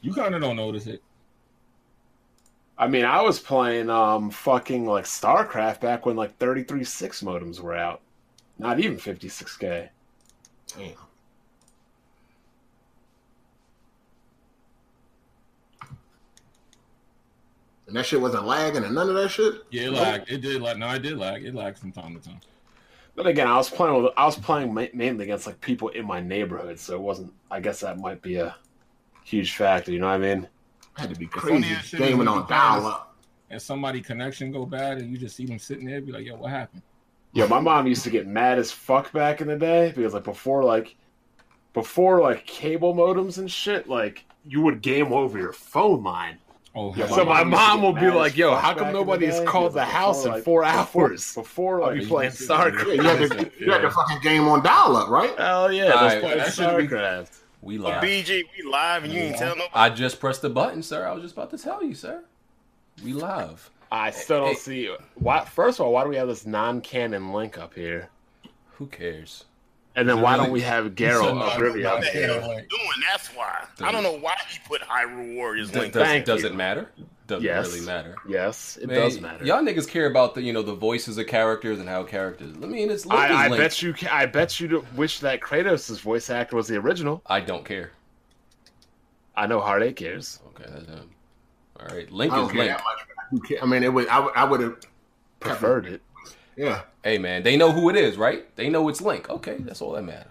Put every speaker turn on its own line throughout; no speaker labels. You kind of don't notice it.
I mean, I was playing um fucking like StarCraft back when like 336 modems were out. Not even 56k.
Damn.
And that shit wasn't lagging and none of that shit.
Yeah, it lagged. It did lag. No, it did lag. It lagged from time to time.
But again, I was playing with I was playing ma- mainly against like people in my neighborhood, so it wasn't. I guess that might be a huge factor. You know what I mean?
Had to be
funny
crazy
as shit is when
gaming
you
on
play
dial
this-
up.
And somebody connection go bad, and you just see them sitting there, be like, "Yo, what happened?"
Yo, my mom used to get mad as fuck back in the day because like before like before like cable modems and shit, like you would game over your phone line.
Oh,
Yeah,
hell
so
no.
my mom will be Mad as
like, "Yo,
fuck
how
back
come
in the
nobody's
day," because,
called the
like,
house
before,
in
like-
four hours?
Before
I'll be
like
playing
StarCraft.
Yeah, you had to you had to fucking game on dial up, right?
Hell yeah,
All
let's
right,
play
that should be-
StarCraft.
We live.
But BG, we live and you ain't tell nobody.
I just pressed the button, sir. I was just about to tell you, sir. We live.
I still don't see why. First of all, why do we have this non-canon link up here?
Who cares?
And then why
Really?
don't we have
said
Geralt
not-
of Rivia
not
up
canon
here?
link.
Doing that's why. I don't know why he put Hyrule Warriors
Does,
link.
does,
Thank
does
you.
it matter? Doesn't
Yes.
really matter.
Yes, it
Man,
does matter.
Y'all niggas care about the you know the voices of characters and how characters. I mean, it's link
I, I
is link.
bet you. ca- I bet you do- wish that Kratos' voice actor was the original.
I don't care.
I know Heartache cares.
Okay, that's him. All right, link
I don't
is
care
link.
that much. but I do care. I mean, it would. I, would- I would have.
Preferred it.
Yeah.
Hey man, they know who it is, right? They know it's link. Okay, that's all that matter.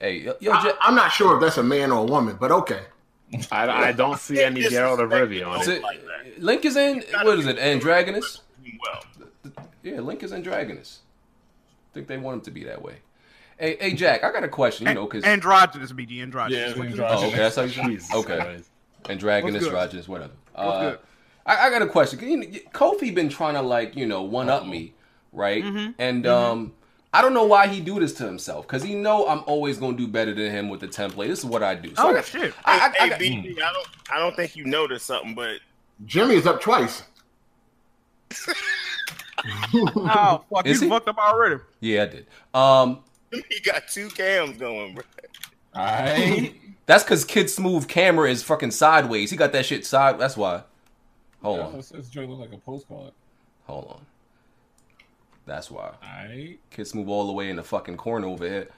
Hey, yo, yo
I,
Jet-
I'm not sure if that's a man or a woman, but okay.
I, I don't see any Geralt of Rivia on
it's
it.
a-
like that.
Link is in. What is it? Androgynous.
Well,
Yeah, Link is androgynous. I think they want him to be that way. Hey, hey, Jack, I got a question. You know, because
Androgynous, BD, androgynous.
Yeah,
What you-
androgynous.
oh, okay, that's how you said.
Jesus
Okay,
Christ.
androgynous,
What's good?
androgynous, whatever.
What's
Uh,
good?
I, I got a question. You know, Kofi been trying to like you know one up me, right?
Mm-hmm.
And um, I don't know why he do this to himself because he know I'm always gonna do better than him with the template. This is what I do. So I
Oh
got-
shit!
I, I,
hey,
I
hey,
got-
Mm.
BG, I don't, I don't think you noticed something, but
Jimmy is up twice.
Oh fuck!
Is
you
he?
fucked up already.
yeah, I did. Um,
he got two cams going, bro.
All right.
that's because Kid Smooth camera is fucking sideways. He got that shit side. That's why. Hold on.
This this joint look like a postcard.
Hold on. That's why.
All right.
Kids move all the way in the fucking corner over here.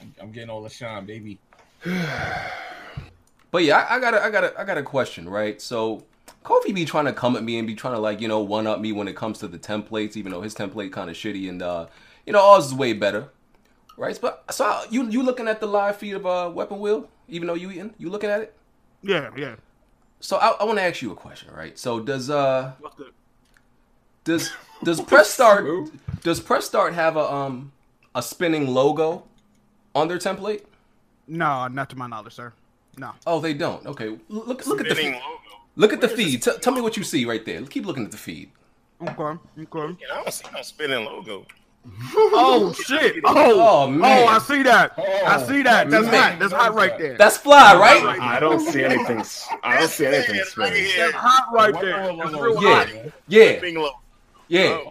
I'm, I'm getting all the shine, baby.
But yeah, I, I got a, I got a, I got a question, right? So Kofi be trying to come at me and be trying to like you know one up me when it comes to the templates, even though his template kind of shitty and uh you know ours is way better, right? But so I- you you looking at the live feed of uh Weapon Wheel, even though you eating, you looking at it.
Yeah, yeah.
So I, I want to ask you a question, right? So does uh
What's good?
does does press start does press start have a um a spinning logo on their template?
No, not to my knowledge, sir. No.
Oh, they don't. Okay, L- look look at the fe-
Spinning logo.
look at the feed. T- tell me what you see right there. Keep looking at the feed.
Okay. Okay.
And I don't see no spinning logo.
Oh shit! Oh,
Oh, man,
I see that. I see that. That's
Man.
hot. That's hot right there.
that's fly, Oh, right?
I don't see anything. s- I don't see anything
That's
spinning.
it
That's
right
hot right
What
there.
the
That's
hell
real
is
Yeah,
hot.
here.
yeah,
Spinning logo.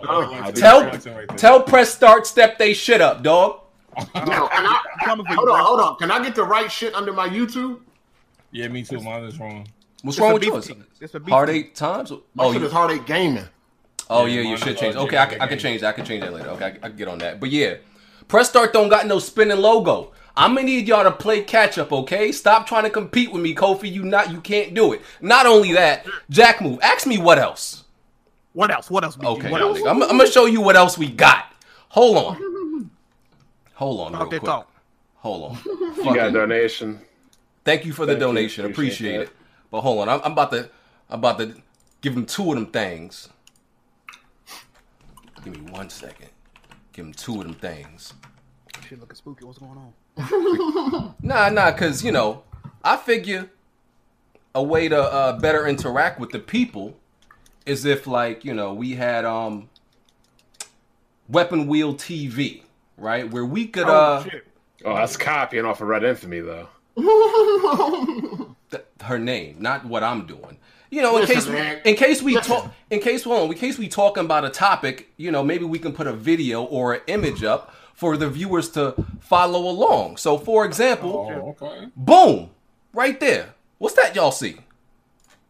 Oh,
yeah.
I do
Tell
Right there.
tell press start step they shit up, dog.
Now, can I,
Coming for you,
hold on,
bro.
hold on. Can I get the right shit under my YouTube?
Yeah, me too. Mine is wrong.
What's
It's
wrong
a
with
beef
yours?
tea. It's a beef
Heartache times.
My
Oh,
shit
you,
is heartache gaming.
oh yeah, you
mine
should
is
change.
all
Okay, I, c-
Jake
I can
Gage.
change. that. I can change that later. Okay, I, c- I can get on that. But yeah, press start don't got no spinning logo. I'm gonna need y'all to play catch up. Okay, stop trying to compete with me, Kofi. You not you can't do it. Not only that, Jack move. Ask me what else.
What else? What else? BG?
Okay,
What
now,
else?
nigga, I'm, I'm gonna show you what else we got. Hold on, hold on, real
Talk that
quick.
talk.
Hold on.
You got a
Fucking-
donation.
thank you for the
Thank you,
donation.
appreciate
Appreciate,
that.
it. But hold on, I'm, I'm about to, I'm about to give him two of them things. Give me one second. Give him two of them things.
Shit looking spooky. What's going on?
Nah, nah, cause you know, I figure a way to uh, better interact with the people is if like you know we had um weapon wheel TV, right, where we could uh
oh shit!
Oh, that's copying off of Red Infamy though.
th- her name, not what I'm doing. You know, in
Listen,
case
man.
in case we talk, in case well, in case we talking about a topic, you know, maybe we can put a video or an image up for the
Oh.
viewers to follow along. So, for example,
Oh, okay.
boom, right there, What's that y'all see?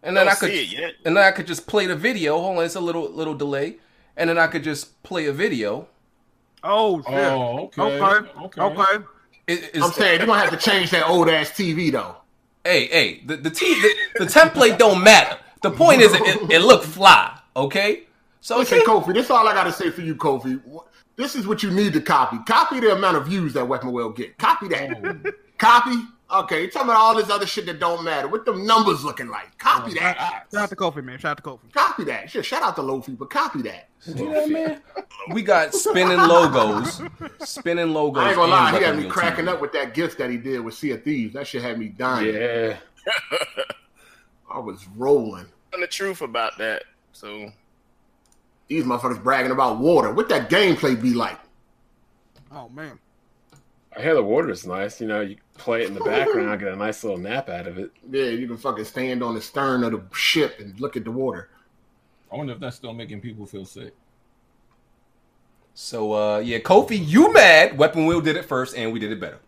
And then
Don't
I could
see it yet.
and then I could just play the video. Hold on, it's a little little delay. And then I could just play a video.
Oh shit.
Oh, okay.
okay. Okay.
Okay.
It, it's-
I'm saying you're gonna have to change that old ass TV though.
hey, hey, the the, te- the the template don't matter. The point is, it, it, it look fly, okay? So
Listen,
okay,
Kofi, this is all I gotta say for you, Kofi. This is what you need to copy. Copy the amount of views that Weapon will get. Copy that. Copy. Okay, you're talking about all this other shit that don't matter. What them numbers looking like? Copy that.
Ah,
Shout out to Kofi, man. Shout out to Kofi.
Copy that. Shit, shout out to Lofi, but copy that.
you know, man, we got spinning logos, spinning logos.
I ain't gonna
and
lie, he had
Weapon
me
Wheel
cracking
TV.
up with that gift that he did with Sea of Thieves. That shit had me dying.
Yeah.
I was rolling.
Telling the truth about that. So
These motherfuckers bragging about water. What that gameplay be like?
Oh man.
I hear the water's nice. You know, you play it in the background, get a nice little nap out of it.
Yeah, you can fucking stand on the stern of the ship and look at the water.
I wonder if that's still making people feel sick.
So uh, yeah, Kofi, you mad? Weapon Wheel did it first, and we did it better.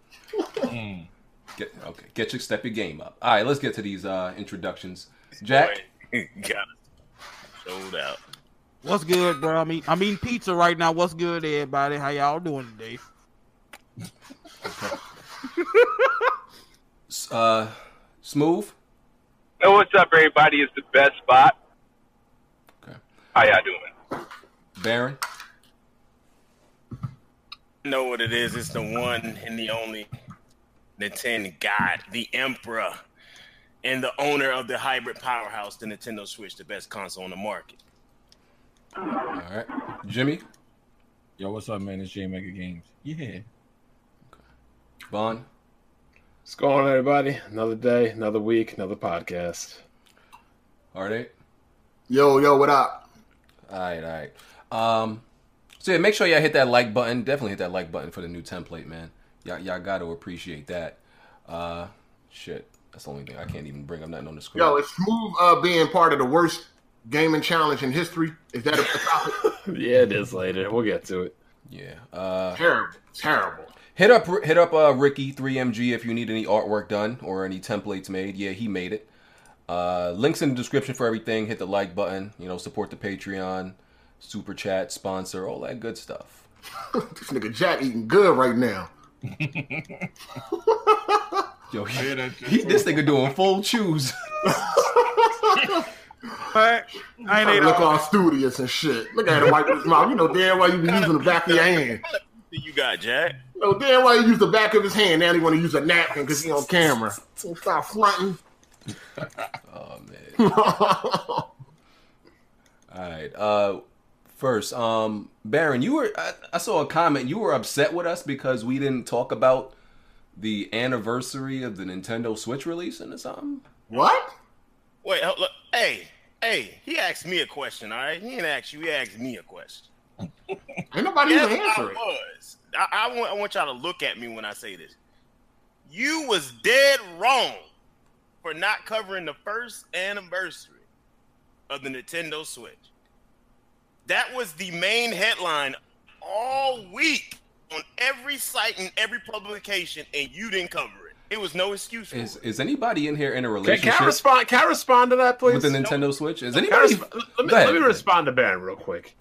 Mm.
Get, okay, get your step your game up. All right, let's get to these uh, introductions. Jack,
boy, got it. sold out.
What's good, bro? I mean, I'm eating pizza right now. What's good, everybody? How y'all doing today?
s- uh, smooth.
Yo, what's up, everybody? It's the best spot.
Okay.
How y'all doing?
Baron.
You know what it is? It's the one and the only, the ten God, the Emperor, and the owner of the hybrid powerhouse, the Nintendo Switch, the best console on the market.
All right, Jimmy,
Yo, what's up, man? It's J Mega Games. Yeah.
Vaughn.
What's going on, everybody? Another day, another week, another podcast.
All right.
Yo, yo, what up?
All right, all right. Um, so yeah, make sure y'all hit that like button. Definitely hit that like button for the new template, man. Y'all, y'all got to appreciate that. Uh, shit, that's the only thing I can't even bring. I'm not on the screen.
Yo, it's smooth uh, being part of the worst gaming challenge in history. Is that a topic?
Yeah, it is later. We'll get to it.
yeah. Uh,
terrible, terrible.
hit up, hit up, uh, Ricky 3MG if you need any artwork done or any templates made. Yeah, he made it. Uh, links in the description for everything. Hit the like button. You know, support the Patreon, super chat, sponsor, all that good stuff.
this nigga Jack eating good right now.
Yo, he,
Yeah, that-
he this nigga doing full chews.
But I ain't ate
look
all.
all studious and shit. Look at him wiping his mouth. You know damn well you be using the back of your hand.
You got Jack.
You know damn well you use the back of his hand. Now he want to use a napkin because he on camera. So stop fronting.
Oh man.
oh
All right. Uh, first, um, Baron, you were I, I saw a comment. You were upset with us because we didn't talk about the anniversary of the Nintendo Switch releasing or something.
What?
Wait, hold, look, hey, hey, he asked me a question. All right, he didn't ask you. He asked me a question.
Ain't nobody
Yes,
even
I
answering.
was. I, I want, I want y'all to look at me when I say this. You was dead wrong for not covering the first anniversary of the Nintendo Switch. That was the main headline all week on every site and every publication, and you didn't cover it. It was no excuse for
Is
it.
is anybody in here in a
Can, can, I
relationship
respond, can I respond to that, please?
with the Nintendo Switch? Is
Can I
anybody?
resp- let, me,
Go ahead.
let me respond to Baron real quick.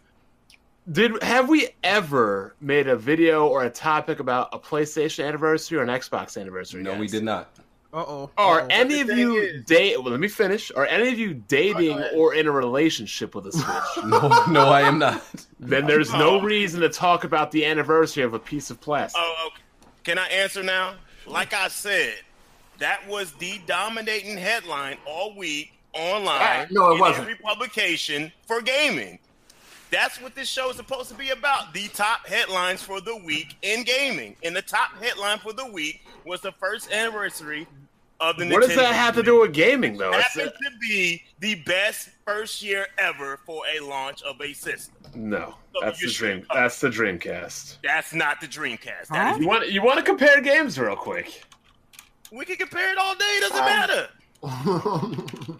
Did have we ever made a video or a topic about a PlayStation anniversary or an Xbox anniversary?
No,
guys?
we did not.
Uh oh.
Are any of
the
you
thing is-
date? Well, let me finish. Are any of you dating
ahead.
or in a relationship with a Switch?
No, no, I am not.
then there's no reason to talk about the anniversary of a piece of plastic.
Oh, okay. Can I answer now? Like I said, that was the dominating headline all week online.
Ah, no, it
in
wasn't.
Every publication for gaming. That's what this show is supposed to be about. The top headlines for the week in gaming. And the top headline for the week was the first anniversary of the Nintendo.
what does that have to do with gaming, though?
It
It's-
happened to be the best first year ever for a launch of a system.
no,
So
that's
you
the
should-
dream. That's the Dreamcast.
That's not the Dreamcast. That is-
You want you want to compare games real quick?
we can
Um,
compare it all day. It doesn't matter.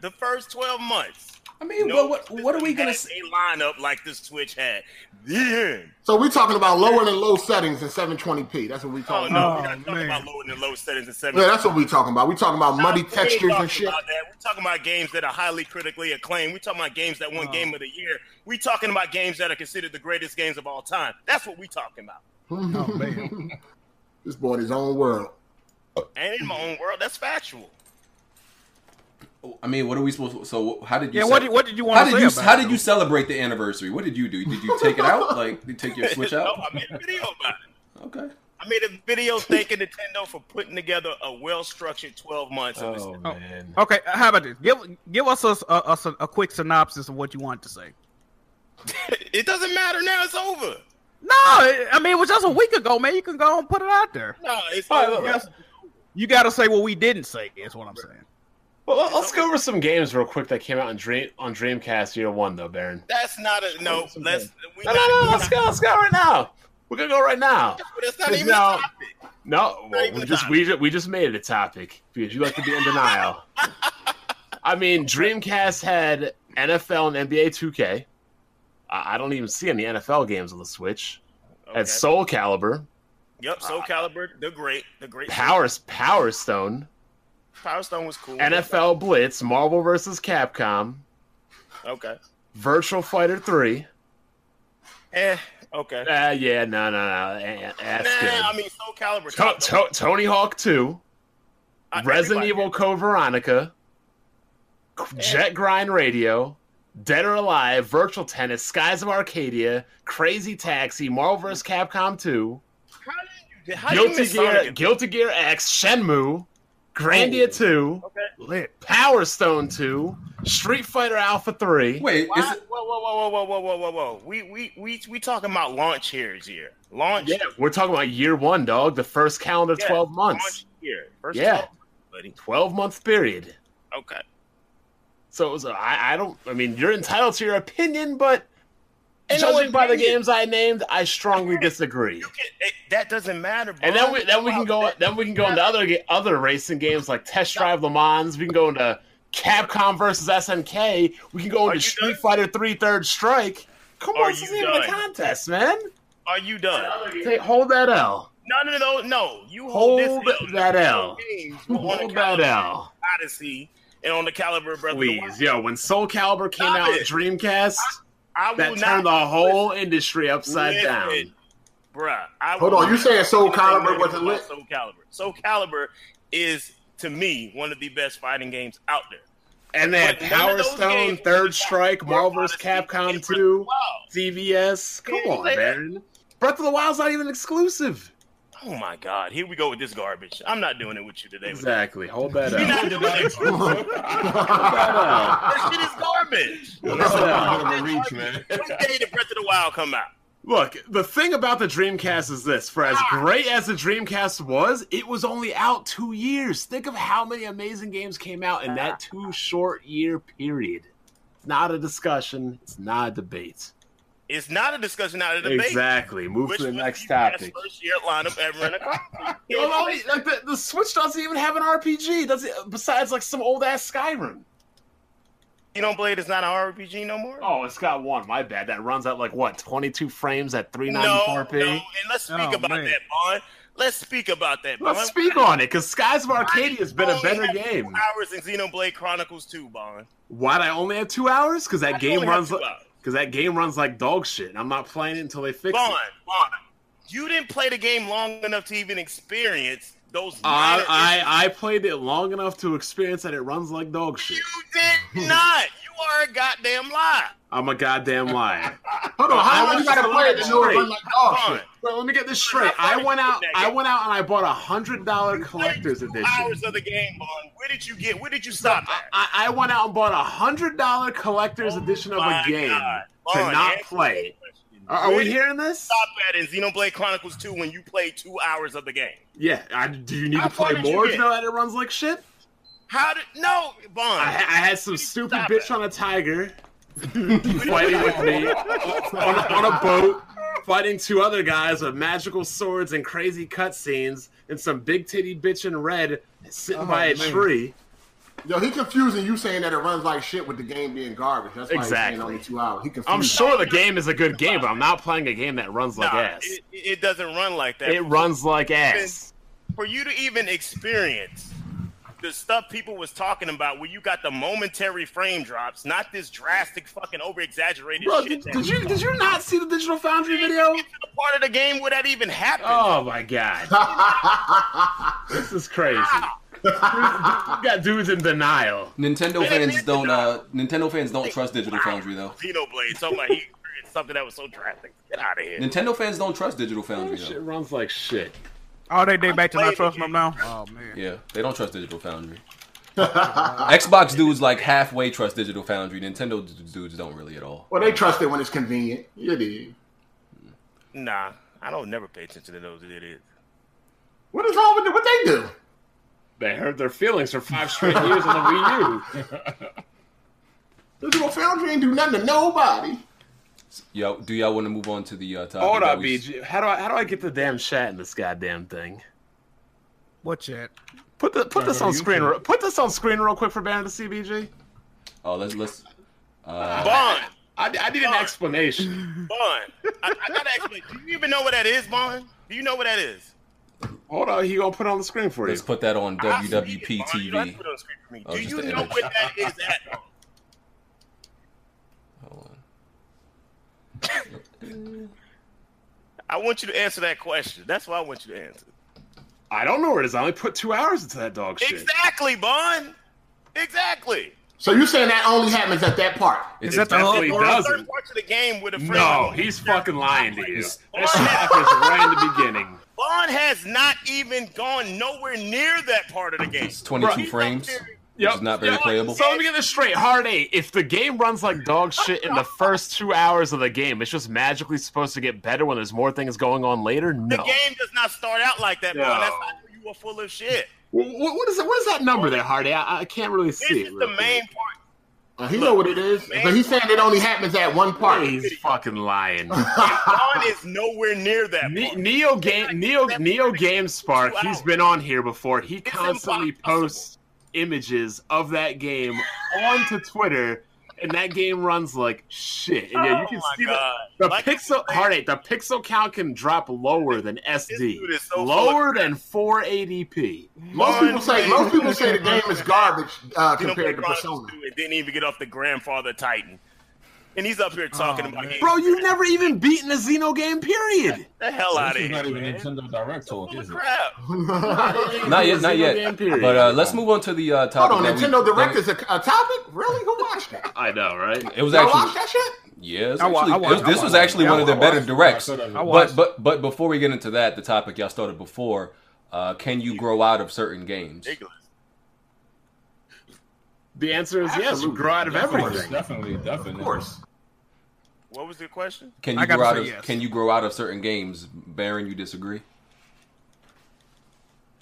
the first 12 months
I mean,
No
what, what what are we gonna?
Had
s-
a lineup like this Switch had. Then
So we're talking about lower than low settings in 720p. That's what we
oh
talking
no,
about.
we're not talking
man.
about low and low settings and seven.
Yeah, that's what we talking about. we talking about muddy
We ain't
textures
talking
and shit.
About that. We're talking about games that are highly critically acclaimed. We're talking about games that won
Oh.
Game of the Year. We're talking about games that are considered the greatest games of all time. That's what we're talking about.
Oh man,
This boy in his own world.
And in my own world, that's factual.
I mean, what are we supposed? to... So how did you?
yeah.
se-
What did, what did you
how
want to
did
say
you
about
how
it,
did you celebrate the anniversary? What did you do? Did you take it out? Like, did you take your Switch
no,
out?
I made a video about it.
Okay.
I made a video thanking Nintendo for putting together a well-structured 12 months. of this.
Oh,
Oh. man.
Okay, uh, how about this? Give give us a, a, a, a quick synopsis of what you want to say.
It doesn't matter now. It's over.
No, I I mean it was just a week ago, man. You can go and put it out there.
No, it's
All right,
over.
look, let's-
You got to say what we didn't say. Is what I'm saying.
Well, let- let's go over some games real quick that came out on Dream on Dreamcast year one though, Baron.
That's not a no.
It's okay.
Let's we
No,
not,
no,
we
no.
not-
Let's go. Let's go right now. We're gonna go right now.
That's not
It's
even a
now-
topic.
No,
Not
well,
even
we just
that.
we just, we just made it a topic because you like to be in denial. I mean, Dreamcast had NFL and NBA 2K. I, I don't even see any NFL games on the Switch.
Okay.
Had Soul Calibur,
Yep, Soul Calibur, the great, the great
Power Power Stone,
Power Stone was cool.
NFL Blitz, Marvel vs. Capcom,
Okay.
Virtual Fighter 3.
Eh. Okay.
Uh, yeah, no, no, no. eh, That's
nah,
good.
I mean Soul Calibur.
To-
top-
to- Tony Hawk 2.
I-
Resident
everybody- Eh.
Evil Co Veronica, Jet Grind Radio, Dead or Alive, Virtual Tennis, Skies of Arcadia, Crazy Taxi, Marvel vs. Capcom 2,
How did you? How did you
Guilty
miss Sonic
Gear,
and-
Guilty Gear X, Shenmue, Grandia 2,
Oh,
lit.
Power Stone 2, Street Fighter Alpha 3.
Wait,
Why-
is it,
Whoa, whoa, whoa, whoa, whoa, whoa, whoa, whoa! We, we, we, we talking about launch years here. Launch.
Yeah, we're talking about year one, dog. The first calendar
yeah,
12 months.
Launch year. First
Yeah.
12 buddy.
12 month period.
Okay.
So it was, uh, I, I don't, I mean, you're entitled to your opinion, but
Ain't no
judging by the
opinion.
games I named, I strongly disagree.
You can, it, that doesn't matter. Bro.
And then we then we can go then we can go into other ga- other racing games like Test Drive Le Mans. We can go into Capcom versus SNK. We can go into
Are you
Street
done?
Fighter Three Third Strike. Come
Are
on, this
you
isn't even a
done?
contest, man.
Are you done?
Hey, hold that L.
No, no, no, no. You
Hold
hold, this
that L.
Games were on
Hold
the
that
caliber
L.
of Odyssey and on the caliber of Breath of the Wild.
Please, yo. When Soul Calibur came
Stop
out on
it.
Dreamcast,
I will
that
not
turned the whole industry upside
Listen,
down.
Bruh, I
Hold
will
on, you
not
saying Soul
say
Calibur
anything
wasn't
about
lit?
Soul Calibur. Soul Calibur is to me one of the best fighting games out there.
And they had
But none of
Power
those
Stone,
games
Third
was
Strike,
Breath of
Marvel
the
vs.
Wild.
Capcom
It's Breath of
Two.
the Wild.
CVS. Come
Yeah,
on,
yeah.
man. Breath of the Wild's not even exclusive.
Oh my god, here we go with this garbage. I'm not doing it with you today. with
Exactly. Hold that
that. You're
up.
not doing it. That shit is garbage. What day did Breath of the Wild come out?
Look, the thing about the Dreamcast is this: for as great as the Dreamcast was, it was only out two years. Think of how many amazing games came out in that two short year period. It's not a discussion. It's not a debate.
It's not a discussion, not a debate.
Exactly. Move
Which
to the
was
next
the best
topic.
First year lineup ever in a conference.
Well, no, like, the, the Switch doesn't even have an RPG. Does it? Besides, like some old ass Skyrim.
You don't play it, it's not an RPG no more?
Oh, it's got one. My bad. That runs at like what, 22 frames at
no,
394p?
no, and let's speak
Oh,
about
man.
that, Bond. Let's speak about that, Bond.
Let's speak on it because Skies of Arcadia has been a
only
better
have
game.
Two hours in Xenoblade Chronicles 2, Bond.
Why'd I only have two hours? Because that
Why'd you
game
only have
runs
two
like
hours?
because that game runs like dog shit. I'm not playing it until they fix
Bond,
it.
Bond, you didn't play the game long enough to even experience those. minor
I, I I played it long enough to experience that it runs like dog shit.
issues. you did not. You are a goddamn liar.
I'm a goddamn liar.
Hold on, how long you gotta play it to know it run like dog shit?
Bond,
But Oh, let me get this straight. I went out I went out and I bought a hundred dollar collector's
two
edition.
hours of the game, Bond. Where did you get? Where did you stop at?
I, I went out and bought a hundred dollar collector's
Oh
edition of
my
a game
God.
to
Bond,
not
answer
play. it. Are, are
Where
we
did
hearing this?
Stop at in Xenoblade Chronicles 2 when you played two hours of the game.
Yeah. I, do you need
How
to
far
play
did you
more to
get?
know that it runs like shit?
How did no Bond?
I, ha- I had some stupid
Stop
bitch
it.
on a tiger fighting with me on, a- on a boat, fighting two other guys with magical swords and crazy cutscenes, and some big titty bitch in red sitting by a tree.
Yo, he confusing you saying that it runs like shit with the game being garbage. That's why exactly. he's saying
Exactly.
only two hours. He confused.
I'm sure the game is a good game, but I'm not playing a game that runs like
Nah,
ass.
it, it doesn't run like that.
It runs like ass.
for you to even experience the stuff people was talking about where you got the momentary frame drops, not this drastic fucking over exaggerated
Bro,
shit.
did,
that-
did you did you not see the Digital Foundry video?
Get to the part of the game where that even happened.
Oh my god, this is crazy. You got dudes in denial.
Nintendo
Man,
fans
man,
don't. Uh, Nintendo fans don't trust Digital Foundry though.
Xenoblade, talking about he experienced something that was so drastic. Get out of here.
Nintendo fans don't trust Digital Foundry
This shit
though.
runs like shit.
Oh, they they back to
playing
not
the
trusting them
game.
now. Oh man.
Yeah, they don't trust Digital Foundry. Xbox dudes like halfway trust Digital Foundry. Nintendo d- dudes don't really at all.
Well, they trust it when it's convenient. Yeah, they. do.
Nah, I don't never pay attention to those idiots.
What is wrong with the, what they do?
They hurt their feelings for five straight years on the Wii U.
Digital Foundry ain't do nothing to nobody.
Yo, do y'all want to move on to the uh, topic?
Hold
that
up,
we-
BG. How do I how do I get the damn chat in this goddamn thing?
What chat?
Put the put this
no,
on
you
screen.
can-
real- Put this on screen real quick for Baron to see, BG.
Oh, let's let's. Uh,
Bond,
I, I need an
Alright.
explanation.
Bond. I, I gotta explain. Do you even know what that is, Bond? Do you know what that is?
Hold on, he gonna put it on the screen for you.
let's put that on
I see it,
WWP
Bond. You don't have to
TV.
put it on screen for me.
Oh,
Do
just
you
the
know
image.
what that is at, Bond?
Hold on.
I want you to answer that question. That's what I want you to answer.
I don't know where it is. I only put two hours into that dog shit.
Exactly, Bond. Exactly.
So you saying that only happens at that part?
Is
It
that the
definitely
hub?
Or the third
doesn't.
part of the game with a friend.
No, he's fucking lying to you.
It's-
That shit happens right in the beginning.
Bond has not even gone nowhere near that part of the game.
It's 22
Bro, he's
frames, which
up there.
is not very
Yep.
playable.
So let me get this straight. Hard eight. If the game runs like dog shit in the first two hours of the game, it's just magically supposed to get better when there's more things going on later.
The
No.
game does not start out like that, Bond. That's
No.
how I know you are full of shit.
What, what is that? What is that number there, Hard eight? I, I can't really
This
see.
is
it
the
real quick.
main part.
Uh, he know what it is, but he's saying it only happens at one part.
He's fucking lying.
Bond is nowhere near that
Ne-
part.
Neo game Neo Neo Game Spark.
Two
He's
hours.
been on here before. He constantly
impossible.
posts images of that game onto Twitter, and that game runs like shit. And yeah, you can
Oh my
see
God.
the, the
Like-
pixel. Heartache. The pixel count can drop lower than SD,
dude is so full of
lower than 480p.
Most people say most people say the game is garbage uh,
You know,
compared to
Bond was
Persona.
doing- didn't even get off the grandfather Titan. And he's up here talking about games.
Oh, Bro, you never even beaten a Xeno game. Period.
the hell out of
This is
here.
not even
man.
Nintendo Direct talk,
Full of
is it?
crap.
Not yet, not
Xeno game,
yet.
period.
But uh, let's move on to the uh,
Hold
topic.
on,
that we-
Nintendo
that
Direct
we-
is a, a topic? Really? Who watched that?
I know, right?
It was
Y'all watched
actually
that shit?
yeah. it's
I wa-
actually-
I
it
wa-
was-
I
This
wa-
was actually
yeah,
one of
I
their better
watched-
directs.
I could've-
I
But
watched.
but but before we get into that, the topic y'all started before, uh, can you grow out of certain games?
Ridiculous.
The answer is yes. You
Absolutely.
grow out of
Of course.
everything.
Definitely, definitely, definitely.
Of course.
What was the question?
Can
I
you
gotta
grow out
say
of
yes.
Can you grow out of certain games? Baron, you disagree?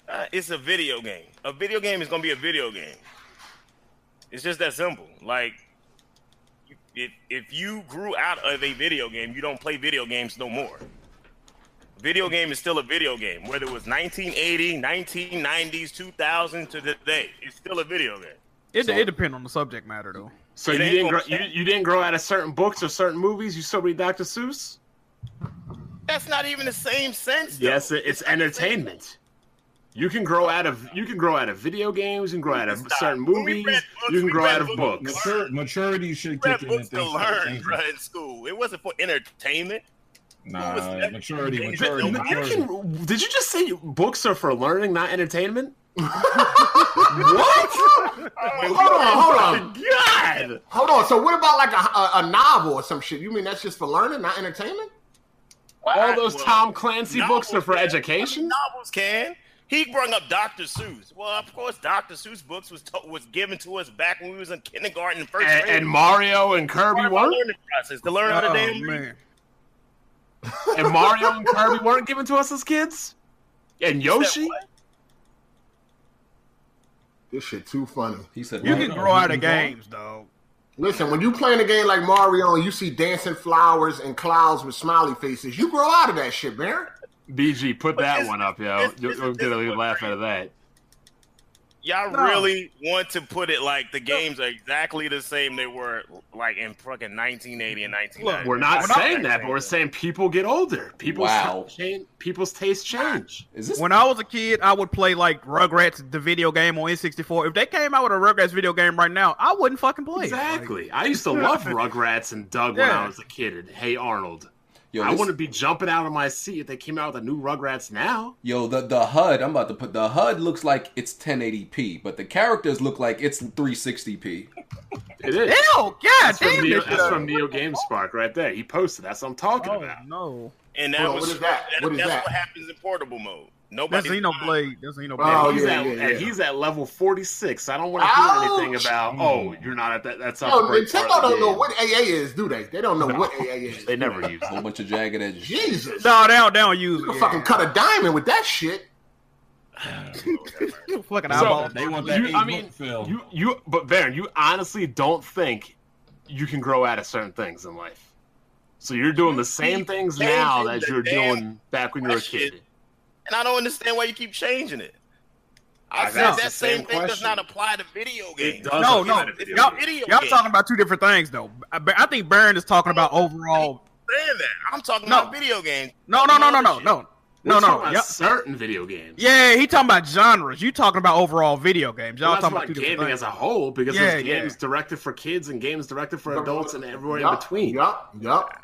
Uh, it's a video game. A video game is gonna be a video game. It's just that simple. Like, you- if if you grew out of a video game, you don't play video games no more. Video game is still a video game, whether it was 1980, 1990s, 2000 to today. It's still a video game.
It,
So-
it depends on the subject matter though.
So
It
you
ain't
didn't grow,
gonna
you,
change.
you didn't grow out of certain books or certain movies. You still read Dr. Seuss.
That's not even the same sense. though.
Yes, it, it's entertainment. You can grow out of you can grow out of video games. You can grow out of
Stop.
certain
When we
movies.
read books,
You can
we
grow
read
out of
books.
books.
Mature, maturity should
read
kick in.
books
and
to
things start
learn,
changing.
bro, in school. It wasn't for entertainment. was
Nah,
that?
maturity,
Did-
But
maturity,
you
maturity.
can- did you just say books are for learning, not entertainment? what?
Hold on, hold on.
God.
Hold on. So what about like a, a, a novel or some shit? You mean that's just for learning, not entertainment?
All those
Well,
Tom Clancy
novels
books are for
can.
education.
Novels can. He brought up Dr. Seuss. Well, of course, Dr. Seuss books was to- was given to us back when we was in kindergarten and first
And,
grade.
and Mario and Kirby
Part of our
weren't.
learning process to learn how to
Oh
damn read.
man.
and Mario and Kirby weren't given to us as kids? And Yoshi?
That what?
This shit too funny.
He said
You
what?
can
no,
grow
you
out
can
of
grow.
games, dog.
Listen, when you playing a game like Mario and you see dancing flowers and clouds with smiley faces, you grow out of that shit, Baron.
BG, put
But
that
this-
one up, yo.
this-
You'll,
this-
you'll
this
get a
is
good
what
laugh
brings-
out of that.
y'all
No.
really want to put it like the games are exactly the same they were like in fucking 1980 and 1990.
We're not
That's
saying
what
that,
I'm
but we're saying people get older. People's
Wow.
change, people's tastes change.
Is this
When I was a kid, I would play like Rugrats, the video game on N64. If they came out with a Rugrats video game right now, I wouldn't fucking play it.
Exactly. I used to love Rugrats and Doug when
Yeah.
I was a kid. And Hey Arnold,
yo?
I
this-
wouldn't be jumping out of my seat if they came out with a new Rugrats now.
Yo, the the HUD. I'm about to put the HUD looks like it's 1080p, but the characters look like it's 360p.
It is.
Like, Ew, god
That's from,
damn
Neo,
this
that's
shit.
from Neo Game Spark right there. He posted. That's what I'm talking
Oh,
about.
no.
And that
Hold on,
was
what is that? What is
that's
that?
what happens in portable mode.
That's
Nobody
Xenoblade. That's Xenoblade.
Oh,
and he's,
yeah,
at,
yeah,
and
yeah.
he's at level 46. I don't want to hear anything
Ouch.
about, oh, you're not at that. That's
Yo,
not the great part
Nintendo
of the
don't know
game.
what AA is, do they? They don't know what AA is.
They never use
A whole
it.
bunch of jagged edges.
Jesus.
No, they don't, they don't use
you
it.
can fucking cut a diamond with that shit.
You fucking
So,
eyeball.
They want that.
You-
eight
I mean,
month fill.
You, you, but Baron, you honestly don't think you can grow out of certain things in life. So you're doing the same things
Change
now
the
that you're
damn
doing back when you were a kid.
question. and I don't understand why you keep changing it. I,
I've
said
asked
that
the
same,
same
thing does
question.
not apply to video games.
does
No,
apply
no,
to video
y'all-
games.
Video
Y'all
games.
talking about two different things, though. I, I think Baron is talking about overall.
saying that. I'm talking
No.
about video games.
No, no, no, no, no, no, no,
We're
no.
talking about
Y'all-
certain video games.
Yeah, he talking about genres. You talking about overall video games. Y'all
Well, that's
talking
about
about two different
gaming
things.
as a whole because
Yeah,
there's
yeah.
games directed for kids and games directed for adults and everywhere in
Yup,
between.
Yup, yup.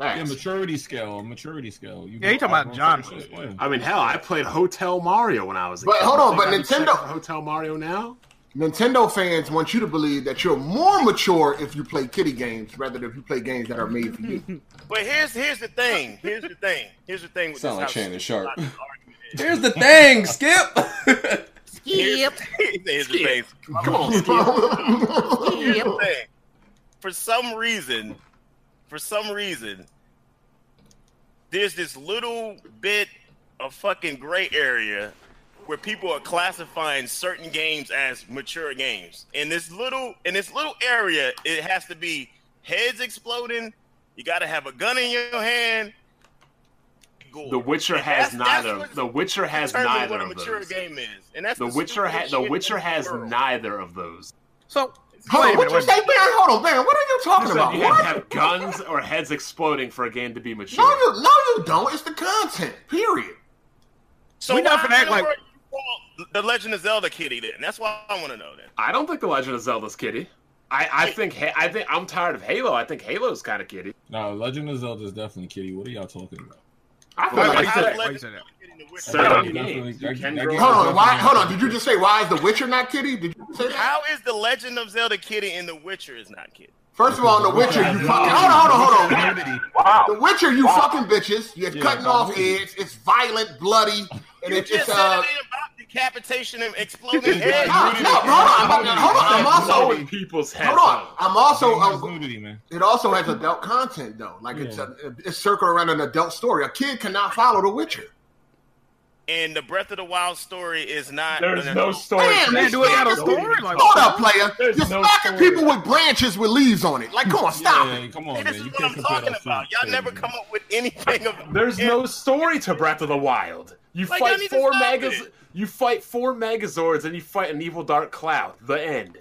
yeah,
Facts.
maturity scale, maturity scale. You
Yeah, he
go
talking about
all
genre.
sorts of shit, yeah.
I mean, hell, I played Hotel Mario when I was a
But
kid.
hold
You
on,
think
but
I'd be
Nintendo-
checking for Hotel Mario now?
Nintendo fans want you to believe that you're more mature if you play kiddie games rather than if you play games that are made for you.
But here's here's the thing. Here's the thing. Here's the thing with
Sound
this
like Shannon
stupid
Sharp.
this argument is.
Here's the thing, Skip.
Here's, here's the thing.
Come on,
Here's the
Skip.
thing. For some reason, for some reason, there's this little bit of fucking gray area where people are classifying certain games as mature games. In this little in this little area, it has to be heads exploding. You got to have a gun in your hand. Gore.
The Witcher
And
has
that's- that's
neither.
what
The Witcher has
determines
neither
what a
of
mature
those.
game is, and that's
The Witcher
stupidest
has. The
shit in
Witcher has
world.
neither of those.
So
Hold
wait
on,
a
what
minute.
you
Wait a
say,
minute.
Baron? Hold on, Baron. What are you talking
So
about?
you have to
What?
have guns or heads exploding for a game to be mature.
No, you, no, you don't. It's the content. Period.
So
We
why
not finna act
in the
like-
world you call the Legend of Zelda kitty then? That's why I want to know that.
I don't think The Legend of Zelda's kitty. I, I think Ha- I think I'm tired of Halo. I think Halo's kind of kitty.
No, Legend of Zelda is definitely kitty. What are y'all talking about?
I feel
Wait,
like
wait,
I
wait,
said-
wait. you say that?
Certain
Definitely-
games, you
that-
can
that
grow-
game
Hold
is
on. Why?
definitely
Hold on. Did you just say why is The Witcher not kitty? Did you say that?
How is the Legend of Zelda kitty in the Witcher is not kitty?
First of all, in The Witcher, you fucking. Hold on, hold on, hold on.
community.
The
Wow.
Witcher, you fucking bitches. You're
Yeah,
cutting
I
off
agree.
heads. It's violent, bloody, and
You
it's
just
just
said
uh.
it ain't about decapitation and exploding heads.
No, no, hold on, hold on. I'm also
blowing people's heads
hold on.
off.
I'm also
Game has
um,
nudity, man.
it also has adult content though. Like it's a, it's circled around an adult story. A kid cannot follow The Witcher.
And the Breath of the Wild story is not.
There's
an-
no story.
Damn,
Man,
this
do it
man
out of
is-
story. Like,
Hold up, player.
There's
You're
no
smacking
story.
people with branches with leaves on it. Like, come on, stop
yeah,
it.
Come on,
See,
man.
this
You
is what
can't
I'm
compare
talking
those two
about. Y'all
things,
never
man.
come up with anything of.
There's no story to Breath of the Wild. You
Like, y'all
fight
need to
four
stop
megas.
it.
You fight four Megazords and you fight an evil Dark Cloud. The end.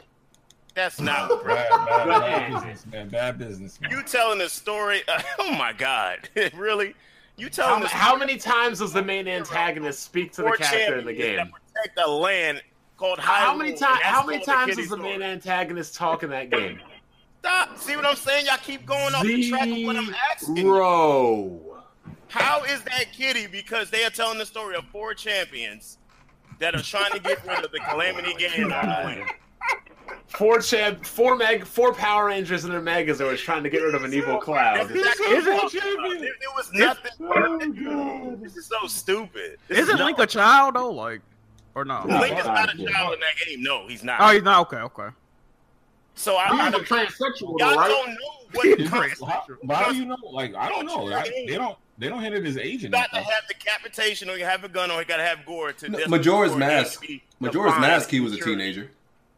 That's not.
Bad, bad, bad business, man. Bad business, man.
You telling a story? oh my God! really? You
How,
telling a
how many times does the main antagonist speak to the
four
character in the
champions
game?
that protect a land called Hyrule.
How many
and
times?
that's
How many
called
times
Kitty
does the
story.
main antagonist talk in that game?
Stop. See what I'm saying? Y'all keep going off the track of what I'm asking. you.
Zero.
How is that kitty? Because they are telling the story of four champions that are trying to get rid of the Calamity Gang. and our land.
Four champ, four meg, four Power Rangers and their Megazords trying to get rid of an evil
That's
cloud.
exactly
Is
what
it?
I'm talking about. There, there was nothing. This is so stupid. This
Isn't
no-
Link a child though? Like, or no?
No.
Link is not a
Yeah.
child in that game. No, he's not.
Oh, he's not. Okay, okay.
so I,
He's
I
a
don't,
transsexual,
y'all
though, right?
don't know what
It's
Chris.
just- how- but how do you know? Like, I don't know. I, they don't. They don't hit it as
You
agent.
got to have decapitation, or you have a gun, or you got to have gore to.
Uh-huh. No,
death
Majora's
before it has
Mask.
to be
Majora's
defined
Mask. He was a
maturity.
teenager.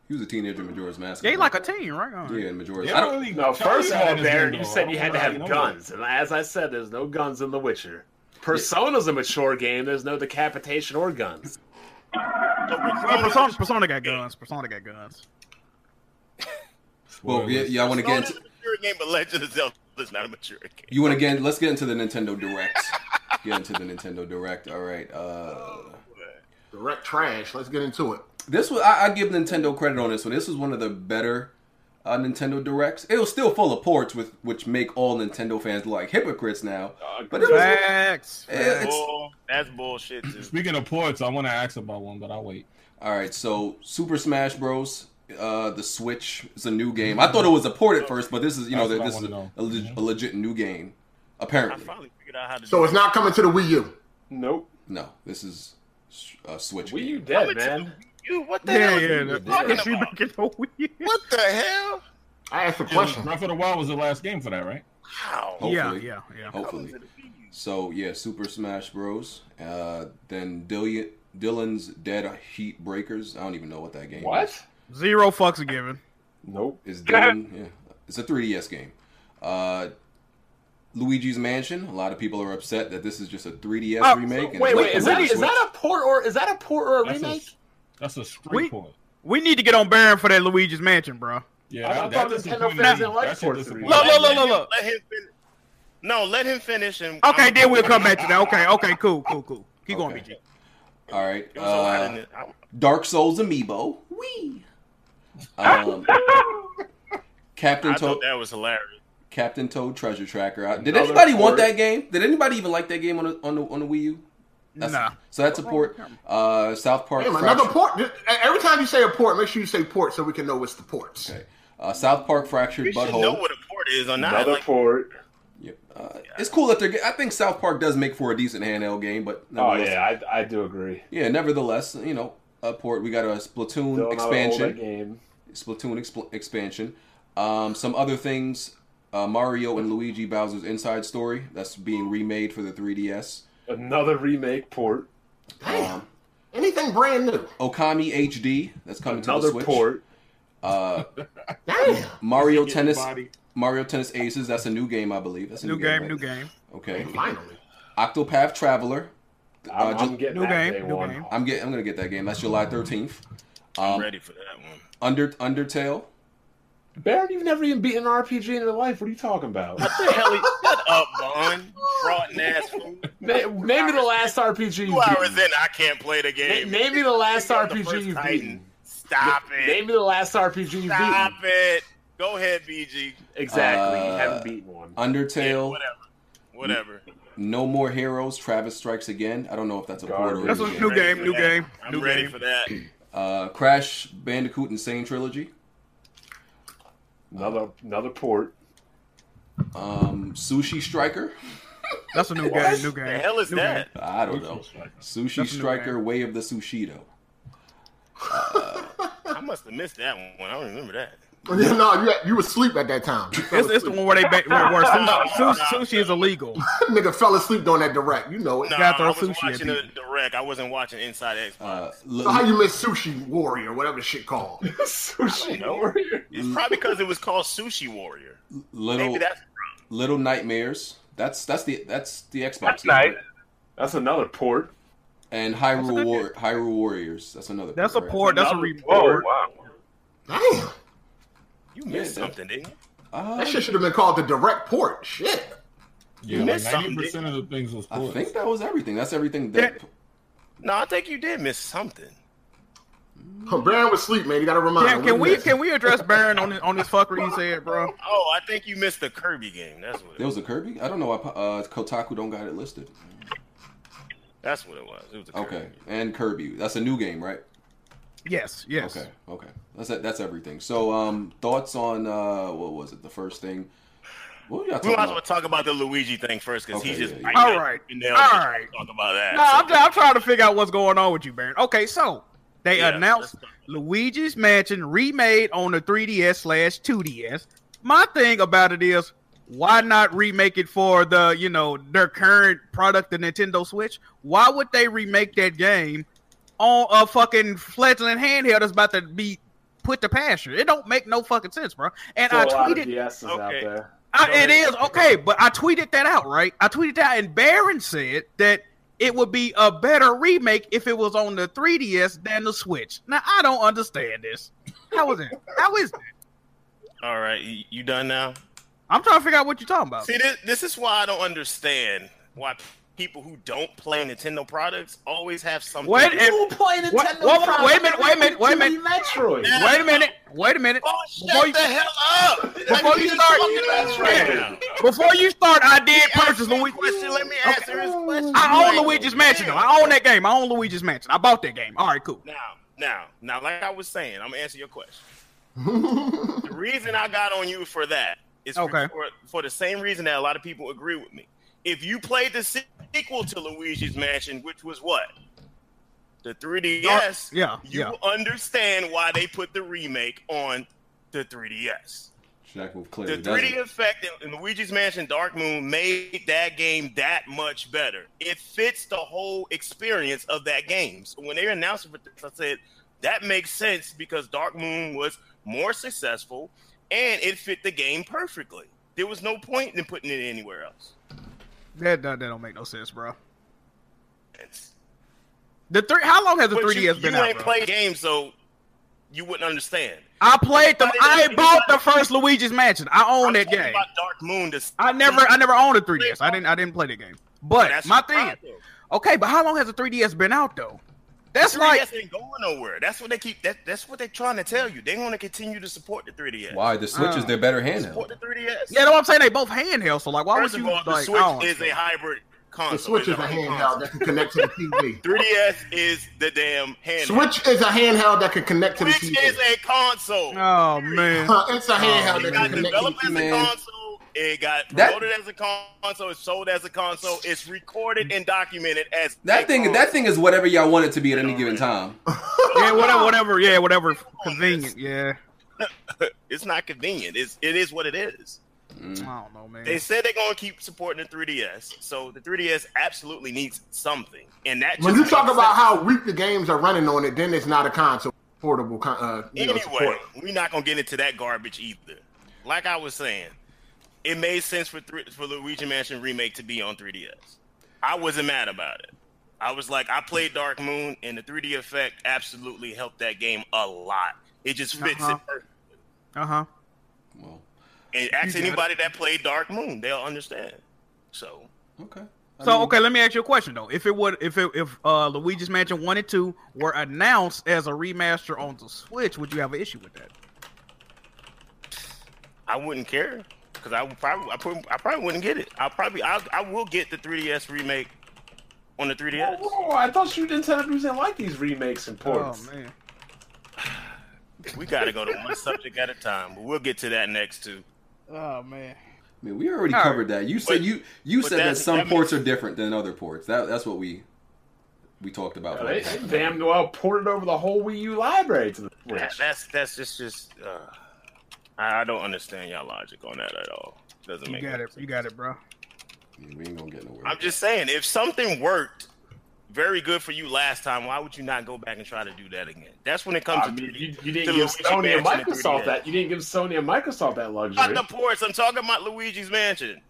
He was a teenager in Majora's Mask.
Yeah, he like a teen, right? All right.
yeah, in Majora's.
They
I
don't
don't.
really tell
No, first of
that
all,
in this
Baron,
game,
you
though.
said
I
you
don't
had to
know how
have
you know
guns, and as I said, there's no guns in The Witcher. Persona's a mature game. There's no decapitation or guns.
So
Well,
Persona-
Persona, Persona got guns. Persona got guns.
Well, yeah, yeah I want to
Persona
get.
is
Into,
a mature game, but Legend of Zelda is not a mature game.
you want to get? Let's get into the Nintendo Direct. get into the Nintendo Direct. All right. Uh,
Direct trash. Let's get into it.
this was I, I give Nintendo credit on this one. This was one of the better uh, Nintendo directs. It was still full of ports, with which make all Nintendo fans like hypocrites now. But it was,
Facts.
Yeah, it's-
Bull- that's bullshit. Too.
Speaking of ports, I want to ask about one, but I'll wait.
all right. So Super Smash Bros. Uh, the Switch is a new game. I thought it was a port at first, but this is you know
That's what
this
I
is a,
wanna
a,
know.
leg-
Mhm.
a legit new game.
I
Apparently,
finally figured out how to.
So
do
it's not coming to the Wii U.
Nope.
no. This is s- a Switch.
Wii U
game.
I
dead,
went to the
man.
Wii U. What the
Yeah, yeah.
hell? are you talking
She
about?
back in the wheel.
What the hell?
I asked a
Breath
question.
of the Wild was the last game for that, right?
Wow.
Oh,
Yeah,
Hopefully.
yeah, yeah.
Hopefully.
That was a Wii U.
So yeah, Super Smash Bros. Uh, then Dillion, Dylan's Dead Heat Breakers. I don't even know what that game is.
What?
Zero fucks given.
Nope.
is done. yeah. It's a 3DS game. Uh, Luigi's Mansion. A lot of people are upset that this is just a 3DS
Oh,
remake. and it's
Wait,
not
wait. Is
coming
that
to
is
Switch.
that a port or is that a port or a
That's a,
remake?
that's a straight
We-
port.
We need to get on Baron for that Luigi's Mansion, bro.
Yeah,
I
that,
thought
that
Nintendo
disappointed
fans
me.
didn't like
That shit
ports
disappointed
Look,
me.
look, look, look, look.
Let him finish. No, let him finish. And
Okay,
I'm-
then we'll come back to that. Okay, okay, cool, cool, cool. Keep going, BG.
Okay. All right.
It was a lot in
Uh,
it. I-
Dark Souls Amiibo. Wee. Um, Captain
I thought
Toad.
that was hilarious.
Captain Toad Treasure Tracker. Uh, Did
Another
anybody want
port.
that game? Did anybody even like that game on the on the, on the Wii U? That's,
Nah.
So that's a port. Uh, South Park.
Damn,
Fractured-
another port. e-, Every time you say a port, make sure you say port so we can know it's the ports.
Okay. Uh, South Park Fractured
You should
Butthole.
know what a port is or not.
Another
Like,
port.
Yep. Uh, it's cool that they're. ge- I think South Park does make for a decent handheld game, but
Oh
nevertheless-
yeah, I, I do agree.
yeah. Nevertheless, you know, a port. We got a Splatoon
Still another older
expansion.
game.
Splatoon expl- expansion. Um, some other things. Uh, Mario and Luigi Bowser's Inside Story. That's being remade for the 3DS.
Another remake port.
Damn. Anything brand new.
Okami HD. That's coming to
Another
the Switch.
port.
Uh,
Damn.
Mario
Get
Tennis.
body.
Mario Tennis Aces. That's a new game, I believe. That's a new,
New game,
right?
new game.
Okay.
Finally.
Octopath Traveler.
I'm,
Uh,
I'm
Ju-
getting
New
that
game,
day
new
one.
game.
I'm getting. I'm gonna get that game. That's July 13th.
I'm
Um,
ready for that one.
Under Undertale.
Baron, you've never even beaten an RPG in your life. What are you talking about?
What the hell? is- Shut up, Bun. Fraud ass fool.
Na- name me the last RPG.
Two
You've
hours
beaten.
in, I can't play the
Na-
game.
name me the last
You're the
RPG
first
you've
Titan.
beaten.
Stop
Name
it.
me the last RPG you've
Stop
beaten.
it. Go ahead, BG.
Exactly, you
Uh,
haven't beaten one.
Yeah,
Undertale.
whatever. Whatever.
No More Heroes, Travis Strikes Again. I don't know if that's a port or
Garbage.
That's a
anything.
new
Ready
game,
for
new
that.
game,
I'm
new
ready
game.
for that.
Uh, Crash Bandicoot Insane Trilogy.
Another another port.
Um, Sushi Striker.
That's a new
What
game, new game.
the hell is
new
that?
I don't know.
That's
Sushi
a new
Striker,
game.
Way of the Sushido.
I must have missed that one. I don't remember that.
no, you, you were asleep at that time. You
Game.
fell
It's, it's the
asleep.
one where they ba- where, where sushi, sushi, sushi is illegal.
nigga fell asleep during that direct. You know it.
No,
gotta throw
I was
sushi at
watching the
people.
direct. I wasn't watching Inside Xbox.
Uh,
So how
L-
you miss Sushi Warrior, whatever the shit called?
Sushi Warrior.
It's probably because it was called Sushi Warrior. Maybe
little
that's
Little Nightmares. That's that's the that's the Xbox.
That's
game, right?
nice.
That's another port.
And Hyrule War- Hyrule Warriors. That's another.
That's a
right?
port. That's a
Another
Oh,
report.
wow.
Damn.
you missed
Yeah.
something, didn't you?
Uh,
That shit should have been called the direct port. Shit.
Yeah,
You
like
missed something.
90% of the things was
I
ports.
think that was everything. That's everything. That
No, I think you did miss something.
Baron was asleep, man. You gotta remind
Damn,
him.
can
What
we
is
can we address Baron on this, on this fuckery he said, bro?
Oh, I think you missed the Kirby game. That's what. It
there
was.
was a Kirby. I don't know why uh, Kotaku don't got it listed.
That's what it was. It was a Kirby.
Okay, and Kirby. That's a new game, right?
Yes, yes.
Okay, okay. That's it. That's everything. So, um, thoughts on uh, what was it? The first thing. What were y'all
We
talking
might as well
about?
talk about the Luigi thing first because
Okay,
he's just
yeah, yeah.
biting
All
it
right.
and nails
All
it.
right.
Talk about that.
No, I'm, I'm trying to figure out what's going on with you, Baron. Okay, so they
Yeah,
announced
let's talk about
Luigi's Mansion remade on the 3DS slash 2DS. My thing about it is, why not remake it for the you know their current product, the Nintendo Switch? Why would they remake that game on a fucking fledgling handheld that's about to be put to pasture? It don't make no fucking sense, bro. And
Still
I
a lot of
tweeted
DSs out
Okay.
there.
I,
Go
it
ahead.
is okay, but I tweeted that out, right? I tweeted that, and Baron said that it would be a better remake if it was on the 3DS than the Switch. Now I don't understand this. How is it? How is it?
All right, you, you done now?
I'm trying to figure out what you're talking about.
See, this, this is why I don't understand why people who don't play Nintendo products always have something.
Wait,
to-
and-
Who play Nintendo?
What- whoa, whoa,
products
wait a minute, wait a minute, wait a
to
minute.
Metroid.
Yeah.
wait a minute. Wait a minute.
oh,
Before
shut
you-
the hell up!
Before you start,
right
before you start, I did purchase
me a
Luigi.
question. Let me
Okay.
answer his question.
I own
Like,
Luigi's Mansion. though.
damn.
I own that game. I own Luigi's Mansion. I bought that game. All right, cool.
Now, now, now, like I was saying, I'm gonna answer your question. the reason I got on you for that is for-
Okay.
for, for the same reason that a lot of people agree with me. If you played the se- sequel to Luigi's Mansion, which was what the 3DS,
Yeah,
you
yeah.
will understand why they put the remake on the 3DS.
Jack will
The
clearly does
3D
it.
effect in, in Luigi's Mansion Dark Moon made that game that much better. It fits the whole experience of that game. So when they announced it, for this, I said that makes sense because Dark Moon was more successful and it fit the game perfectly. There was no point in putting it anywhere else.
That, that that don't make no sense, bro.
It's-
The three. How long has the
but
3DS
you, you
been
ain't
out? bro?
played games, so you wouldn't understand.
I played them. I
Anybody-
bought the first Luigi's Mansion. I own
I'm
that
talking
game.
about Dark Moon. To
I never, I never owned a 3DS. I didn't, I didn't play the game. But
That's
my
the
thing, is-
problem.
okay, but how long has the 3DS been out though? That's
3DS
like
ain't going nowhere. That's what they keep. That, that's what they're trying to tell you. They want to continue to support the 3DS.
Why the Switch is
Uh,
their better handheld?
Support the 3DS.
yeah, know what I'm saying. They both handheld, so like, why
First
would
of
you
all, the
like? I don't-
Switch is a hybrid console.
The Switch is
It's
a
hybrid
handheld
console.
that can connect to the TV.
3DS is the damn handheld.
Switch is a handheld that can connect to the
Switch is
TV.
a console.
oh man,
It's a handheld
it
that
got
can connect to the
developed as a
man.
console. It got
That-
promoted as a console. It's sold as a console. It's recorded and documented as a
That thing,
console.
that thing is whatever y'all want it to be at any given time.
yeah, whatever, whatever, yeah, whatever, convenient, yeah.
It's not convenient. It's it is what it is. Mm.
I don't know, man.
They said they're gonna keep supporting the 3DS, so the 3DS absolutely needs something, and that.
When you
just
talk
makes
about
sense.
how weak the games are running on it, then it's not a console portable. Con- uh, you know,
anyway,
support.
we're not gonna get into that garbage either. Like I was saying, it made sense for three, for Luigi Mansion remake to be on 3DS. I wasn't mad about it. I was like, I played Dark Moon, and the 3D effect absolutely helped that game a lot. It just fits
Uh-huh.
it perfect.
Uh huh.
Well,
And ask
You got it.
anybody that played Dark Moon, they'll understand. So
okay. I
So
mean,
okay, let me ask you a question though. If it would, if it, if uh, Luigi's Mansion one and two were announced as a remaster on the Switch, would you have an issue with that?
I wouldn't care because I would probably I, prob- I probably wouldn't get it. I probably I, I will get the 3DS remake on the 3DS.
Whoa, Oh, I thought you Nintendo people didn't like these remakes and ports.
Oh man.
We got to go to one subject at a time, but we'll get to that next too.
Oh man.
I mean, we already
All right.
covered that. You said
But-
you you
but
said that
that's-
some
that
ports are different than other ports. That that's what we we talked about.
They, they damn well ported over the whole Wii U library to the Switch.
That, that's that's just just uh, I, I don't understand y'all logic on that at all. Doesn't
You
make
got
any
it.
sense.
You got it, bro.
I mean, we ain't gonna get nowhere.
I'm just saying, if something worked very good for you last time, why would you not go back and try to do that again? That's when it comes
I
to
mean,
3D.
you, you didn't
to
give
Luigi
Sony and
Mansion and
Microsoft
3DS.
that. You didn't give Sony and Microsoft
Not
that luxury.
the ports. I'm talking about Luigi's Mansion.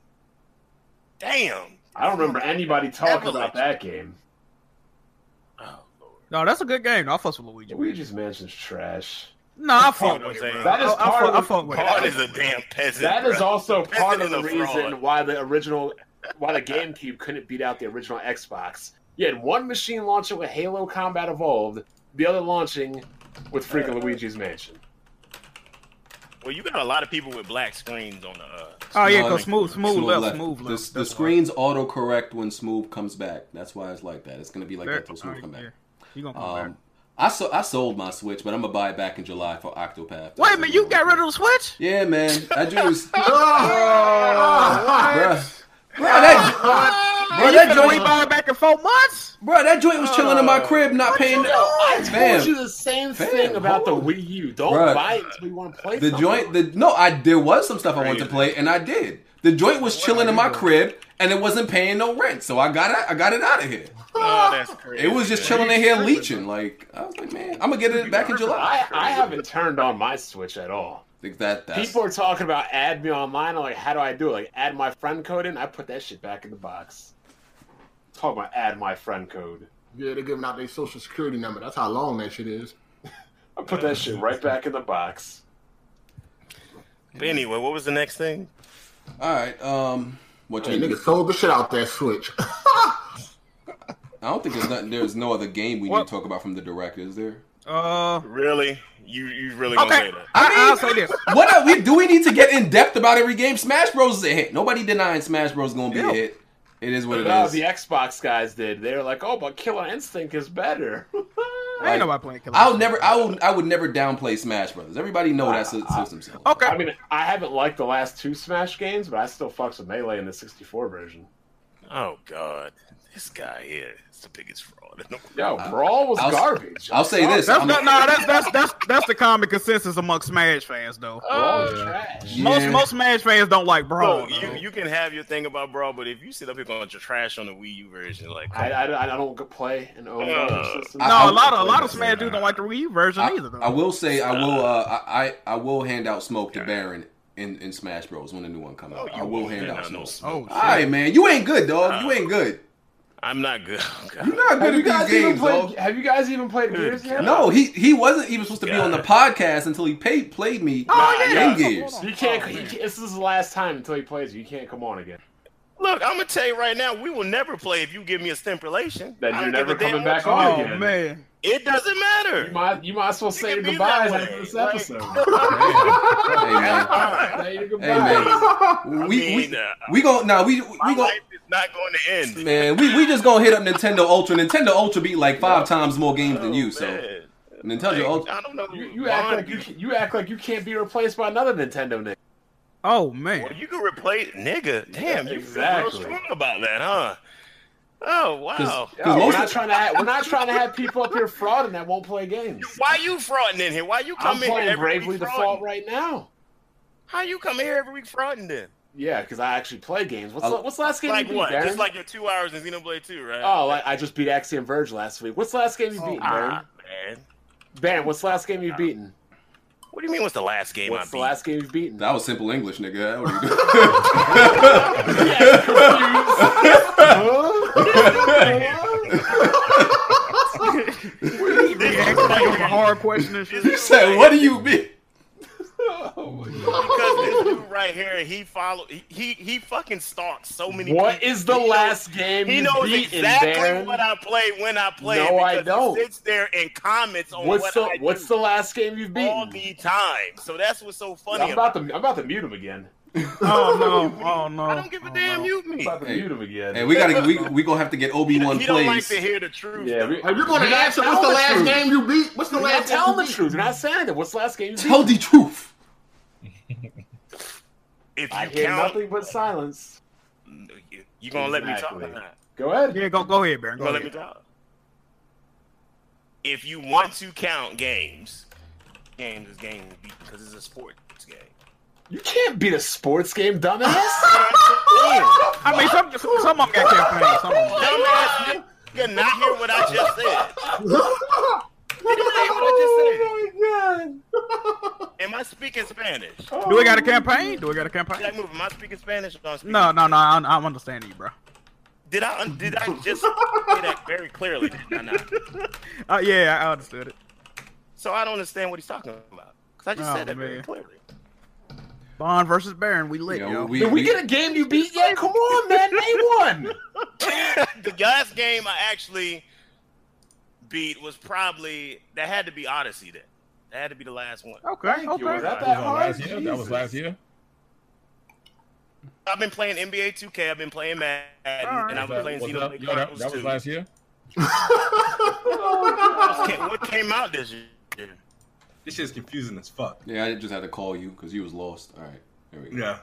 Damn.
I don't remember anybody talking about
Avalanche.
that game.
Oh, Lord.
No, that's a good game. though. I fuss with Luigi.
Luigi's Mansion's trash.
No, I
You know
fuck
what I'm
with it.
saying?
Bro.
That is
I- I,
part
fuck,
of
I
the-
fuck with it.
That is a damn peasant.
That is
bruh.
also part of
is
the
a
reason
fraud.
why the original, why the GameCube couldn't beat out the original Xbox. You had one machine launching with Halo Combat Evolved, the other launching with freaking Luigi's Mansion.
Well, you got a lot of people with black screens on the. Uh,
Oh yeah,
No,
cause
they-
smooth, smooth, left, smooth
The-
left.
The, screens auto correct when smooth comes back. That's why it's like that. It's gonna be like that till smooth come back.
You gonna come back?
Um, I so I sold my Switch, but I'm gonna buy it back in July for Octopath.
Wait a minute, you got rid of the Switch?
Yeah, man. That dude was. bruh,
Ah,
bruh, that, bruh,
you
that
finna
joint,
rebuy Oh. it back in four months?
bruh, that joint was chilling in my crib, not paying.
I
Fam.
told you the same
Fam,
thing about the
hold
Wii U. Don't
Bruh.
buy it until you want to play
The
something.
joint, the no, I there was some stuff I wanted to play, and I did. The joint was chilling in my crib, and it wasn't paying no rent, so I got it. I got it out of here.
oh, that's crazy.
It was just chilling in here leeching. Like I was like, man, I'm gonna get it back in July.
I, I haven't turned on my Switch at all.
Like that. That's,
People are talking about add me online. I'm like, how do I do it? Like, add my friend code in. I put that shit back in the box. Talk about add my friend code.
Yeah, they're giving out their social security number. That's how long that shit is.
I put that shit right back in the box.
But anyway, what was the next thing?
All right. Um, what
Hey,
you?
nigga sold the shit out that Switch.
I don't think there's nothing, there's no other game we need
What?
to talk about from the director, is there?
Uh,
Really? You you really gonna
okay.
say that?
I,
mean-
I'll say this.
What are we do we need to get in depth about every game? Smash Bros is a hit. Nobody denying Smash Bros is gonna be a
Yeah.
hit. It is what
But
it
now
is.
the Xbox guys did. They were like, "Oh, but Killer Instinct is better."
I ain't nobody playing Killer.
I'll never I would I would never downplay Smash Brothers. Everybody know that's
Ah,
a system sell.
Okay.
I mean, I haven't liked the last two Smash games, but I still fucks with Melee in the 64 version.
Oh God, this guy here is the biggest fraud in the world.
Yo, Brawl was
I'll-
garbage.
I'll say this.
That's
I'm-
not, nah, that's that's that's that's the common consensus among Smash fans, though.
Brawl was trash.
Yeah.
Most most Smash fans don't like
Bro,
Brawl. though.
you, you can have your thing about bro, but if you sit up here going to trash on the Wii U version, like
I, I, I don't g- play an old
Uh,
system.
I-
no,
I-
a lot of a lot of
Smash.
Smash dudes don't like the Wii U version
I,
either. Though.
I will say I will uh I, I I will hand out smoke to Baron in, in Smash Bros when the new one comes out.
Oh, you
I Oh, will
won't
hand
hand
out
out no
Oh,
smoke.
smoke.
shit.
All right, man. You ain't good, dog. You ain't good.
I'm not good. Oh, God.
You're not
Have you
good at
guys
these games,
even played?
dog.
Have you guys even played Gears yet?
No, he he wasn't even supposed to be on the
God.
podcast until he paid, played me
Oh,
in
yeah.
Gears.
You can't,
Oh,
you
man.
can't- This is the last time until he plays you. You can't come on again.
Look, I'm gonna tell you right now, we will never play if you give me a stipulation.
Then
I
you're
don't give a
never
damn
coming
what
back
you
on
do.
oh
again.
man,
It doesn't matter.
You might, you might as well say
can
your
be that
goodbyes
way.
after this
Like-
episode.
Hey, man.
say your
Hey, man.
goodbyes.
We,
mean,
we,
uh,
we gon' nah, we we
My
gon'
life is not going to end.
man, we, we just gonna hit up Nintendo Ultra. Nintendo Ultra beat like five times more games than you, so
Oh, Man,
Nintendo
like,
Ultra.
I don't know.
You, you act like
Bond-
you, ca- you act like you can't be replaced by another Nintendo nigga.
oh man.
Well, you can replace nigga. Damn, you
exactly.
feel real strong about that, huh? Oh wow.
'Cause-
Yo,
'cause
we're
most
not
of-
trying to. Have, we're not trying to have people up here frauding that won't play games.
Why you frauding in here? Why you
I'm
come in here
playing
every
Bravely
week
Default
frauding?
right now.
How you come in here every week frauding then?
Yeah, because I actually play games. What's
Uh,
the, what's the last game
Like
you beat,
what?
Darren?
Just like your two hours in Xenoblade 2, right?
oh, like, I just beat Axiom Verge last week. What's the last game you
Oh.
beat, Darren?
ah, man.
Baron, what's the last game you've beaten?
What do you mean? What's the last game I
What's
beat?
the last game you've beaten?
That was simple English, nigga. What are you doing?
They ask like a hard question and shit.
you said, what do you mean?
because this dude right here, he follow, he he, he fucking stalks so many.
What
people.
is the
He knows-
last game
He
you've
knows
beaten,
exactly
Baron?
what I play when I play.
No,
it
I
because
don't.
He sits there and comments on
What's
what
the
I
What's
do
the last game you've
all
beaten?
the time. So that's what's so funny
I'm
about.
about to I'm about to mute him again.
Oh no, oh no.
it. I don't give a damn.
no.
You me.
I'm about to
Hey.
mute him again.
Hey, we gotta we we gonna have to get Obi Wan
He don't like
plays.
to hear the truth.
yeah, we,
Are you going to answer what's the last game you beat? What's the
You're not
last game
telling
you
the
beat?
truth. You're not saying it. What's the last game you beat?
Tell the truth.
If
I
you
hear
count,
nothing but silence.
you, you gonna let me
Exactly.
talk or not?
Go ahead.
Yeah, go go ahead, Baron. Go
Well, let me
ahead.
talk. If you want to count games, games is game because it's a sports game.
You can't beat a sports game, dumbass.
Dumbass
I mean, some some of them got campaigns. Some of them.
nigga, not hear what I just said.
oh my god.
Am I speaking Spanish?
Do we got a campaign? Do we got a campaign?
Jack, move. Am I speaking Spanish? Or am I speaking-
No, no, no. I, I'm understanding you, bro.
Did I un- did I just say that very clearly? Did I not?
Uh, yeah, I understood it.
So I don't understand what he's talking about because I just
Oh,
said that very
man.
clearly.
Bond versus Baron, we lit,
You know,
yo.
we-
Did we
we-
get a game you beat yet? Come on, man. They won.
the last game I actually beat was probably that had to be Odyssey. Then that had to be the last one.
okay,
Thank you. Was
okay.
that
That
that
was on
hard?
last year. That was last year.
I've been playing NBA 2K. I've been playing Madden,
Alright.
and I've been
That-
playing
was that-
Xenoblade
yo, that,
Chronicles
that was
2.
last year.
What came- what came out this year?
This shit's confusing as fuck.
Yeah, I just had to call you because you was lost. All right, there we go.
Yeah.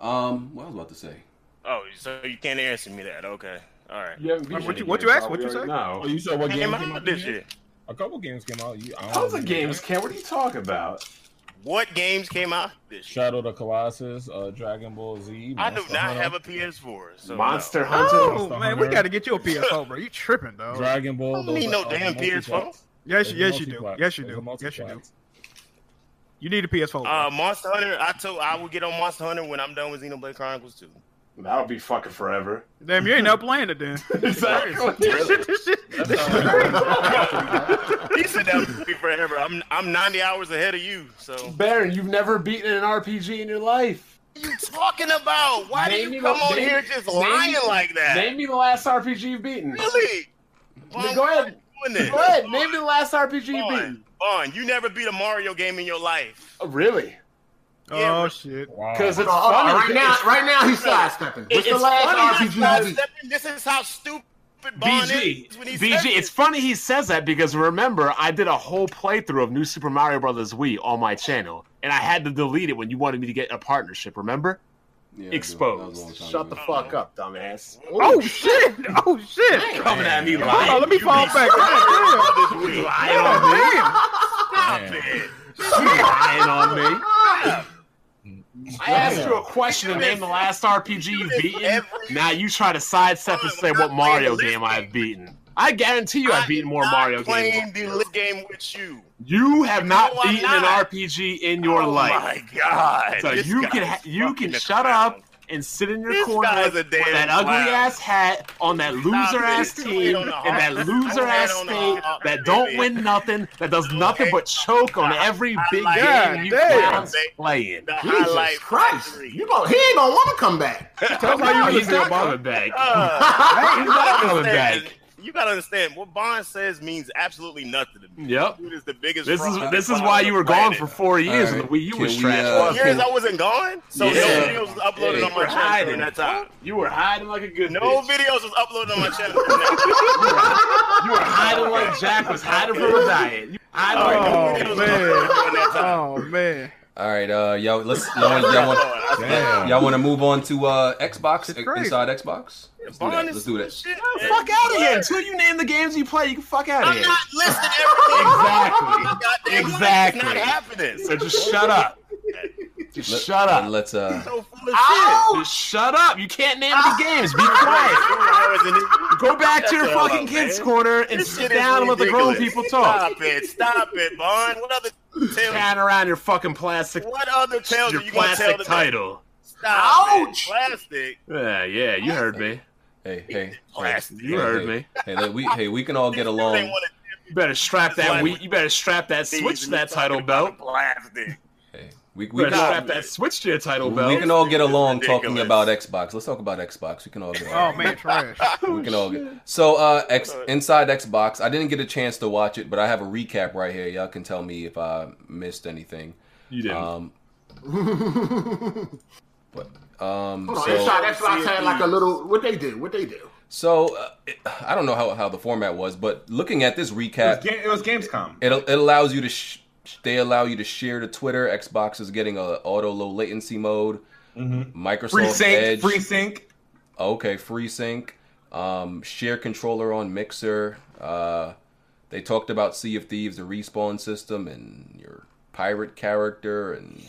Um, what I was about to say.
Oh, so you can't answer me that? Okay, all right.
You haven't beat
What
it
you- what
yet,
you asked?
so
What
we
you
already
said?
know.
Oh, you saw what game
Came
came
out this year.
A couple games came out. You, I don't
Tons of
remember.
games, Ken. What are you talking about?
What games came out this year?
Shadow of the Colossus, uh, Dragon Ball Z.
I do
Monster
not
Hunter,
have a PS4. So
Monster
no.
Hunter.
Oh
Monster
man,
Hunter.
we got to get you a PS4, bro. You tripping, dog?
Dragon Ball. uh,
I don't need no damn PS4.
Yes, you, yes, you do. Yes, you do. Yes, you do. You need a PS4. bro.
Um,
Uh, Monster Hunter. I told I will get on Monster Hunter when I'm done with Xenoblade Chronicles 2.
That'll be fucking forever.
Damn, you ain't not playing it then. This
Exactly.
shit- this shit- this
That's
shit-
He said that would be forever. I'm I'm 90 hours ahead of you. So what
Baron, you've never beaten an RPG in your life.
are you talking about? Why
Name
do
me
you come
the-
on
name-
here just
name-
lying like that?
Name me the last RPG you've beaten.
really? Vaughn,
Go
why
ahead.
are you doing this?
Go ahead. Name me the last RPG you've
Vaughn,
beaten.
Vaughn, you never beat a Mario game in your life.
Oh, really?
Oh shit.
Wow.
Because it's
Hold on,
funny.
right now,
It's-
right now he's sidestepping. What's the
it's
last
funny
RPG
not
you beat?
Stepping, This is how stupid Vaughn
BG,
is when he
BG,
says
it's
this.
funny he says that because remember I did a whole playthrough of New Super Mario Brothers Wii on my channel, and I had to delete it when you wanted me to get a partnership. Remember?
Yeah, dude, that was a long
Exposed.
time
Shut the
ago.
fuck up, dumbass.
Oh shit. Oh shit.
Coming at me
Hold on, let me fall back. God damn.
You lying on me.
God
Stop
Man.
it.
You lying on me. I asked
Yeah.
you a question and name the last RPG you've
This
beaten.
every-
Now you try to sidestep and say what Mario game I've beaten. I guarantee you I've beaten more
I'm
Mario
playing
games.
the li- game with you.
You have not
No, I'm
beaten an
not.
RPG in your
oh
life.
my god!
So
This
you
guy
can
is
ha- you
fucking
can
a
shut
clown.
up and sit in your
This
corner
guy's a
with
damn
that ugly
clown.
ass hat on that loser ass
it.
team
Don't hate on
and that
us.
loser
Don't hate
ass
on
state
us, baby.
that don't win nothing, that does
Don't
nothing
hate
but choke on every
I
big
like
game you
it. Damn.
clowns playing.
The highlight
Jesus Christ!
three.
You gonna, he ain't gonna want to come back.
Tell us how you really
he's
feel
not
about
coming
it.
back.
Uh,
he's not coming
understand-
back.
You gotta understand what Bond says means absolutely nothing to me.
Yep.
Dude is the biggest.
This is
fraud
this
on
is
the
why you were gone
planet.
for four years and
Alright.
the Wii U
Can
was
we,
trash.
uh,
years. I wasn't gone, so
Yeah.
no videos was uploaded
Yeah.
on my channel during that time.
You were hiding like a good
No
bitch.
videos was uploaded on my channel. during that
You were hiding like Jack was hiding from the diet. You hiding like
time.
no
Oh,
No videos was
man.
uploaded during that time.
Oh man.
All right, uh, y'all, let's y'all, y'all, want,
Damn.
y'all want to move on to uh, Xbox
It's
i-
crazy.
inside Xbox. Let's do that.
Bond is
Let's do that.
Shit,
The
man.
fuck out of here. Until you name the games you play, you can fuck out of
I'm
here.
not listing everything. Exactly.
Exactly.
It's not happening.
So just shut up. Just
Let-
shut
And
up.
let's uh,
so full of shit.
Just shut up. You can't name the games. Be quiet. Go back to your
Shut up,
fucking kids'
man.
corner and
This
sit
shit is
down and let the grown
ridiculous.
people talk.
Stop it. Stop it, Bond. What other tales?
Pan around your fucking plastic,
What other tales
your
are you gonna tell
plastic
the
title.
Stop
Ouch.
It. Plastic.
Yeah, yeah, you heard me.
hey, hey, hey,
Plastic.
You heard me.
hey, let- we, hey, we can all get along.
You better strap that. We, you better strap that switch to that title belt.
Plastic.
Hey, we,
You
we,
better
can,
strap that switch to your title
we
belt.
can all get along
Ridiculous.
talking about Xbox. Let's talk about Xbox. We can all get along.
Oh man, trash.
we can all
Oh,
get. So, uh, X, inside Xbox, I didn't get a chance to watch it, but I have a recap right here. Y'all can tell me if I missed anything.
You didn't.
Um, but um,
Hold on,
so,
inside Xbox had like a little. What they do? What they do?
So uh, it- I don't know how, how the format was, but looking at this recap,
Ga- It was Gamescom.
it, it allows you to sh- they allow you to share to Twitter. Xbox is getting a auto low latency mode. Microsoft
Mm-hmm. Free sync.
Edge,
Free sync.
okay, FreeSync, um, share controller on Mixer. Uh, they talked about Sea of Thieves, the respawn system, and your pirate character. And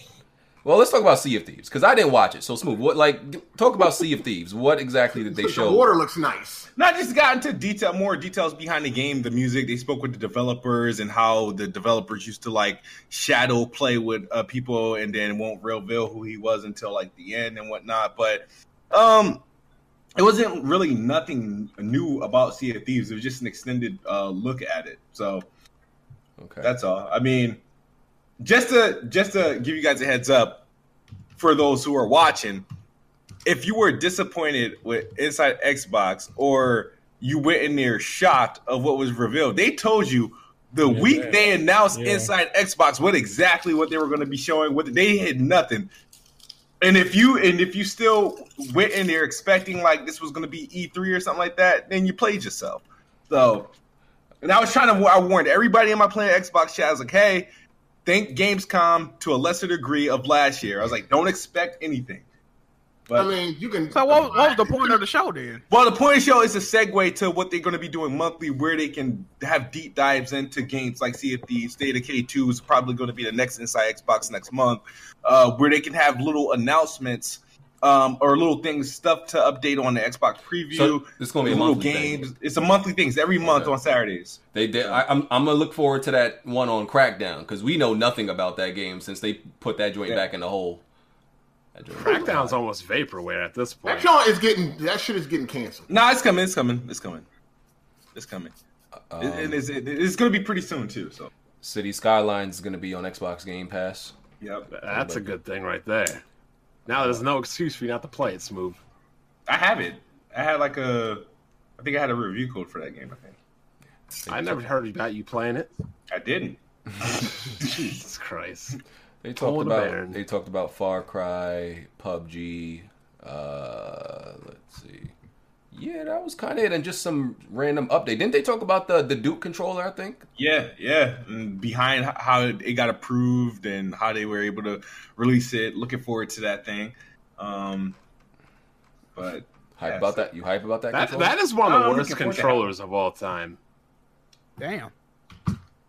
well, let's talk about Sea of Thieves because I didn't watch it. So smooth. What like g- talk about Sea of Thieves? What exactly did they
The
show?
water looks nice.
Not just got into detail, more details behind the game, the music. They spoke with the developers and how the developers used to like shadow play with uh, people, and then won't reveal who he was until like the end and whatnot. But um, it wasn't really nothing new about Sea of Thieves. It was just an extended uh, look at it. So
Okay.
That's all. I mean, just to just to give you guys a heads up for those who are watching, if you were disappointed with Inside Xbox or you went in there shocked of what was revealed, they told you the
Yeah.
week they announced
Yeah.
Inside Xbox what exactly what they were going to be showing. What they hid nothing. And if you and if you still went in there expecting like this was going to be E3 or something like that, then you played yourself. So, and I was trying to I warned everybody in my playing Xbox chat. I was like, hey, think Gamescom to a lesser degree of last year. I was like, don't expect anything.
I
But
mean, you can.
So what was, what was the point of the show then?
well, the point of the show is a segue to what they're going to be doing monthly, where they can have deep dives into games like Sea of Thieves, State of K2 is probably going to be the next Inside Xbox next month, uh, where they can have little announcements um, or little things, stuff to update on the Xbox preview.
So it's gonna be a
little
monthly thing.
games. It's a monthly thing. It's every month
Okay.
on Saturdays.
They did. I, I'm I'm gonna look forward to that one on Crackdown because we know nothing about that game since they put that joint
Yeah.
back in the hole. That joint-
Crackdown's almost vaporware at this
That
point.
joint is getting that shit is getting canceled.
Nah, it's coming. It's coming. It's coming. It's coming.
Um,
It- and it's, it- it's going to be pretty soon too. So,
City Skylines is gonna be on Xbox Game Pass.
yep.
That's a good thing right there. Now there's no excuse for you not to play it smooth.
I have it. I had like a, I think I had a review code for that game. I think
I never heard about you playing it.
I didn't.
Jesus Christ.
They talked
Told
about
Baron.
they talked about Far Cry, PUBG. Uh, let's see. Yeah, that was kind of it, and just some random update. Didn't they talk about the the Duke controller? I think.
Yeah, yeah. And behind h- how it got approved and how they were able to release it. Looking forward to that thing. Um, but
Hype
Yes.
about that? You hype about that?
That,
controller?
that is one of
Oh,
the
I'm
worst
looking forward to
controllers of all time.
Damn.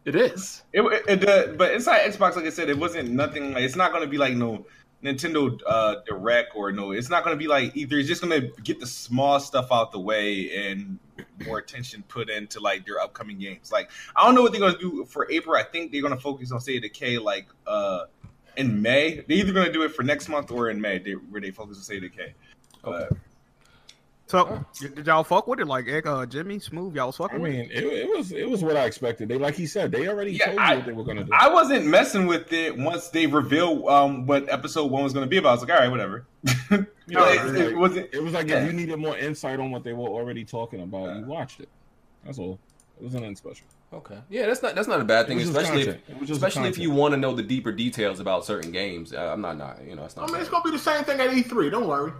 It is.
It, it, uh, but inside Xbox, like I said, it wasn't nothing. Like, it's not going to be like no Nintendo uh, Direct or no. It's not going to be like E3. It's just going to get the small stuff out the way and more attention put into like their upcoming games. Like I don't know what they're going to do for April. I think they're going to focus on say the K like uh, in May. They're either going to do it for next month or in May, they, where they focus on say the K.
Okay.
So did y'all fuck with it like uh, Jimmy Smooth? Y'all was
I
fucking with it.
mean, it, it was it was what I expected. They like he said, they already
Yeah,
told
I-
you what they were gonna do.
I wasn't messing with it once they revealed um, what episode one was going to be about. I was like, all right, whatever. But it, it wasn't.
it was like
yeah.
if you needed more insight on what they were already talking about, you watched it. That's all. It wasn't anything special.
Okay. Yeah, that's not that's not a bad
It
thing,
was just
especially if,
content. It was just
especially if
content.
you want to know the deeper details about certain games. I, I'm not not you know it's not.
I mean, it's
bad.
gonna be the same thing at E3. Don't worry.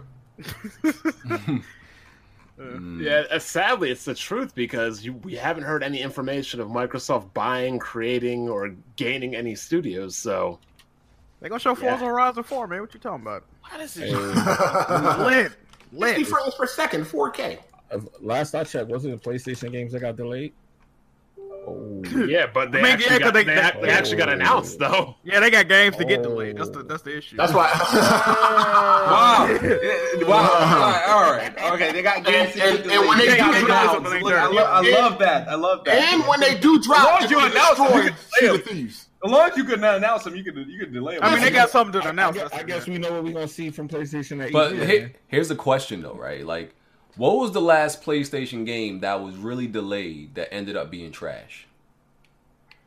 Mm.
Yeah, uh, sadly, it's the truth because you, we haven't heard any information of Microsoft buying, creating, or gaining any studios. So
They gonna show Forza
Yeah.
Horizon 4, man. What you talking about?
Why does it?
And
Lit.
60
Lit.
frames per second, 4K.
uh, last I checked, wasn't the PlayStation games that got delayed? Oh,
yeah, but they
I mean,
actually,
yeah, 'cause
got,
they-
they,
they- Oh.
act- they actually got announced though. Oh.
Yeah, they got games to get delayed. That's the that's the issue.
That's why.
Wow. Yeah, wow. All right, all right. Okay, they got games.
And- and- and when they
They got
do
big
drop-
mouths. Look, I, lo- I
Yeah.
love that. I love that.
and when they do
As long
drop,
as you announce them, you can play
the
them.
thieves.
as long as you could not announce them, you could you could delay them.
I mean, they got something to
I
announce.
guess, I guess we know what we're gonna see from PlayStation at
But
E3,
he-
man.
here's the question though, right? Like, what was the last PlayStation game that was really delayed that ended up being trash?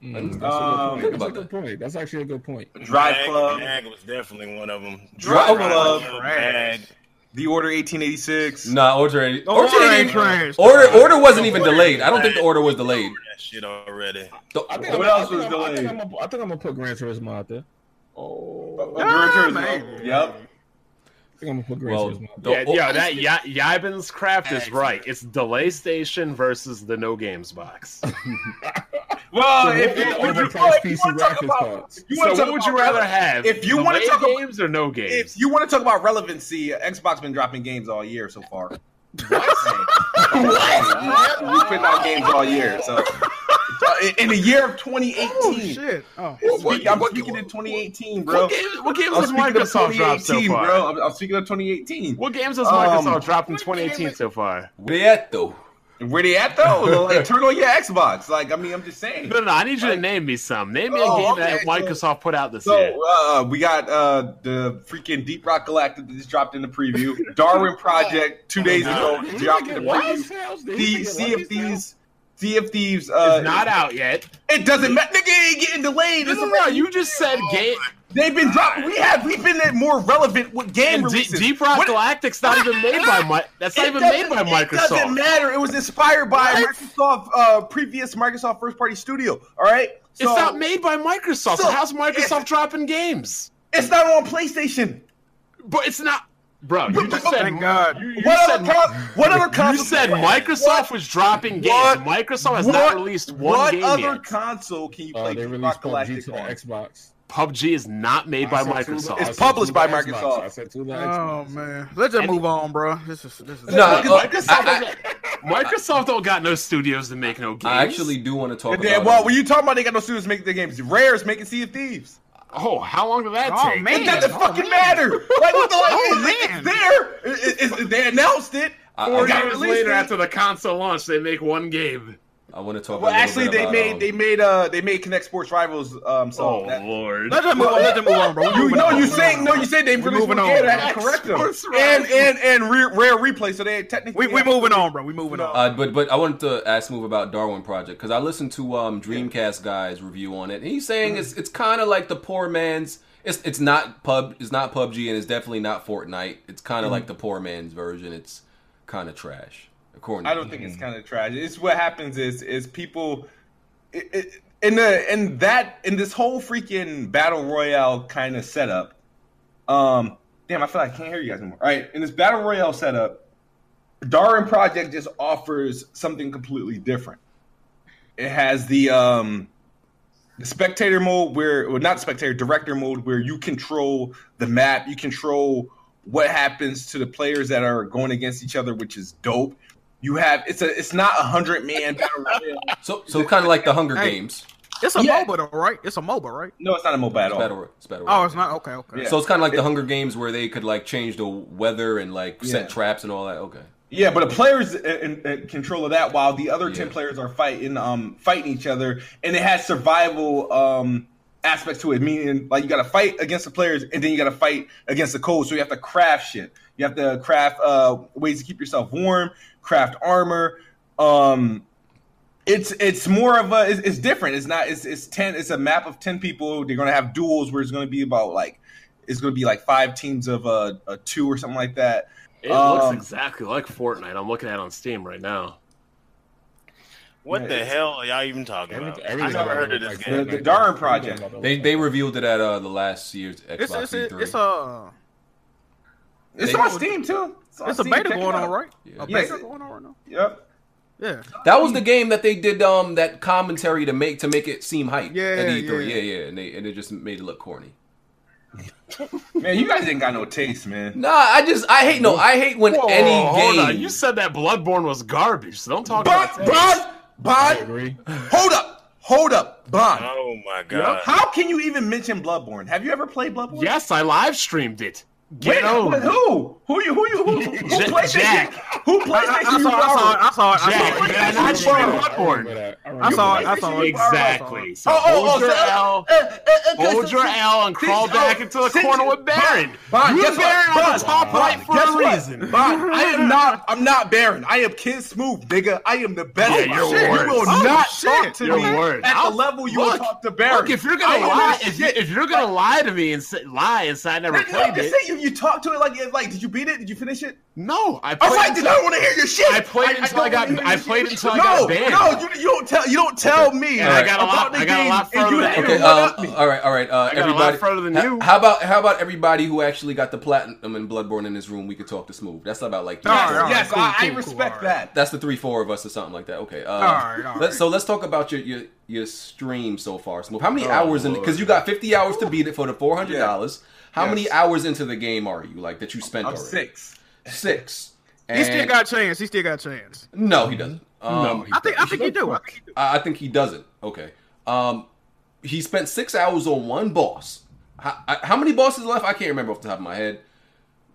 Mm, that's,
Um,
a good
think
point.
about
That's a good point. That's actually a good point.
Drive
Mag-
Club,
Mag was definitely one of them.
Drive
Club,
Club,
Mag.
The Order 1886.
Nah, Order ain't-
Order
Order
Oh, ain't
ain't-
trash.
Oh,
Order Order wasn't even delayed. I don't think the order was delayed.
That shit already.
The-
I think I'm-
What
I
else
think
was
I'm- I
delayed?
think, I'm gonna, I think I'm gonna put Gran Turismo out there. Oh,
Oh, Gran
Ah,
Turismo.
man.
Yep.
I think I'm gonna put Gran
well,
Turismo out
the
there.
yeah,
or-
yeah, that y- Yibin's craft is right. It's Delay Station versus the No Games box.
Well,
So
if
what
you,
was the
would you,
overpriced
well, if you
piece of
want to talk
graphics
about,
cards?
if you
so
want to
what
talk
would
about
you rather
rele-
have?
If you wanna
delay
talk about-
games or no games?
If you want to talk about relevancy, Xbox been dropping games all year so far. What? what? We've been out games all year. So Uh, in the year of 2018,
Oh shit. Oh.
Speak- I'm speaking in 2018, bro.
What, game, what games
I'm
has
speaking of
Microsoft dropped so
2018,
far?
bro. I'm, I'm speaking of 2018.
What games has
Um,
Microsoft dropped in 2018 so far?
Where they at though?
Where they at though? like, turn on your Xbox. Like, I mean, I'm just saying.
No, no, I need you to name me some. Name me a
Oh,
game
okay,
that
so-
Microsoft put out this year.
So uh, we got uh, the freaking Deep Rock Galactic that just dropped in the preview. Darwin Project two days ago
Did he
dropped in
get
the
Lucky
preview.
Sales? Did he
The
get
Sea
Lucky
of
Sales?
Thieves, Sea of Thieves. Uh,
it's not out yet.
It doesn't matter. Nigga it ain't getting delayed.
No,
It's
no, no,
already-
you just said game.
They've been dropping. We have. We've been at more relevant with game
And Deep,
releases.
Deep Rock
What-
Galactic's not even made by Mi- That's not
It
even made
doesn't-
by
It doesn't
Microsoft.
matter. It was inspired by
What?
Microsoft uh, previous Microsoft first party studio. All right,
It's not made by
So-
Microsoft. So how's Microsoft dropping games?
It's not on PlayStation.
But it's not, bro. You just said
Thank God.
you, you
what,
said
other con- what other
you
console?
said Microsoft was dropping games.
What?
Microsoft has
What-
not released one
what
game
other
yet.
console can you
Uh,
play
they
Deep
released
Rock
PUBG
Galactic
to the
on?
Xbox.
PUBG is not made by
I said to the-
Microsoft.
I said
It's published
to
by
the Xbox.
Microsoft.
I said to the
Oh
Xbox.
man. Let's just move on, bro. This is this is
No, uh,
Microsoft-
I,
Microsoft don't got no studios to make no games.
I- I actually do want to talk
Yeah,
about.
well, when you talking about they got no students making their games, Rare's making Sea of Thieves.
oh, how long did that
Oh,
take?
man.
It doesn't
oh,
fucking
man.
matter. Like what the
Oh,
like, it's-
man.
it's there. It- it- it's- they announced it.
I-
Four
I-
got
Years
released
later,
it.
after the console launch, they make one game.
I want to talk.
Well,
a little
actually,
bit
they
about,
made
um,
they made uh they made Connect Sports Rivals um
Oh
song. That-
lord.
Let's just move on. Let's just move on, bro.
you
Moving
know
on.
you saying no, you said they
We're
released
moving
one
on.
on. I had to correct them. And and and re- rare replay, so they technically
We we moving on, bro. We moving on.
Uh, but but I wanted to ask move about Darwin Project because I listened to um, Dreamcast guy's review on it. And he's
Mm.
saying it's it's kind of like the poor man's. It's it's not pub. It's not PUBG, and it's definitely not Fortnite. It's kind
Mm.
of like the poor man's version. It's kind of trash. According,
I don't
to
think it's kind of tragic. It's what happens is is people it, it, in the in that in this whole freaking battle royale kind of setup. Um, damn, I feel like I can't hear you guys anymore. All right, in this battle royale setup, Darwin Project just offers something completely different. It has the um the spectator mode where well not spectator director mode where you control the map, you control what happens to the players that are going against each other, which is dope. You have it's a it's not a hundred man battle royale.
so so kind of like the Hunger
Hey.
Games.
It's a
yeah.
MOBA, though, right? It's a MOBA, right?
No, it's not a mobile at
It's
all.
better. It's better.
Oh, it's not. Okay, okay.
Yeah.
So it's kind of like the Hunger Games where they could like change the weather and like
Yeah.
set traps and all that. Okay.
Yeah, but the players in, in, in control of that, while the other ten
Yeah.
players are fighting, um, fighting each other, and it has survival um aspects to it. Meaning, like you got to fight against the players, and then you got to fight against the cold. So you have to craft shit. You have to craft uh ways to keep yourself warm, craft armor. Um, it's it's more of a it's, it's different. It's not it's it's ten. It's a map of ten people. They're gonna have duels where it's gonna be about like it's gonna be like five teams of uh, uh two or something like that.
It
Um,
looks exactly like Fortnite. I'm looking at it on Steam right now.
What
Yeah,
the
it's-
hell are y'all even talking about? I
everything
never heard of this
about
game.
Fortnite.
The- the Darn Project.
They they revealed it at uh, the last year's Xbox E
It's it's
E3.
a, it's a
It's
They-
on Steam too. on
it's a
Steam.
beta
Check it
going
out.
on, right?
Yeah.
A
Yes.
beta going on right now.
Yep.
Yeah.
That was the game that they did um that commentary to make to make it seem hype.
Yeah,
at E3.
yeah.
yeah, yeah, and they and it just made it look corny.
Man, you guys ain't got no taste, man.
Nah, I just I hate no, I hate when
Whoa,
any
hold
game.
on. You said that Bloodborne was garbage, so don't talk
Bond,
about that.
Bond,
I
Bond.
agree.
Hold up, hold up, Bond.
Oh my god!
How can you even mention Bloodborne? Have you ever played Bloodborne?
Yes, I live streamed it.
Wait,
Get on.
but who? Who you? Who you? Who? Who
Jack-
PlayStation?
Jack.
Who
I, I, I
PlayStation you
saw it.
borrowed?
I saw it. I saw it. I saw it.
Jack, man, I just
I remember
Bloodborne.
that.
I saw it. I
PlayStation
saw it.
you borrowed?
Exactly. So
Oh, oh,
hold
oh,
your
so-
L.
Uh, uh, uh,
Hold
so-
your L and crawl
Since-
back
oh,
into the
since-
corner with Baron.
Bond,
You
guess what?
Baron on
Bond,
the top
Bond,
right for
guess
a
what?
reason.
Bond, I am not. I'm not Baron. I am Kid Smooth, nigga. I am the best.
Yeah, your
Shit,
words.
You will
Oh,
not
shit.
talk to
Your
me
words.
at
I'll-
the level you will
look,
talk to Baron.
Look, if you're
I
gonna
am
lie,
this
if, you,
shit.
if you're gonna lie to me and say, lie and say I never
No,
played
just
it,
say you, you talk to it like it like. Did you beat it? Did you finish it?
no, I
All right,
played.
then Oh, I
until-
don't want to hear your shit.
Oh, I played until I
don't wanna
got-
hear your
I played
shit.
until I
no,
got banned.
No, you, you don't tell. You don't tell me.
And I got
a lot-
about the
I got a
game
lot
and you
further
had
than
to
Okay,
one
uh,
up me.
all right, all right. Uh,
I got a lot
everybody,
further than
Ha-
you.
How about how about everybody who actually got the platinum in Bloodborne in this room? We could talk to Smooth. That's about like three,
All
Yes,
right, all right,
yes,
cool,
I, I
cool, cool,
respect
all right.
that.
that's the three, four of us or something like that. Okay. Uh,
All right, all
let's-
right.
So let's talk about your your, your stream so far, Smooth. How many
Oh,
hours in? Because
Lord.
you got fifty hours to beat it for the four hundred dollars. How
Yes.
many hours into the game are you like that you spent
I'm
already?
six.
Six.
He still
And-
got a chance. He still got a chance.
No, he doesn't. Um,
No, he
I think. I think you do. I think you do.
I I think he doesn't. Okay. Um, he spent six hours on one boss. How, I- how many bosses left? I can't remember off the top of my head.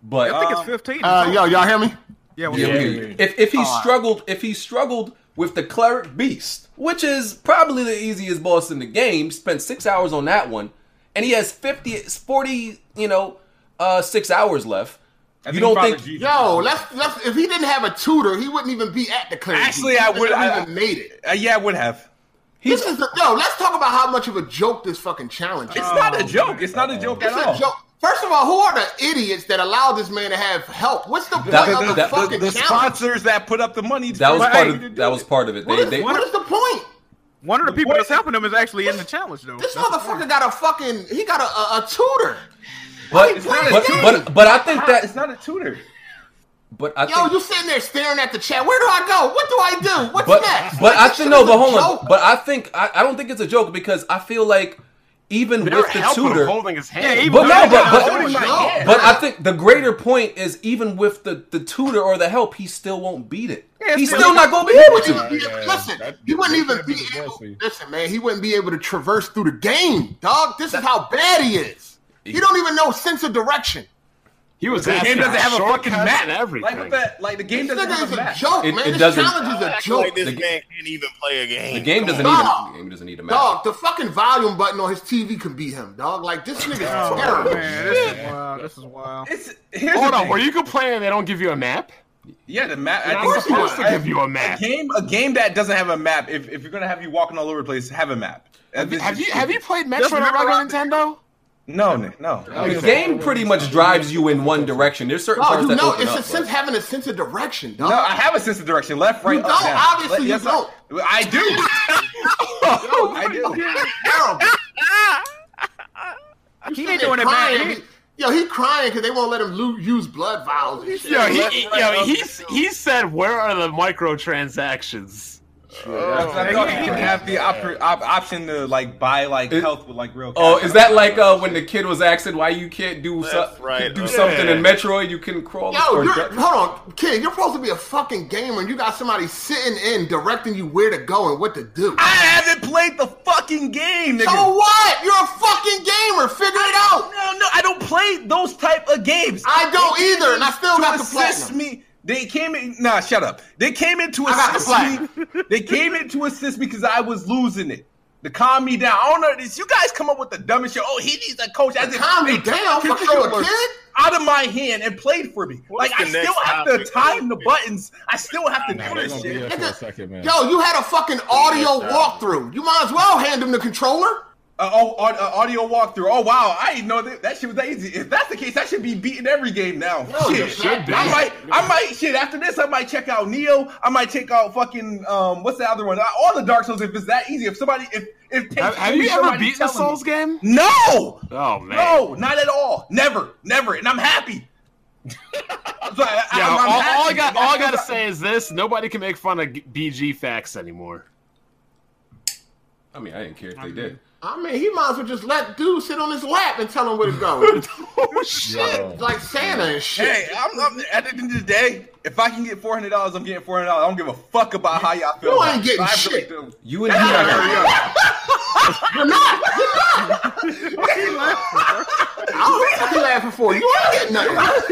But
I think
Um,
it's fifteen.
Uh, yo, y'all hear me?
yeah, we
yeah,
yeah.
we- if if he struggled, if he struggled with the cleric beast, which is probably the easiest boss in the game, spent six hours on that one, and he has 50, 40, you know, uh, six hours left.
I
you don't
Father
think?
Jesus-
Yo, let's let's. If he didn't have a tutor, he wouldn't even be at the clinic.
Actually,
He
I
wouldn't
would-
have
I-
even made it.
Uh, yeah, I would have.
This is the, yo. Let's talk about how much of a joke this fucking challenge is.
It's not a joke. It's not
Oh.
a joke at
It's
all.
a joke. First of all, who are the idiots that allow this man to have help? What's the point
That-
of the
that- that-
fucking
The
challenge?
sponsors that put up the money.
That was
for
part
me to
of
do
that was
it.
part of it.
What
They,
is,
they,
what is the point?
One of the, people
point-
that's helping him is actually in the challenge, though.
This
That's the
motherfucker got a fucking. He got a, a, a tutor.
but,
It's not a
but,
game.
but but I think
How- It's
that
not a tutor.
but I
Yo,
think
you sitting there staring at the chat. Where do I go? What do I do? What's
But
next?
but
Like,
I
this
think
shit is
no,
a
but hold
joke.
on. But I think I, I don't think it's a joke because I feel like even
They're
with the
helping him,
tutor,
holding his hand.
Yeah, he
but no,
Yeah,
but
I
but,
wouldn't
but,
mind.
I think the greater point is even with the the tutor or the help, he still won't beat it.
Yeah,
He's
still-
still not gonna be able
He
to.
wouldn't be-
Yeah, yeah,
listen,
that-
he wouldn't
that-
even
that
be
is
able.
nasty.
Listen, man, he wouldn't be able to traverse through the game, dog. This is how bad he is. He don't even know sense of direction.
He was
The game
asking
doesn't
for
have a
shortcuts
fucking
and
map.
everything.
Like with that, like the game
This
doesn't
nigga
have
is
a
a
map.
joke,
It-
man.
it
this
doesn't-
challenge is a
Act
joke.
like this
The ga-
man can't even play a game.
The game doesn't need a,
Dog.
the game doesn't need a map.
Dog, the fucking volume button on his TV can beat him, dog. Like this nigga's
Oh
terrible.
man, this is wild. This is wild.
It's here's
Hold
the
on,
thing.
were you complaining they don't give you a map?
Yeah, the map.
They're
I
not
think
supposed to
I-
give you a
a
map.
game. A game that doesn't have a map. If, if you're gonna have you walking all over the place, have a map. Uh, Have,
Have you have you played
Just
Metro on regular
memorize-
Nintendo?
No, Nick, no.
The game pretty much drives you in one direction. There's certain
Dog,
parts
you
that
know,
open
it's a
up.
sense
but-
having a sense of direction, dog.
No, I have a sense of direction. Left, right,
You
up,
don't.
down.
Obviously you
yes, I- I do. I do.
terrible.
He
This
ain't
nigga
doing it
crying.
bad.
He- Yo, he crying because they won't let him lo- use blood vials. and shit.
Yo, he,
Left, right,
yo,
up,
he,
down.
he said, "Where are the microtransactions?"
That's
Oh.
what I thought you can have the op- op- option to like buy like
It-
health with like real.
Oh,
cash.
is that like uh, when the kid was asking why you can't do so-
Left, right,
do
up.
something in
Yeah.
Metroid? You couldn't crawl.
Yo,
or
you're,
duck-
hold on, kid. You're supposed to be a fucking gamer, and you got somebody sitting in directing you where to go and what to do.
I haven't played the fucking game, nigga.
So what? You're a fucking gamer. Figure it out.
No, no, I don't play those type of games.
I don't either, and I still
to
got the
assist
platinum.
me. They came in. Nah, shut up. They came in to
I got the
assist me. They came in to assist me because I was losing it. To calm me down. I don't know this. You guys come up with the dumbest shit. Oh, he needs a coach. As if
Calm
they
you
took
down.
the
Fuck, you a
controller
kid?
Out of my hand and played for me.
What's
like I
the
still
next
have to
topic?
time the buttons. I still have to
Nah,
do
they're
this
gonna be
shit.
here for a second, man.
Yo, you had a fucking audio walkthrough. You might as well hand him the controller.
Uh, oh, au- uh, audio walkthrough. Oh wow, I didn't know that, that shit was that easy. If that's the case, I should be beating every game now.
No, you
shit,
should be.
I might, I might, shit. After this, I might check out Neo. I might check out fucking um, what's the other one? Uh, All the Dark Souls. If it's that easy, if somebody, if if
Have, have you ever
somebody
beaten a
telling me-
Souls game?
No,
Oh man,
no, not at all. Never, never, and I'm happy. so I,
Yo,
I'm, I'm
all,
happy.
all I got, all I gotta
Because
say is this: nobody can make fun of G- BG facts anymore.
I mean, I didn't care if they did.
I mean, he might as well just let dude sit on his lap and tell him where to go.
oh shit!
Yo.
like Santa and shit.
Hey, I'm, I'm, at the end of the day, if I can get four hundred dollars, I'm getting four hundred dollars. I don't give a fuck about how y'all feel.
You
about
ain't
it.
getting
I
shit.
do.
You and him.
You're not. You're not. I don't be laughing for you. You ain't getting nothing.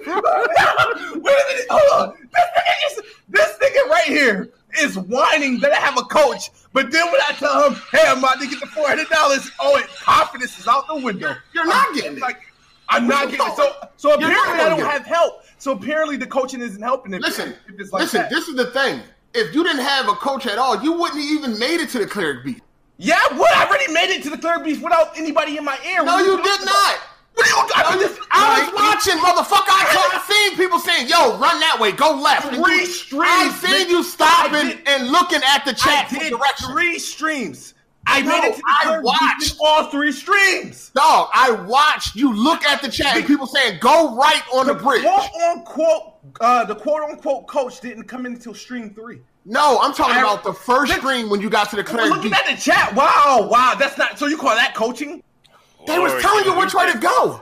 Wait a minute, hold on. This nigga, is, this nigga right here is whining that I have a coach, but then when I tell him, "Hey, I'm about to get the four hundred dollars," oh, it, confidence is out the window.
You're not getting it.
Like, I'm not getting it. So, so
You're not
apparently I
gonna
don't
get it.
have help. So apparently the coaching isn't helping. If,
Listen,
if it's like
listen.
that.
This is the thing. If you didn't have a coach at all, you wouldn't even made it to the cleric beat.
yeah, what? I already made it to the third beef without anybody in my ear.
No,
What are
you
talking
did
about?
not.
What are you? I'm just,
I was watching, motherfucker. I kept seeing people saying, "Yo, run that way, go left." And you-
Three streams,
I seen
nigga.
you
I
stopping
did-
and looking at the
I
chat for
did
directions.
three streams. I
No,
made it to the
I
third
watched.
beef in all three streams.
Dog, I watched you look at the chat and people saying, "Go right on the bridge."
Quote unquote, uh, the quote unquote coach didn't come in until stream three.
No, I'm talking
I-
about the first
Listen-
screen when you got to the cleric
Looking
beat.
at the chat, wow, wow, that's not. So you call that coaching?
They was telling you which way to go.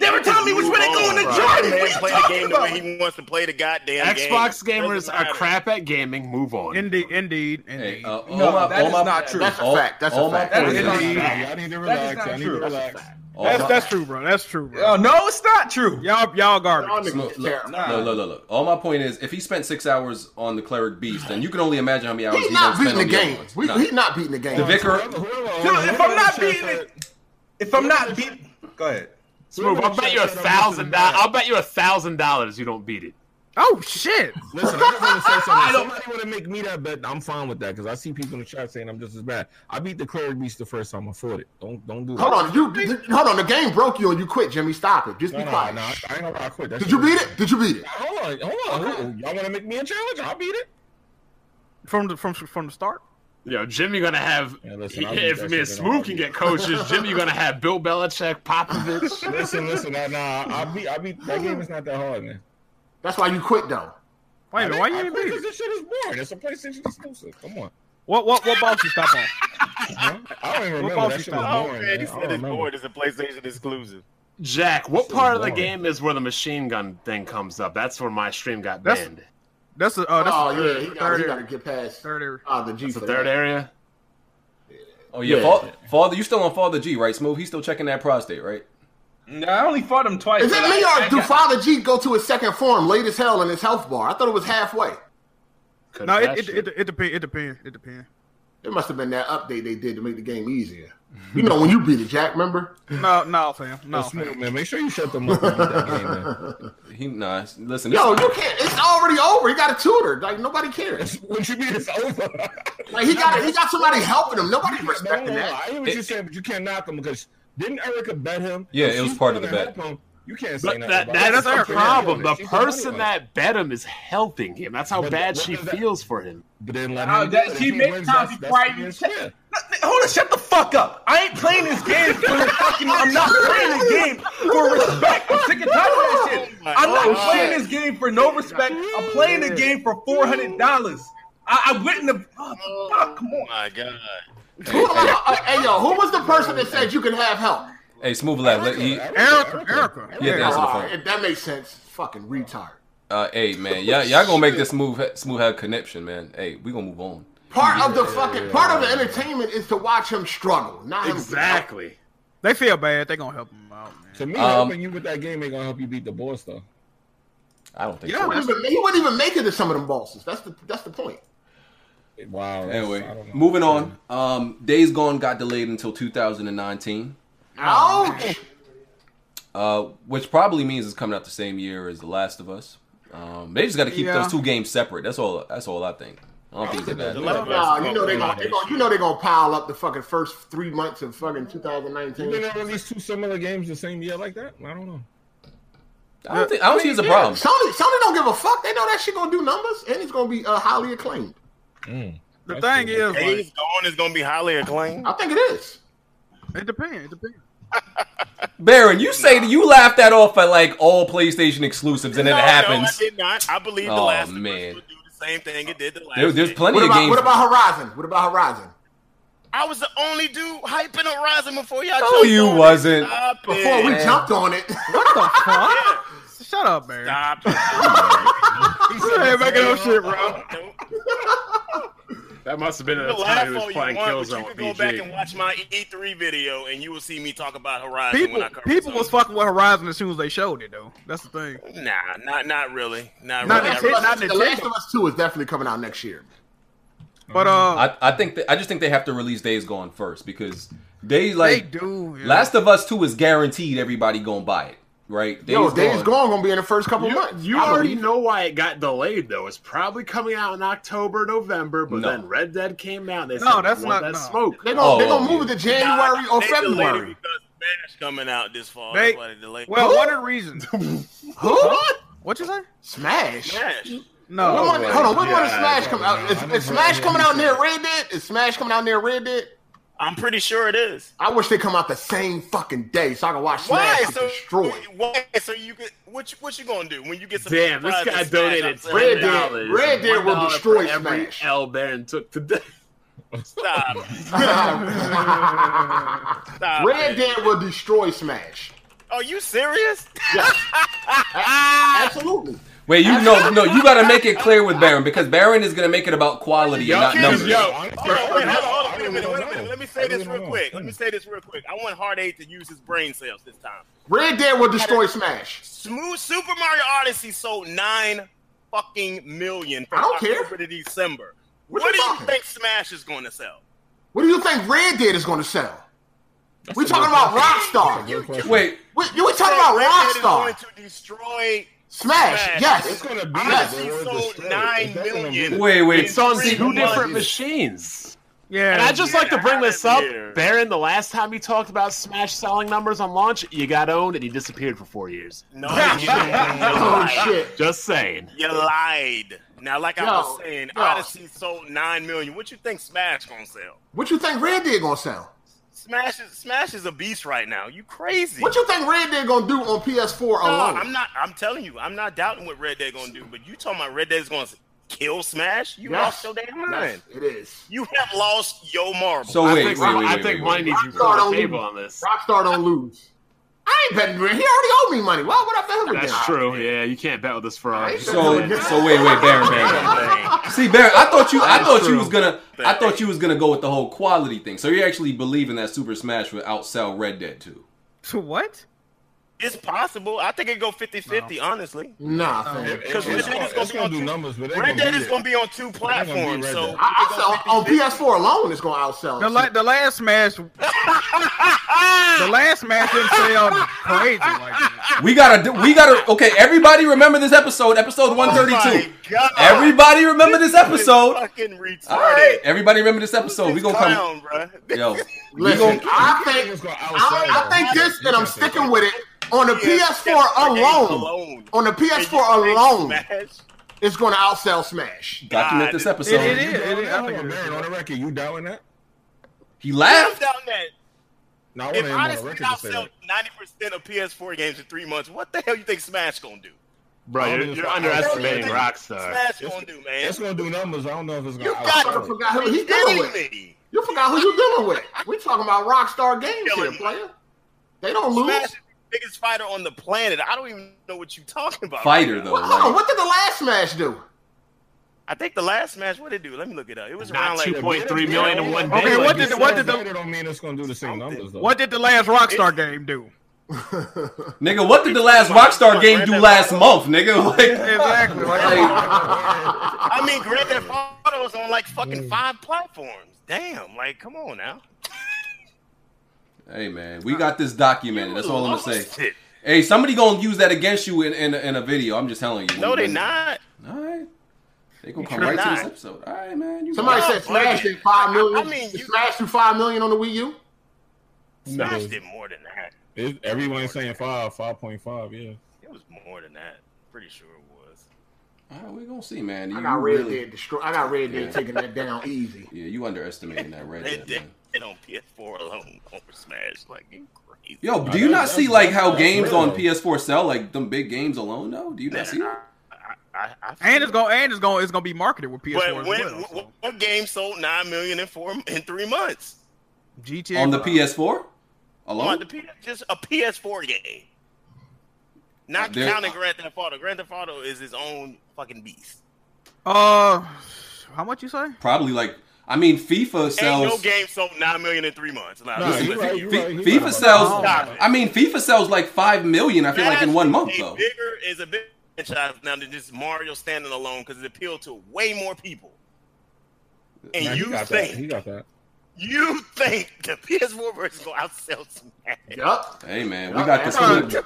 They were telling me which way they going to Jordan.
Man,
What are
play the
you talking
game
about?
the way he wants to play the goddamn game.
Xbox
Doesn't
gamers are
matter.
crap at gaming. Move on.
Indeed, indeed,
Hey,
indeed.
uh, all
No,
my-
that
all
is
my-
not true.
That's a
all-
fact. That's a
all my
fact.
That
points
is
are
not
true.
true.
I need to relax.
not
I need to
true. That's
relax.
All
That's
my-
that's true, bro. That's true,
Uh,
bro.
no, it's not true.
Y'all y'all garbage.
Y'all niggas
Look,
is
look,
terrible.
look, look, look, look. All my point is, if he spent six hours on the cleric beast, then you can only imagine how many hours
He's
he
not
done
beating
spent
the
on the other
game.
ones.
We,
Nah.
He's not beating the game.
The vicar.
Dude, if I'm not beating it, if I'm not beating, go ahead.
Smooth. I'll bet you a thousand dollars. I'll bet you a thousand dollars you don't beat it.
Oh shit.
Listen, I just want to say something.
I
I
don't-
don't want to make me that bet. I'm fine with that because I see people in the chat saying I'm just as bad. I beat the cleric beast the first time. I fought it. Don't don't do that.
Hold on, you th- hold on. The game broke you and you quit, Jimmy. Stop it. Just
No,
be
no, no. I
quiet.
ain't gonna lie, I quit. That
Did
shit
you beat
was-
it? Did you beat it?
Hold on, hold on. Y'all want to make me a challenge? I'll beat it.
From the from from the start.
Yo, Jimmy gonna have.
Yeah, listen, I'll beat
if
that
me and
shit in all
Smooth can
of
get coaches, Jimmy gonna have Bill Belichick, Popovich.
Listen, listen. Nah, nah. I beat. I beat. That game is not that hard, man.
That's why you quit though.
Wait a minute, why you
I
ain't
quit
beat
'cause
it?
This shit is boring. It's a PlayStation exclusive. Come on.
What what what boss you stop on?
Huh? I don't even
What
remember.
boss
That
you
shit was
Oh,
boring.
man, he
man. I
said
don't
it's
remember.
bored. It's a PlayStation exclusive.
Jack, what
This is
part of the
boring.
game is where the machine gun thing comes up? That's where my stream got
That's-
banned.
That's a uh, that's
oh
a
yeah,
third,
he got, he
third
got to
area.
get past
Third area.
uh, the G
It's
for
the third
that.
area.
Oh yeah,
Yeah.
oh, Fa- Father, you still on Father G, right? Smooth. He's still checking that prostate, right?
No, I only fought him twice.
Is it
but
me
I- I
or do
got-
Father G go to his second form late as hell in his health bar? I thought it was halfway.
Could've
No, it
crashed
it, it it depends. It depends. It depends.
It must have been that update they did to make the game easier. You know when you beat it, Jack? Remember?
No, no, fam. No,
Yo,
fam.
Snoop, man, make sure you shut them up. when you get that game, man.
He nah. Listen, this,
Yo, you can't. It's already over. He got a tutor. Like nobody cares.
What you mean it's over?
Like he got he got somebody helping him. Nobody's
No, no, no,
respecting that.
I hear what you're saying, but you can't knock him because didn't Erica bet him?
Yeah,
If
it was
she's
part of the
gonna
bet.
help him, You can't say
But
nothing
that,
about
that's
it.
the
She's got money on
problem.
it.
The
She's got money
person
on it.
that bet him is helping him. That's how
But
bad
what
she
does that-
feels for him.
but then let
Oh,
him
that-
do it.
she
If
made
wins,
Tommy
that's- that's
quiet.
fair and square.
Hold on, shut the fuck up. I ain't playing this game for the fucking. I'm not playing the game for respect. I'm sick and tired of that shit.
Oh my
I'm not
God.
playing this game for no respect. I'm playing the game for four hundred dollars. I, I went in the oh, fuck. Come
Oh
on.
my god.
Who, uh, hey yo, who was the person that said you can have help?
hey, smooth lab. Let, he,
Erica, Erica.
Yeah, that's-
Oh,
the
all
phone.
right, that makes sense. Fucking retard.
uh, hey man, y'all, y'all gonna make this smooth smooth head connection, man. Hey, we gonna move on.
Part of the fucking part of the entertainment is to watch him struggle. Not him-
Exactly.
They feel bad. They gonna help him out, man.
To me,
Um,
helping you with that game ain't gonna help you beat the boss though.
I don't think
He
so.
wouldn't, even, he wouldn't even make it to some of them bosses. That's the that's the point.
Wow. that's- I
Anyway,
don't know.
moving on. Um, Days Gone got delayed until 2019,
Ouch.
uh, which probably means it's coming out the same year as The Last of Us. Um, they just got to keep
Yeah.
those two games separate. That's all. That's all I think. I don't think it's a bad.
The
thing.
Last of
Nah,
Us
you know they gonna, they gonna you know they gonna pile up the fucking first three months of fucking
You
2019.
gonna release two similar games the same year like that? I don't know.
I don't think. I don't see it's a problem.
Sony, Sony don't give a fuck. They know that shit gonna do numbers and it's gonna be uh, highly acclaimed.
The
That's
thing
the-
is,
Days
like,
Gone is gonna be highly acclaimed.
I think it is.
it depends. It depends.
Baron, you say that you laughed that off at like all PlayStation exclusives, and then it
No, no,
happens.
I did not. I believe the
Oh,
last of Us
man.
will do the same thing it did the last.
There- there's
game.
plenty
What
of
about
games.
what about Horizon? What about Horizon?
I was the only dude hyping Horizon before y'all.
No,
jumped
you
on it.
wasn't.
Stop
Before
it.
Oh, we jumped on it,
What the fuck? Shut up, man.
Stop it.
You ain't making no shit, bro.
That must have been at
You
the
can
time
laugh all
he was
you
playing E
want, but
Killzone
you
with
can go back and
BG.
watch my E3 video, and you will see me talk about Horizon when
People,
I cover
people
something.
was fucking with Horizon as soon as they showed it, though. That's the thing.
Nah, not not really. Not,
Not
really. I
that
really-
shit, not
The Last of Us Two is definitely coming out next year.
But uh,
I, I think that, I just think they have to release Days Gone first because they
they
like
do. yeah.
Last of Us Two is guaranteed everybody gonna buy it, right?
Yo, Days Gone gonna be in the first couple
You,
months.
you
I
already
believe it.
know why it got delayed, though. It's probably coming out in October, November, but
No.
then Red Dead came out. And they
No,
said,
that's
"We want
not-
that
no.
smoke.
They gonna, they
Oh,
gonna move
yeah.
it to January or
they delayed it
February.
because Smash coming out this fall.
They-
That's why they delayed. it.
well, one of the reasons.
Who?
What you say?
Smash.
Smash.
No.
Oh,
When wanna- hold on, when want
Yeah,
Smash come out? Is, is Smash coming out near Red Dead? Is Smash coming out near Red Dead?
I'm pretty sure it is.
I wish they come out the same fucking day so I can watch Smash
Why?
get
So
destroyed.
why? So you could what? You, what you gonna do when you get some?
Damn, this
surprise
guy
and Smash
donated
outside?
ten
Red Dead-
dollars.
Red Dead will destroy
every
Smash.
L Baron took today.
Stop.
Red
Stop. Red
Dead will destroy Smash.
Are you serious?
Absolutely.
Wait, you know, no, you gotta make it clear with Baron because Baron is gonna make it about quality and not
kidding,
numbers.
yo.
Hold on, wait, hold on, hold on, wait a minute, wait a minute. Let me say this real quick. Let me say this real quick. I want Hard Eight to use his brain cells this time.
Red Dead will destroy Smash.
Smooth Super Mario Odyssey sold nine fucking million from
I don't care.
October to December.
What
What,
you
do you
talking?
think Smash is going to sell?
What do you think Red Dead is going to sell? we talking about Rockstar.
Good question.
Wait,
We, you we talking about
Red Dead is going
Rockstar.
to destroy.
Smash.
Smash.
It's
Yes.
gonna be
Yes.
the world's
sold
destroyed.
nine
It's definitely
million.
gonna be
wait, wait.
It's on
Three
two different
months.
machines.
Yeah.
And I just like to bring this up,
Yeah.
Baron. The last time he talked about Smash selling numbers on launch, you got owned and he disappeared for four years.
No, you, lied.
Oh shit.
Just saying.
you lied. Now, like I
Yo,
was saying,
yo.
Odyssey sold nine million. What you think Smash gonna sell?
What you think Red Dead going to sell?
Smash is Smash is a beast right now. You crazy?
What you think Red Dead going to do on PS4
No,
alone?
I'm not. I'm telling you, I'm not doubting what Red Dead gonna do. But you talking about Red Dead's gonna kill Smash? You
Yes.
lost your damn
Yes,
mind.
it is.
You have lost your marble.
So wait,
I
wait,
think,
wait, wait,
I
wait,
think
wait.
money needs to be put
Rockstar
on the
don't
table
lose.
on this.
Rockstar don't lose. I ain't betting. Red. He already owed me money. Why would I bet him again?
That's true. Yeah, you can't bet with this Ferrari.
So, so wait, wait, Baron, Baron. See, Baron, I thought you, I
That's
thought you
true.
was gonna, I thought you was gonna go with the whole quality thing. So you're actually believing that Super Smash would outsell Red Dead 2.
to what?
It's possible. I think it go 50-50, honestly.
Nah, fam.
It- it-
'Cause
it's
Red Dead is gonna
it's
be
gonna
on
do
two-
numbers, but they
Red Dead is
beat it.
gonna be on two
gonna be
platforms,
Red
so
Dead.
I, I saw on PS4 alone, it's gonna outsell.
The, la- the last Smash, the last Smash didn't sell crazy like that.
We gotta, do- we gotta. Okay, everybody, remember this episode, episode one
Oh
thirty
my
two.
God.
Everybody, remember this
This is
episode.
Fucking retarded.
All right, everybody, remember this episode. We gonna come,
clown, bro.
yo.
Listen, I think
It's gonna outsell
I, I
it.
think this, and I'm sticking with it. On the PS4 alone, on the PS4 alone, it's gonna outsell Smash.
Document this
God,
episode.
it is.
Hold on,
I
hold
think
on,
it is.
Baron, on the record, you doubting that?
He
I'm
laughed.
down that.
No, I want
If
him on the
honestly,
record
I'll
to say
sell
that.
90% of PS4 games in three months. What the hell you think Smash gonna do?
Bro, you're, you're underestimating Rockstar.
Smash gonna do, man?
It's gonna do numbers. I don't know if it's gonna.
You got
outsell
I
it.
forgot who he's dealing
Kidding
with.
me?
You forgot who you're dealing with. We talking about Rockstar Games here,
Killing me.
player. They don't lose.
Smash is the biggest fighter on the planet. I don't even know what you're talking about.
Fighter though.
What, hold on,
Like,
what did the last Smash do?
I think the last Smash, what did it do? Let me look it up. It was
Not
around like
too point three million in one day.
Okay, what
like
did
you
the- what
said.
did the-
Rated don't mean it's gonna do the same
Something.
numbers though.
What did the last Rockstar game do?
nigga, what did the last Rockstar game do last month, nigga? Like,
Exactly.
like,
I mean, Grand Theft Auto was on like
Mm.
fucking five platforms. Damn, like, come on now.
hey man, we got this documented. That's all I'm
Lost
gonna say.
it.
Hey, somebody gonna use that against you in in, in a video. I'm just telling you.
No, they
Mm.
not.
All right. They gonna come
They're
right to this
not.
episode. All right, man. You
Somebody
right.
said Smash did five million. I mean, you Smash through five million on the Wii U.
No.
Smash did more than that.
It, everyone's saying five, five point five. Yeah.
It was more than that. Pretty sure it was.
All right, we gonna see, man. You,
I
you
got Red
really,
Dead destroy. I got Red Dead taking that down easy.
yeah, you underestimating that right
They
there,
did
man.
it on PS4 alone over Smash. Like, you crazy.
Yo,
Nah,
do you
that-
not
that's-
see like how
that's
games
real.
on PS4 sell like them big games alone though? Do you
Man,
not see it?
I, I, I,
And it's gonna and it's gonna it's gonna be marketed with PS4
But
as
when,
well.
what,
so.
what game sold nine million in four in three months?
GTA
on the
Five.
PS4
On the
alone?
P- just a PS4 game, not
There-
counting Grand Theft Auto. Grand Theft Auto is his own fucking beast.
Uh, how much you say?
Probably like I mean FIFA
Ain't no
sells
game sold nine million in three months. Now,
Nah,
listen,
you
listen,
right,
you-
you
Fi-
right, he right
FIFA
about
sells
Stop it.
I mean FIFA sells like 5 million I feel like in one month
Smash is a
though.
Bigger is a big franchise now than just Mario standing alone because it appealed to way more people. And
Nah, he
you
got that. He
think
got that.
you think the PS4 version is gonna outsell Smash?
Yup. Uh,
Hey man, we
Nah,
got this
that's-
good.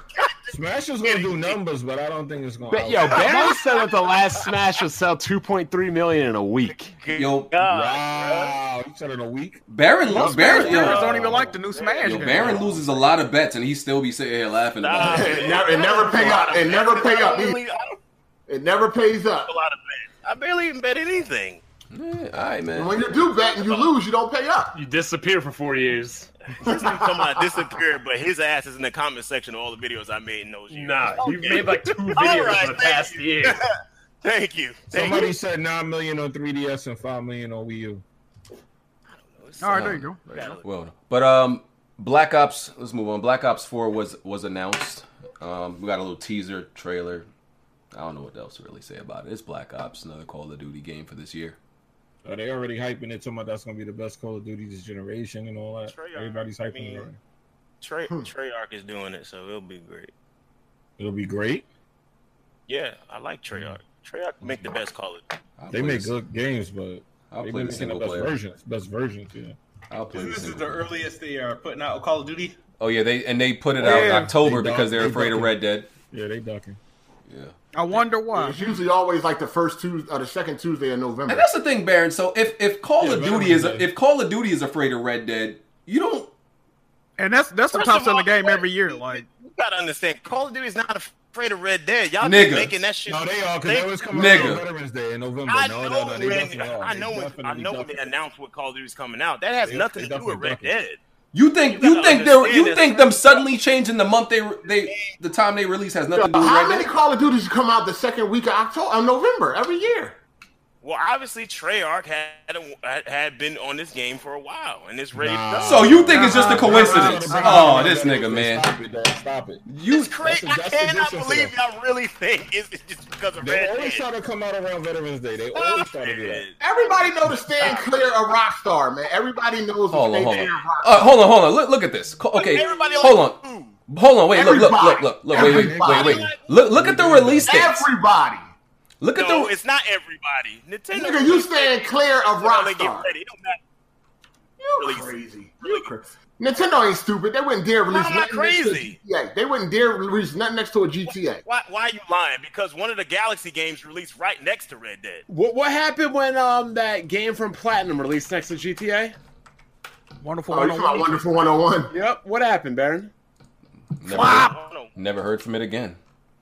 Smash is gonna do numbers, but I don't think it's gonna.
But,
outsell
yo,
it.
Baron said that the last Smash would sell 2.3 million in a week.
Yo,
God,
wow, you said in a week.
Baron,
Most
Baron,
players
yo,
don't even like the new Smash.
yo,
game.
Baron loses a lot of bets and he still be sitting here laughing about it.
It never, it never pay up. It never
bro.
pay
I
up.
don't
either.
really- I don't
It never pays up.
a lot of bets. I barely even bet anything.
Yeah, Eh, all right, man.
And when you do bet and you lose, you don't pay up.
You disappear for four years.
Someone disappeared, but his ass is in the comment section of all the videos I made in those years.
Nah, you've
Okay.
made like two
All
videos
right,
in the
thank
past
you.
year.
Thank you. Thank
Somebody
you.
said nine million on 3DS and five million on Wii U.
All right, there you go.
Well, but um, Black Ops. Let's move on. Black Ops Four was was announced. Um, we got a little teaser trailer. I don't know what else to really say about it. It's Black Ops, another Call of Duty game for this year.
Are Oh, they already hyping it? Talking about that's gonna be the best Call of Duty this generation and all that.
Treyarch,
Everybody's hyping
I mean-
it. already.
Trey,
Hmm.
Treyarch is doing it, so it'll be great.
It'll be great.
Yeah, I like Treyarch. Treyarch make the best call it.
I'll
They
play
make
this-
good games, but
I'll
they've been
play the
making the
single
best
player.
versions. Best versions, yeah.
I'll play the
This is
single
the
player.
earliest they are putting out Call of Duty.
Oh yeah, they and they put it out in
Yeah.
October
They
because
duck-
they're
they
afraid of
ducking.
Red Dead.
Yeah, they ducking.
Yeah.
I wonder why.
It's usually always like the first Tuesday or the second Tuesday of November.
And that's the thing, Baron. So if if Call
Yeah,
of
Baron
Duty is
did.
if Call of Duty is afraid of Red Dead, you don't.
And that's that's the
First
top
of all,
selling game
what-
every year. Like
You gotta understand, Call of Duty is not afraid of Red Dead. Y'all
Nigga.
just making that shit.
No, they are because
They-
they was coming
Nigga.
out on Veterans Day in November.
I
no, no,
know
no, they
when
definitely are.
I
They
know when I
definitely
know when they
ducking.
announced what Call of Duty's coming out. That has
They-
nothing
they
to do with
definitely
Red
ducking.
Dead.
You think
You
you,
gotta
think they're you
understand
think
that-
them suddenly changing the month they they the time they release has nothing to do with
How
Red
many
Dead.
Call of Duties come out the second week of October, of November every year?
Well, obviously Treyarch had a, had been on this game for a while, and it's ready.
Nah.
So you think it's just a
Uh-uh.
coincidence?
Uh-uh.
Oh, this nigga, man.
Stop it, dog. Stop it.
You
It's crazy.
That's a- that's a
I cannot
difference
believe
there.
y'all really think it's it's just because of
They
Red Dead.
always try to come out around Veterans Day. They always try to do that.
Everybody know to stand clear of Rockstar, man. Everybody knows to
hold on,
stay
hold
clear
on. Oh,
of Rockstar.
Uh, hold on, hold on. Look, look at this. Co- Okay,
Everybody
hold on.
on.
Hold on, wait, look, look, look,
Everybody.
look, look, wait, wait, wait,
Everybody.
wait. Look, look at the release dates.
Everybody.
Look at
No,
the
it's not everybody. Nintendo.
Nigga, you staying clear of
They don't really
Rockstar.
get ready. It don't matter.
You
Release.
crazy. You crazy. Nintendo ain't stupid. They wouldn't dare release
am I
nothing next to a
crazy?
GTA. They wouldn't dare release nothing next to a GTA.
Why, why are you lying? Because one of the Galaxy games released right next to Red Dead.
What what happened when um that game from Platinum released next to GTA?
Wonderful.
Oh, you talking about
101.
Wonderful 101?
Yep. What happened, Baron?
never heard,
I don't know.
never heard from it again.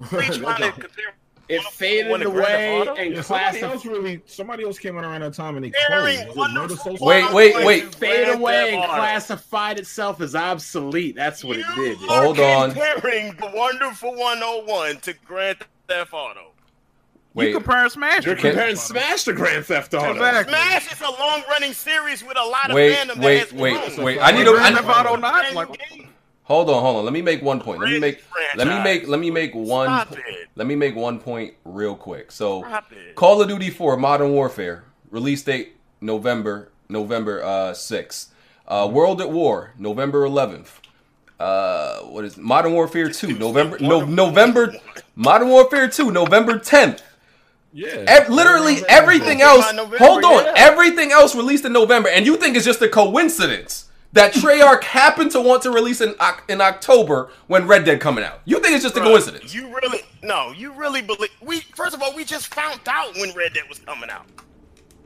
Free trying to
That's
compare
It
Wonderful
faded
101 to
away
Grand Theft Auto?
and
Yeah, somebody
classified.
else really, somebody else came out around that time and they
Very
closed. Was it Murder
wonderful.
Social?
Wait, wait, wait.
fade
Grand
away
Theft
and
Auto.
classified itself as obsolete. That's what it did.
You
dude.
Oh. Hold
are
on.
Comparing the wonderful 101 to Grand Theft Auto.
Wait,
You comparing Smash?
You're
to-
comparing Smash to Grand Theft Auto.
Exactly.
Smash is a long running series with a lot of
wait,
fandom that
wait,
has
wait,
grown.
wait. I need to. I
Grand
need-
Theft Auto
Brand
9?
new
Like,
game.
Hold on, hold on. Let me make one point. Let me make.
Franchise.
Let me make. Let me make one.
Stop it.
Let me make one point real quick. So,
Stop it.
Call of Duty 4 Modern Warfare release date November November uh 6th. Uh, World at War November 11th. Uh, what is Modern Warfare 2 November no, November Modern Warfare 2 November 10th.
Yeah.
Ev- literally everything
November,
else.
November,
Hold on,
yeah.
everything else released in November, and you think it's just a coincidence that Treyarch happened to want to release in Oc- in October when Red Dead coming out? You think it's just a
Bruh,
coincidence?
You really no, you really believe we first of all, we just found out when Red Dead was coming out.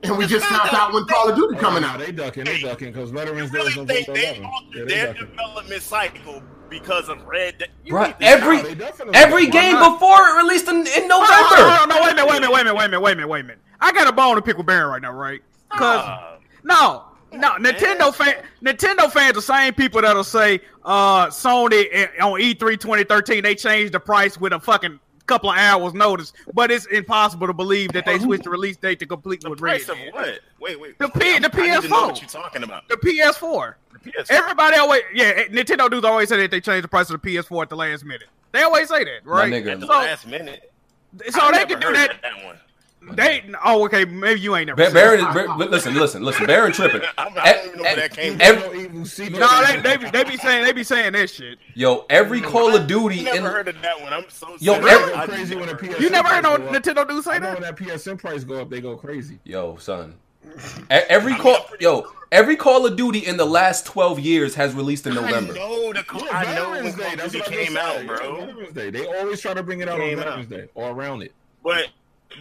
And we just found out when Call of Duty coming out. eh?
They ducking, they ducking, because Veterans Day
really
is November
think they
11th. Yeah,
altered
they
their
ducking.
development cycle because of Red Dead? You
Bruh,
think they-
every
No, they definitely
every
ducking.
game before it released in, in
Hold on,
November.
hold on, no, wait a minute, wait a minute, wait a minute, wait a minute, wait a minute, wait a minute. I got a bone to pick with Baron right now, right? Because
Uh,
no, no, Nintendo fan, Nintendo fans, the same people that'll say uh Sony eh, on E3 2013 they changed the price with a fucking couple of hours notice, but it's impossible to believe that they switched the release date to complete
the
with Red.
price of
Dead.
what? Wait, wait.
The P-
I-
the
I need to know
PS4.
what you're talking about.
The PS4.
The PS4.
Everybody always, yeah, eh, Nintendo dudes always say that they changed the price of the PS4 at the last minute. They always say that, right?
nigga.
at the
So-
last minute.
So
I
they
never
can do
heard
that.
of that one.
They oh okay, maybe you ain't never.
Ba-
seen
Baron,
it.
is, Bar- listen, listen, listen. Baron tripping.
I'm- I don't even know where that came from.
ev-
No evil secret.
No, they, they, be, they be saying they be saying that shit.
yo, every Call of
I
Duty
never
in
heard of that one. I'm so
Yo,
sorry.
every-
I just
crazy when a
never heard
PS.
of
You never heard no
price go up.
Nintendo dude
I
say
know when
that.
that PSN price go up, they go crazy.
yo, son. E- Every call, yo, every Call of Duty in the last twelve years has released in
that. I
November.
know the Call- I know when Call of Duty
what I just
came out,
said. Yeah,
bro.
Veterans Day. They always try to bring it out on
Came out.
Veterans Day or around it.
But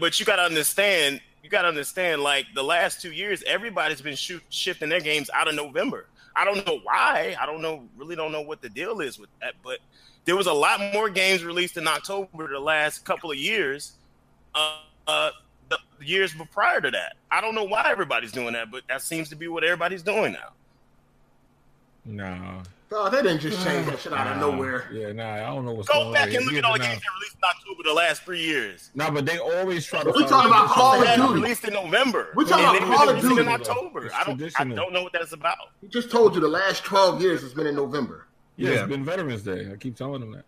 but you gotta understand, you gotta understand. Like the last two years, everybody's been shoot, shifting their games out of November. I don't know why. I don't know. Really don't know what the deal is with that. But there was a lot more games released in October the last couple of years. Uh, uh, the years be- prior to that, I don't know why everybody's doing that, but that seems to be what everybody's doing now.
Nah,
Oh, they didn't just change that shit out of nowhere.
Yeah, nah, I don't know what's going
Go
on.
back and look
Yeah,
at all the
nah.
games that released in October the last three years.
Nah, but they always try to.
We
find
talking about
reasons
Call
why
of
they
They had
do
it
it.
Dude.
released in November.
We talking
And
about
they
Call of
released it in
Duty,
though.
October.
It's
I don't, I
traditional.
don't know what that's about.
He just told you the last 12 years has been in November.
Yeah,
Yeah.
it's been Veterans Day. I keep telling them that.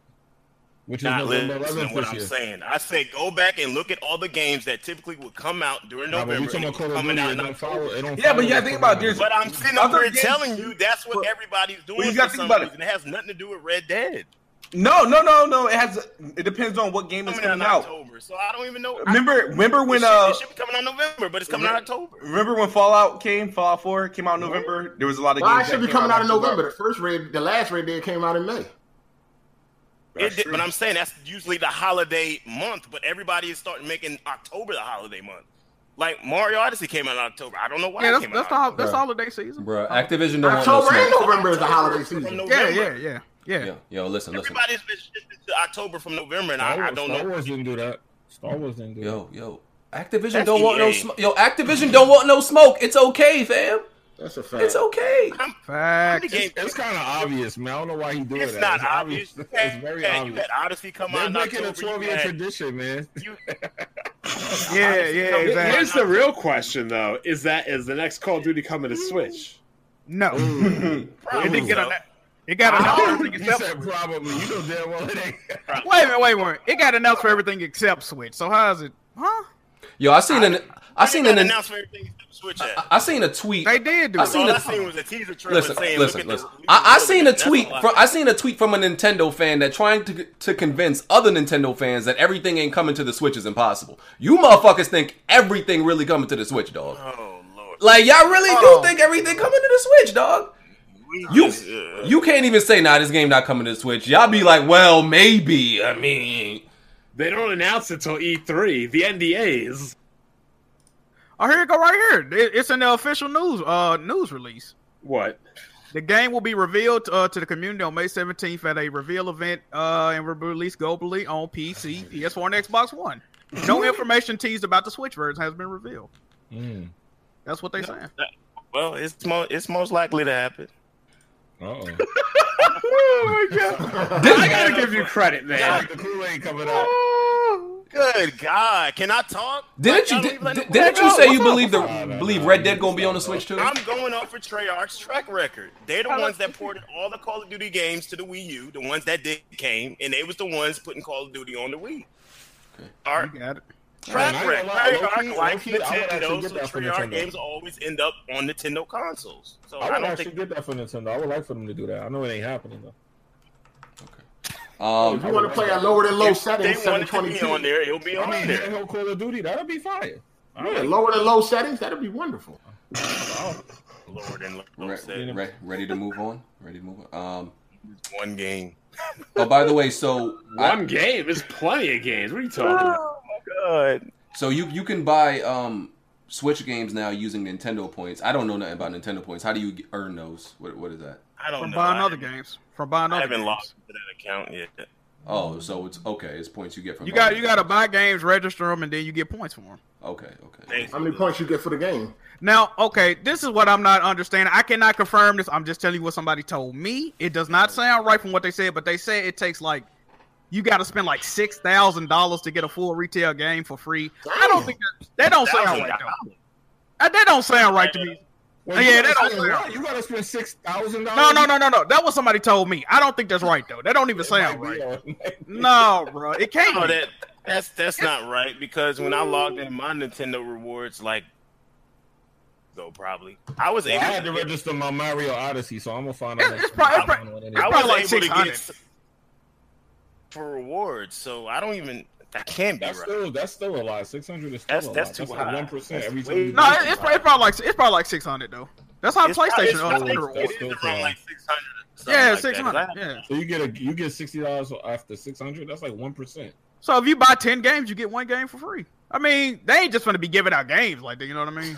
Which is
not
November
listening to
11th
what
this
I'm
year.
saying. I said go back and look at all the games that typically would come out during
Nah, but we
November.
talking
and
about Call of
coming
Duty.
out
it
in
don't
October.
follow- it don't
Yeah, but
follow
yeah,
what's
think
going
about
on.
there's-
But I'm sitting up
Other
here
games-
telling you that's what
but-
everybody's doing
you
for
gotta think
some
about it.
reason. It has nothing to do with Red Dead.
No, no, no, no. It has. It depends on what game is
Coming out in
coming out.
October, so I don't even know. I-
Remember, remember
it
when
should-
uh,
it should be coming out in November, but it's coming out in October.
remember when Fallout came, Fallout Four came out in November. There was a lot of games.
Why it
that
should be
came
coming out in
October.
November? The first red, the last red dead came out in May.
It
That's
did,
true.
but I'm saying that's usually the holiday month, but everybody is starting making October the holiday month. Like Mario Odyssey came out in October. I don't know why
Yeah,
it
that's
came
that's
out.
all that's
Bruh.
holiday season.
Bruh, Activision don't want no
October and
smoke.
November is the holiday
From
season.
Yeah,
November.
yeah, yeah, yeah.
Yo, yo, listen, listen.
Everybody's been shifted to October from November, and
Star
I, I
Wars,
don't
Star
know.
Wars didn't do that. Star Wars didn't do
Yo, yo. Activision
That's E
don't want no
EA.
smoke. Yo, Activision don't want no smoke. It's okay, fam.
That's a fact.
It's okay.
How many
Fact.
games-
that. It's kind of obvious, man. I don't know why he doing
It's
that.
not obvious. You had-
it's very
you had- You
obvious.
had Odyssey come out
They're
in
making a
October.
12
you
year
had-
tradition, man.
you-
Yeah, yeah,
Here-
exactly.
here's
Here's the real question, though: Is that is the next Call of Duty coming to Switch?
No, it
probably
didn't get
so.
on that. It got announced for
you
everything except.
said probably. You know damn well it ain't.
Wait a minute, wait a minute. It got announced for everything except Switch. So how is it? Huh?
Yo, I seen an I seen an
announcement. for everything except the Switch
I,
app.
I seen a tweet.
They did do
I
it.
seen
All I
the-
seen was a teaser trailer
Listen,
saying,
listen,
look at
listen.
the,
I, I seen a
That's
tweet.
all I-
From, I seen a tweet from a Nintendo fan that trying to to convince other Nintendo fans that everything ain't coming to the Switch is impossible. You motherfuckers think everything really coming to the Switch, dog.
oh lord,
Like y'all really
Oh.
do think everything coming to the Switch, dog.
We
You
just, uh,
you can't even say nah, this game not coming to the Switch. Y'all be like, well, maybe. I mean,
They don't announce it till E3. The NDAs.
Oh, here it go right here. It- It's in the official news uh news release.
What?
The game will be revealed uh, to the community on May 17th at a reveal event uh, and will be released globally on PC, PS4, and Xbox One. No information teased about the Switch version has been revealed.
Mm.
That's what they
No.
saying.
well, it's mo- it's most likely to happen.
Uh-oh.
Oh my god! I gotta give you credit,
God,
man.
the Kool-Aid coming out.
Oh!
Good God, can I talk?
didn't
Like,
you
y'all don't
did,
even let
did,
nobody
not you
talk?
say you
What's up?
believe the
What's up?
believe Red Dead gonna be on the Switch too?
I'm going off for Treyarch's track record. They're the ones that ported all the Call of Duty games to the Wii U, the ones that did came, and they was the ones putting Call of Duty on the Wii. Our
You got it.
Man,
track
I ain't
record,
gonna lie, low-key-
Treyarch, like
low-key, I would actually
Nintendo,
get
so
that from
Treyarch
Nintendo.
games always end up on Nintendo consoles. So
I
I,
would
don't
actually
think
get that for Nintendo. I would like for them to do that. I know it ain't happening though.
Um,
If you want to play a lower than low
if
setting,
they wanted to be on
720p.
there, it'll be
I
on
mean,
there.
handheld Call of Duty, that'd be fire. I
Yeah,
like
lower than low settings, that'd be wonderful.
Lord and Lord
re-
said,
re- ready to move on. Ready to move on. Um,
one game.
oh, by the way, so I-
One game is plenty of games. What are you
Oh,
talking about?
God,
So you you can buy um Switch games now using Nintendo points. I don't know nothing about Nintendo points. How do you earn those? What what is that?
I don't
From
know.
buying
I
other
haven't-
games. From buying
I
other
haven't
games.
logged into that account yet.
Oh, so it's okay. It's points you get from
You got you got to buy games, register them, and then you get points for them.
Okay, okay.
Thanks.
How many points you get for the game?
Now, okay, this is what I'm not understanding. I cannot confirm this. I'm just telling you what somebody told me. It does not sound right from what they said, but they said it takes like you got to spend like six thousand dollars to get a full retail game for free. I don't think that, that don't sound right. Though. Uh, That don't sound right to me.
Well,
Yeah,
you
that
gotta
don't
spend-
sound-
what? You gotta spend six thousand
No,
dollars.
no, no, no, no. That was somebody told me. I don't think that's right though. That don't even sound right. No, bro, it can't.
No,
be.
that that's that's not right because when I logged in my Nintendo rewards, like though probably I was
I
able
had to
to get,
register my Mario Odyssey, so I'm gonna find
It's-
out.
it's probably- it's
I
probably
was
like
able to
600.
get s- for rewards, so I don't even that can't be
that's
right.
still that's still a lot. Six hundred is still
That's-
a
that's
lot.
too
like
high.
one percent
That's
every
way-
time.
No, it's, it's probably like it's probably like six hundred though. That's how
It's prob-
PlayStation.
it's
owns
probably-
the rewards.
it is around like six hundred.
Yeah, six hundred. Yeah.
So you get a you get sixty dollars after six hundred. That's like one percent.
So if you buy ten games, you get one game for free. I mean, they ain't just gonna be giving out games like that. You know what I mean?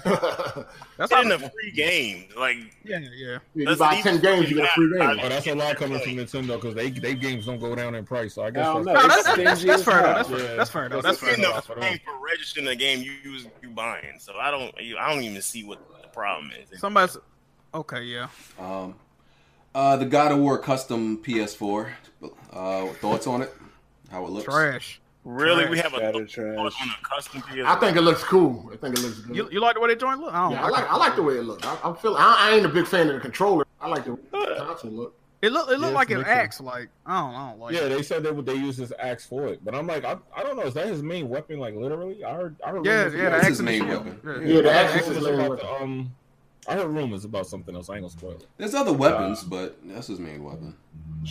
That's how.
In a free game, like
Yeah, yeah.
you
That's
buy
easy.
ten games, you get a free game.
Oh, that's a lot coming from Nintendo because they they games don't go down in price. So I guess
Hell
that's,
no.
No, that's,
It's
that's, that's,
stingy as
fair. Though.
hell.
That's fair.
Yeah.
That's fair. Though.
It's
That's fair.
in
enough.
Though.
the
I don't-
free for registering a game you you, you buying. So I don't I don't even see what the problem is.
Somebody's. Okay, yeah.
Um, uh, the God of War custom PS4. Uh, thoughts on it? How it looks?
Trash.
Really, we have a
Shadow
on
Trash.
a custom PS.
I think it looks cool. I think it looks good.
You, Oh you like the way they joined? Look, I don't.
yeah, I like I like the way it looks. I, I'm feeling. I, I ain't a big fan of the controller. I like the way the console look.
It look. It look
Yeah,
like
it's
it
different.
acts like. I don't. I don't like.
yeah.
it.
They said they would they use his axe for it, but I'm like I, I don't know. Is that his main weapon? Like literally, I heard I heard
Yeah,
rumors
yeah.
about-
The
That's
axe
his
and the
main
shield.
weapon.
Yeah.
Yeah, the
I heard
axe is
rumors
the main
about
weapon.
the, um, I heard rumors about something else. I ain't gonna spoil it.
There's other weapons, but that's his main weapon.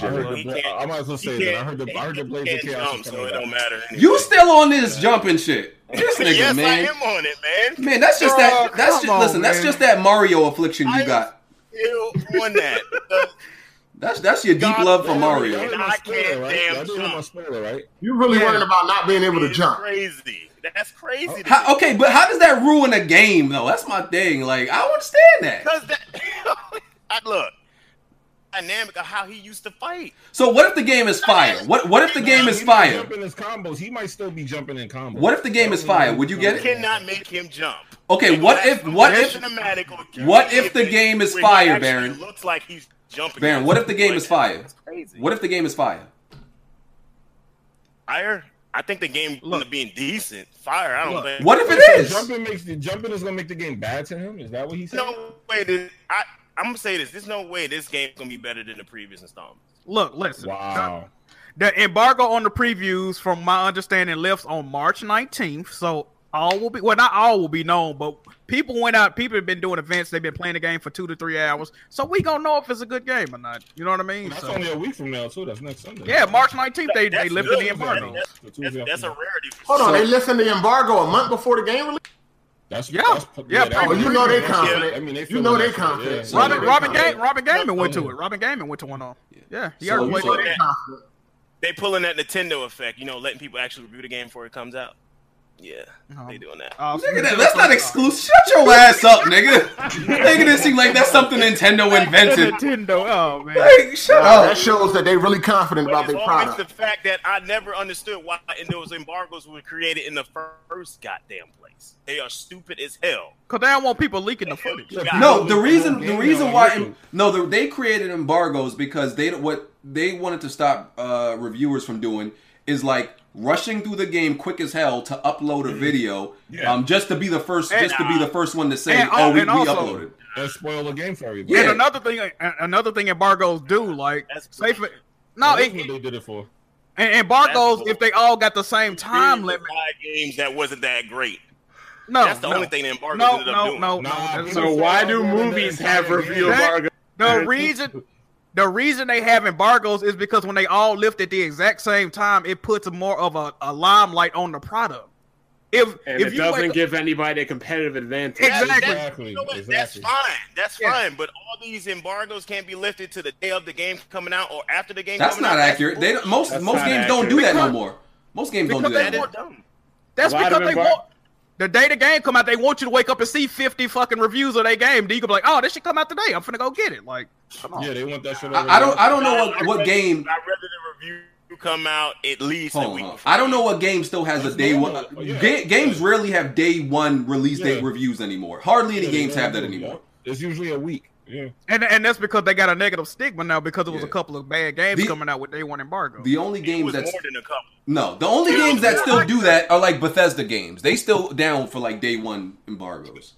I, heard the,
He
bla-
can't-
I might as well
he
say that. I
can't-
heard the I heard the
he
Blaze of
can't
Chaos.
jump,
is
so
coming
it
back.
don't matter. Anyway.
You still on this jumping shit? This nigga,
yes, I
man.
am on it, man.
Man, that's just
Bro,
that. That's
come
just
on,
listen. That's
man.
just that Mario affliction you
I-
got.
Still on that.
That's that's your deep
God
love for
damn,
Mario.
Y'all heard
I
my spoiler,
can't
right?
damn
Y'all did hear my
jump.
spoiler, right?
You really
Yeah.
worried about not being able to
That's
jump.
crazy. That's crazy.
How, okay, but how does that ruin a game though? That's my thing. Like I don't understand that.
Because that I, look dynamic of how he used to fight.
So what if the game is fire? What what if the game is
He might
fire?
Jump in his combos. He might still be jumping in combos.
What if the game is fire? Would you get
You
it?
cannot make him jump.
Okay,
You
what
have
if
to
what
make
if
cinematic or
what if the
it-
game is
where he
fire,
actually
Baron?
Looks like he's jumping.
Baron? What if the game
Like,
is fire?
That's crazy.
What if the game is fire?
fire? I think the game look, being decent. Fire. I don't
Look.
think.
What if
So
it is?
jumping makes the jumping is gonna make the game bad to him. Is that what he said?
There's no way that I. I'm gonna say this. There's no way this game's gonna be better than the previous installment.
Look, listen.
Wow.
The embargo on the previews, from my understanding, lifts on March 19th. So all will be well, not all will be known, but people went out. People have been doing events. They've been playing the game for two to three hours, so we gonna know if it's a good game or not. You know what I mean?
That's
So-
only a week from now too. That's next Sunday.
yeah, March nineteenth, they, they
That's
lifted
good,
the
man.
embargo.
That's, that's, that's a rarity. For
Hold on,
So-
they listen to the embargo a month before the game release.
That's
Yeah.
That's,
Yeah,
that-
Oh, you know they confident.
I mean, they
You
feeling
know they
that shit, yeah.
confident.
So-
Robin
Yeah,
Robin
they
Ga-
come.
Robin Gaiman went
Oh,
to
yeah.
it. Robin Gaiman went to one on. Yeah, he
So
already
you
went
said-
to
They
it.
confident.
They pulling that Nintendo effect, you know, letting people actually review the game before it comes out. Yeah, they doing that.
Uh,
Look at that. That's not exclusive. Shut your ass up, nigga. Making it seem like that's something Nintendo invented.
Nintendo. Oh man.
Like, shut
Uh,
up.
that shows that they really confident
But
about
it's
their
always the
product.
fact that I never understood why and those embargoes were created in the first goddamn place. They are stupid as hell.
Cause they don't want people leaking the footage.
Yeah.
No, the reason the
Yeah,
reason
I'm with
why
you.
no the, they created embargoes because they what they wanted to stop uh, reviewers from doing is like rushing through the game quick as hell to upload a video
Yeah.
um, just to be the first just to be the first one to say
And,
oh
uh,
we, we
and also-
uploaded.
And spoil the game for everybody.
Yeah.
And another thing, a- another thing embargoes do like
That's
say for no
that's
it,
what they did it for.
and embargoes
That's
if they all got the same time
Three to
limit.
five games that wasn't that great.
No,
That's the
no,
only thing the embargoes
no,
ended up
no,
doing.
no,
Nah,
no.
So why do movies have review
That-
embargo?
The reason the reason they have embargoes is because when they all lift at the exact same time, it puts more of a, a limelight on the product. If
And
if
it
you wake
doesn't
up-
give anybody a competitive advantage.
Exactly.
Exactly,
you know what?
exactly.
That's fine. That's
Yeah.
fine. But all these embargoes can't be lifted to the day of the game coming out or after the game.
That's
coming
not
out.
accurate. They don't- most
That's
most
not
games don't do
accurate.
that no
Because-
more. Most games don't do
because
that.
That
no
is
more.
dumb.
that's
A lot of
because they
embar-
want the day the game come out, they want you to wake up and see fifty fucking reviews of their game. Then you can be like, oh, this should come out today. I'm finna go get it. Like, come on.
Yeah, they want that shit.
I, I don't I don't know
I'd
what, what
rather-
game.
I'd rather the review come out at least
Hold
a
on,
week.
hold on. I don't know what game still has a
That's
day one.
normal. Yeah.
Ga- games rarely have day one release date
Yeah.
reviews anymore. Hardly any
Yeah,
games
yeah,
have that
yeah.
anymore.
It's usually a week. Yeah.
And and that's because they got a negative stigma now because it was
Yeah.
a couple of bad games
The-
coming out with day one embargo.
The only
It
games
was
that's
more than a couple.
no, the only games that still do that are like Bethesda games. They still down for like day one embargoes.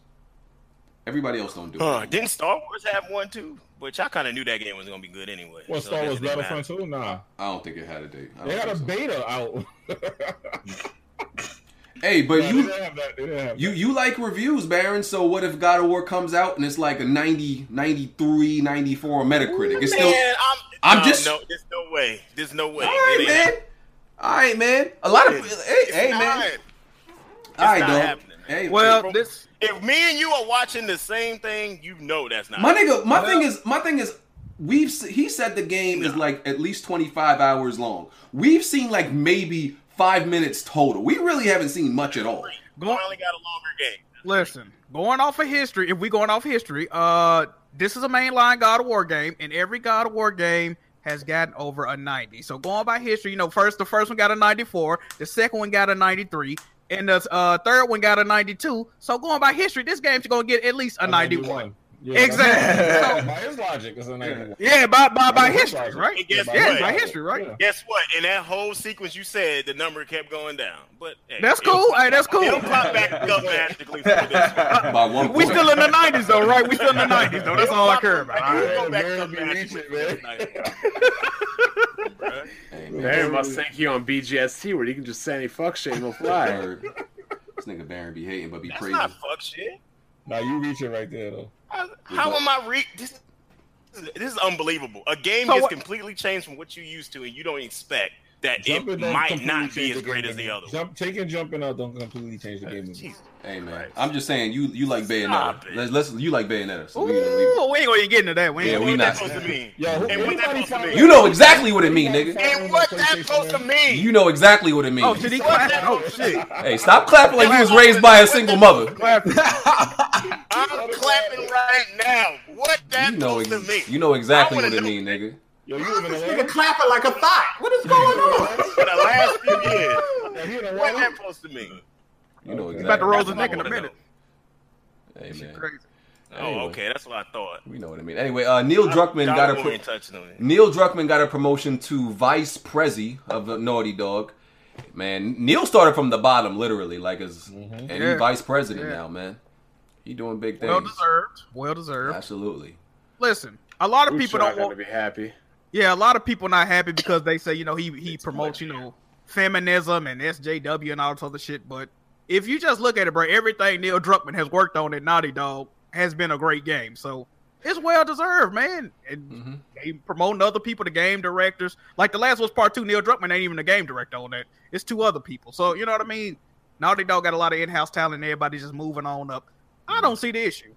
Everybody else don't do
Huh,
it.
didn't Star Wars have one too? Which I kind of knew that game was gonna be good anyway.
What
so
Star
it
Wars
didn't
Battlefront 2? Nah,
I don't think it had a date. I
they
don't
had a
think
beta out.
so. Hey, but
Nah, they
you
didn't have that. They didn't have
you you like reviews, Baron. So what if God of War comes out and it's like a 90, 93, 94 on Metacritic? It's still
Man, I'm,
I'm
no,
just-
no. There's no way. There's no way.
all right,
It ain't
man.
happening.
All right, man. A lot of hey,
It's
hey
not.
man. All right,
not
dog.
happening, man.
Hey,
well, this
If me and you are watching the same thing, you know that's not.
My nigga, my thing is, my thing is, we've se- he said the game is like at least twenty five hours long. We've seen like maybe five minutes total. We really haven't seen much at all.
We finally got a longer game.
listen, going off of history, if we going off history, uh this is a mainline God of War game, and every God of War game has gotten over a 90. So going by history, you know, first the first one got a 94, the second one got a 93, and the uh, third one got a 92. So going by history, this game's gonna get at least a 91.
Yeah, that's-
Exactly.
By his logic, it's a 91.
Yeah, by by, by history,
logic.
right?
And guess
by
Yeah,
his
by
logic.
history, right?
Yeah.
Guess what? In that whole sequence you said, the number kept going down. But hey,
That's
it'll
cool.
pop-
Hey, that's cool.
It'll pop back up magically for this one.
By one
We
point.
still in the nineties though, right? We still in the nineties though. That's all I care about. All right.
All
It'll
right,
back
Baron
up
be
magically
reaching,
for this
man.
night. Bruh.
Hey,
Barry
man.
must think you on BGST where you can just say any fuck shit and he'll fly.
Word. This nigga Baron be hating, but be
That's
praising.
not Ah, fuck shit.
Now you reaching right there though.
How, how am I re? This, this is unbelievable. A game
So
gets
what-
completely changed from what you used to, and you don't expect that it
Jumping don't
might
completely
not be
change
as
the
great
game.
as the other. one.
Jump, taking jumping out don't completely change the game.
Jesus.
Hey man, I'm just saying you you like Bayonetta.
Stop it.
Let's, let's you like Bayonetta. So we gonna leave it.
Ooh, we ain't gonna even get into that. We ain't
Yeah,
gonna
we
What
not.
that supposed to mean?
Yo, who,
And what that supposed to mean?
You know exactly what it mean, nigga.
And what that supposed to mean?
You know exactly what it means.
Oh, did he clap? Oh shit!
Hey, stop clapping like you was raised by a single mother.
I'm clapping right now. What that
You know,
supposed to mean?
ex- you know exactly
I wanna
what it
know.
mean, nigga.
Yo, you
Why
live
is
in
this
Atlanta?
nigga clapping like a thought? What is going on?
For the last few years,
Yeah, he in
what that
Atlanta.
supposed to mean?
You know exactly.
About to roll the
That's what I
neck in a
wanna
minute.
Hey, man.
Shit crazy.
Oh,
Anyway.
okay, that's what I thought.
We know what I mean. Anyway, uh, Neil Druckmann
God
got a
of War
pro-
ain't touching on it.
Neil Druckmann got a promotion to vice prezi of the Naughty Dog. Man, Neil started from the bottom, literally, like as and he
Mm-hmm. Yeah.
vice president
Yeah.
now, man. He doing big
Well
things.
deserved. Well deserved.
Absolutely.
Listen, a lot of
I'm
people
sure
don't
I'm gonna
want.
be happy.
Yeah, a lot of people not happy because they say you know he he promotes you know feminism and SJW and all this other shit, but if you just look at it, bro, everything Neil Druckmann has worked on at Naughty Dog has been a great game. So it's well deserved, man. And
Mhm.
they promoting other people, the game directors. Like the last was part two, Neil Druckmann ain't even the game director on that. It's two other people. So you know what I mean? Naughty Dog got a lot of in-house talent. And everybody just moving on up. I don't see the issue.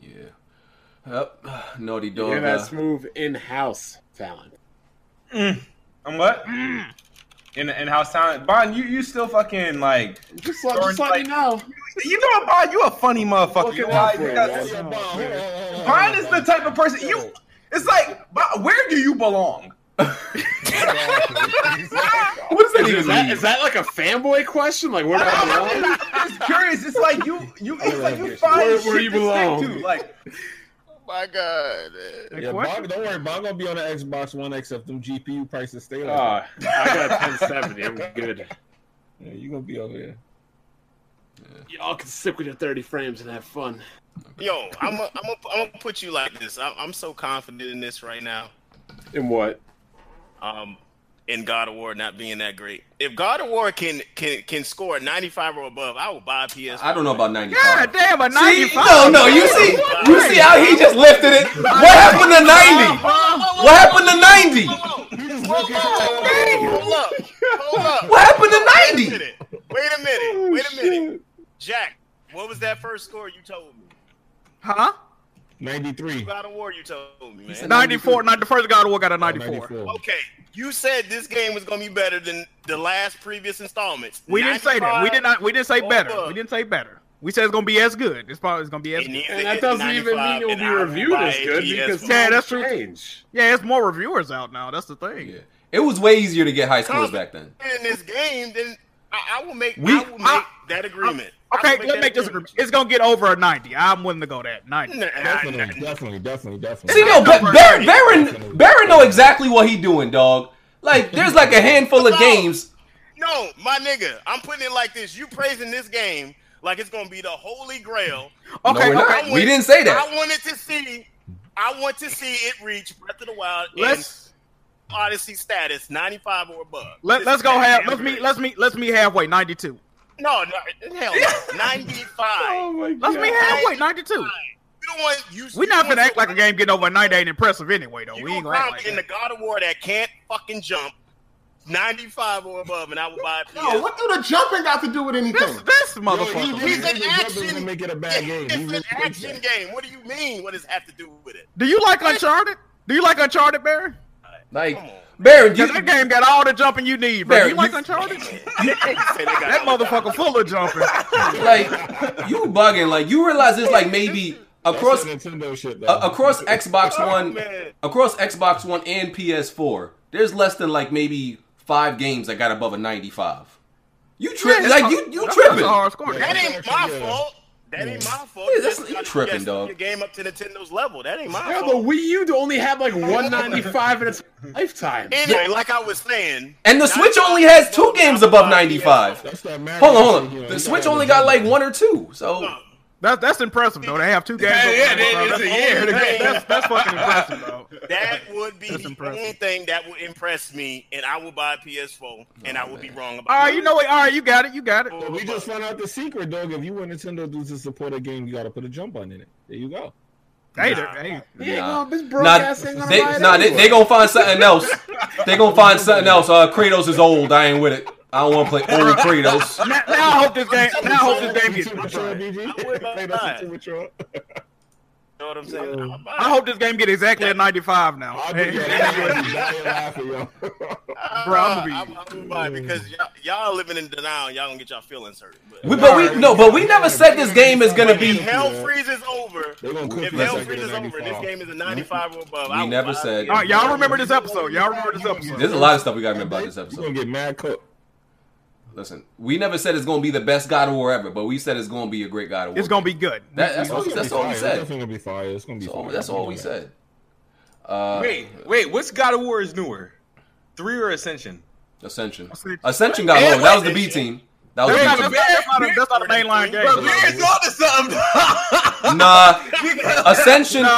Yeah. Yep. Naughty
Oh,
Dog.
Yeah,
uh,
that's move in-house talent.
And what?
Mm.
In in house talent, Bond, you you still fucking like
Just let,
Or
just let
like-
me know.
you know Bond, you a funny motherfucker. You
Fucking
know,
awkward,
you got-
man.
Bond is the type of person you. It's like, Bond, where do you belong?
what does that
Is
even
that,
mean?
is that like a fanboy question? Like where do I belong?
I'm just curious. It's like you you it's like you find
Where- where
shit
you
to
belong.
stick to. Like
Oh my god. man.
Next
Yeah,
question.
Bob, don't worry, Bob gonna be on the Xbox One X if them GPU prices stay like
Uh,
that.
Ah, I got 1070. I'm good.
Yeah, you gonna be over there.
Y'all can stick with your 30 frames and have fun.
Yo, I'm gonna I'm a- I'm a put you like this. I'm, I'm so confident in this right now.
And what?
Um, in God of War not being that great. If God of War can can can score 95 or above, I will buy a PS.
I don't know about 95.
God damn, a
See,
ninety-five.
no, no, you see, you see how he just lifted it. What happened to ninety? What happened to ninety?
Hold up, hold up, hold up.
What happened to
Wait a
ninety?
minute. Wait a
Oh,
minute. Wait a minute. Jack, what was that first score you told me?
huh?
Ninety three.
God of War you told me, man.
94, not the first God of War got a 94.
Okay, you said this game was gonna be better than the last previous installments.
We didn't say that. We did
95,
not. We didn't say
Hold
better.
up.
We didn't say better. We said it's gonna be as good. It's probably it's gonna be as
It
good.
needs to
And that
hit
doesn't even
95,
mean it'll
and
be
I will
reviewed
buy
as
a
good
PS4.
because
Yeah, that's true.
things change.
Yeah, it's more reviewers out now. That's the thing.
Yeah. It was way easier to get high scores back then.
in this game, then I, I will make
We-
I will make
I-
that agreement. I
Okay,
will
let's
that
make this agreement. It's gonna get over a 90. I'm willing to go that 90.
Nah,
Definitely,
nah, nah.
definitely, definitely, definitely.
See, no, Ba- Bar- Baron, Baron know exactly what he doing, dog. Like, there's like a handful of games.
No, my nigga, I'm putting it like this. You praising this game like it's gonna be the holy grail.
Okay,
we're not.
okay.
I
We didn't say that.
I wanted to see. I want to see it reach Breath of the Wild
Let's
and Odyssey status 95 or above.
let,
This
let's
is
go
that
half.
damn
Let's meet.
great.
Let's meet. Let's meet halfway. 92.
no, no, hell, no.
Oh
95.
my god.
Let's meet halfway. 92.
You don't want you.
We're
you
not
want
gonna act
some-
like a game getting over a 90 ain't impressive anyway. Though
You
we ain't
gonna
gonna act
count
like
in the
that.
God of War that can't fucking jump 95 or above, and I will buy a PS.
Yo, what do the jumping got to do with
This
anything?
this
Yo,
motherfucker.
even
He's
if
an
it's
action-
Gonna make it a bad game.
It's
He really
an
thinks
action
that.
game. What do you mean? What does it have to do with it?
Do you like Uncharted? Do you like Uncharted, Barry?
Like,
Come on.
Baron, you,
Because that game got all the jumping you need, bro.
Barry,
Do you like
you-
Uncharted?
Say they got
That
no-
motherfucker full of jumping.
like, you bugging. Like, you realize it's like maybe across
That's that Nintendo shit. Though.
uh, across Xbox
Oh,
One,
man.
across Xbox One and PS4. There's less than like maybe five games that got above a 95. You tripping? Like you you
That's
tripping?
a hard score.
That ain't my fault. That ain't my fault.
Yeah, that's-
Just
you
gotta-
tripping,
yes,
dog.
Your game up to Nintendo's level. That ain't my
Hell,
fault.
the Wii U only had like 195 in its lifetime.
Anyway, like I was saying,
And the Switch only has two games above 95.
That's that Mario
Hold on, hold
shit,
on.
yo.
The
You
Switch
gotta
only
have
got
a-
like one or two. So
That's that's impressive though. They have two games.
Yeah,
over
yeah,
the
they-
world.
it's a
That's-
year. They-
Hey, That's that's fucking impressive though.
That would be
That's
the
impressive.
only thing that would impress me, and I would buy a PS4,
Oh,
and I would be wrong about.
All right,
it.
Ah, you know what? All right, you got it. You got it.
Well, we just found out the secret, dog. If you want Nintendo dudes to support a game, you gotta put a jump on in it. There you go.
Hey, there- hey.
nah.
this
Nah,
broadcast ain't gonna
they,
buy it
nah, they,
anyway.
they gonna find something else. They gonna find something else. Uh, Kratos is old. I ain't with it. I don't want to play old Kratos.
Now, now I hope this game. Now I hope this game
You
gets.
too mature, BG.
I would not.
Hey, that's too mature.
You know what I'm saying? I'll buy
I
it.
hope this game get exactly a 95 now.
I'll
Hey,
be dying laughing, yo.
bro, I'ma be-
I, I would buy it because y'all, y'all living in denial. Y'all gonna get y'all feelings hurt. But
We, but we no, but we never said this game is gonna
if
be.
hell freezes over,
They gonna cook
if
you
hell
like
freezes
you're
over, and this
95.
game is a 95 or above.
We
I will
never
buy
said-
it.
All right, y'all remember this episode. Y'all remember this episode.
There's a lot of stuff we gotta remember about this
You
episode.
gonna get mad cooked.
Listen, we never said it's gonna be the best God of War ever, but we said it's gonna be a great God of War.
It's gonna be good.
That- that's all,
It's gonna
that's
be
all
fire.
we
It's
said.
Definitely gonna be fire. It's gonna be.
That's all-
fire.
that's all we said. Uh,
Wait, wait, what's God of War is newer? Three or Ascension?
Ascension.
Ascension.
Ascension got
Yeah,
low. That was the
wait,
B
it-
team. That
That's not,
was
that's, not, that's not a mainline
Bro,
game.
Beard's onto something.
nah. Ascension
No,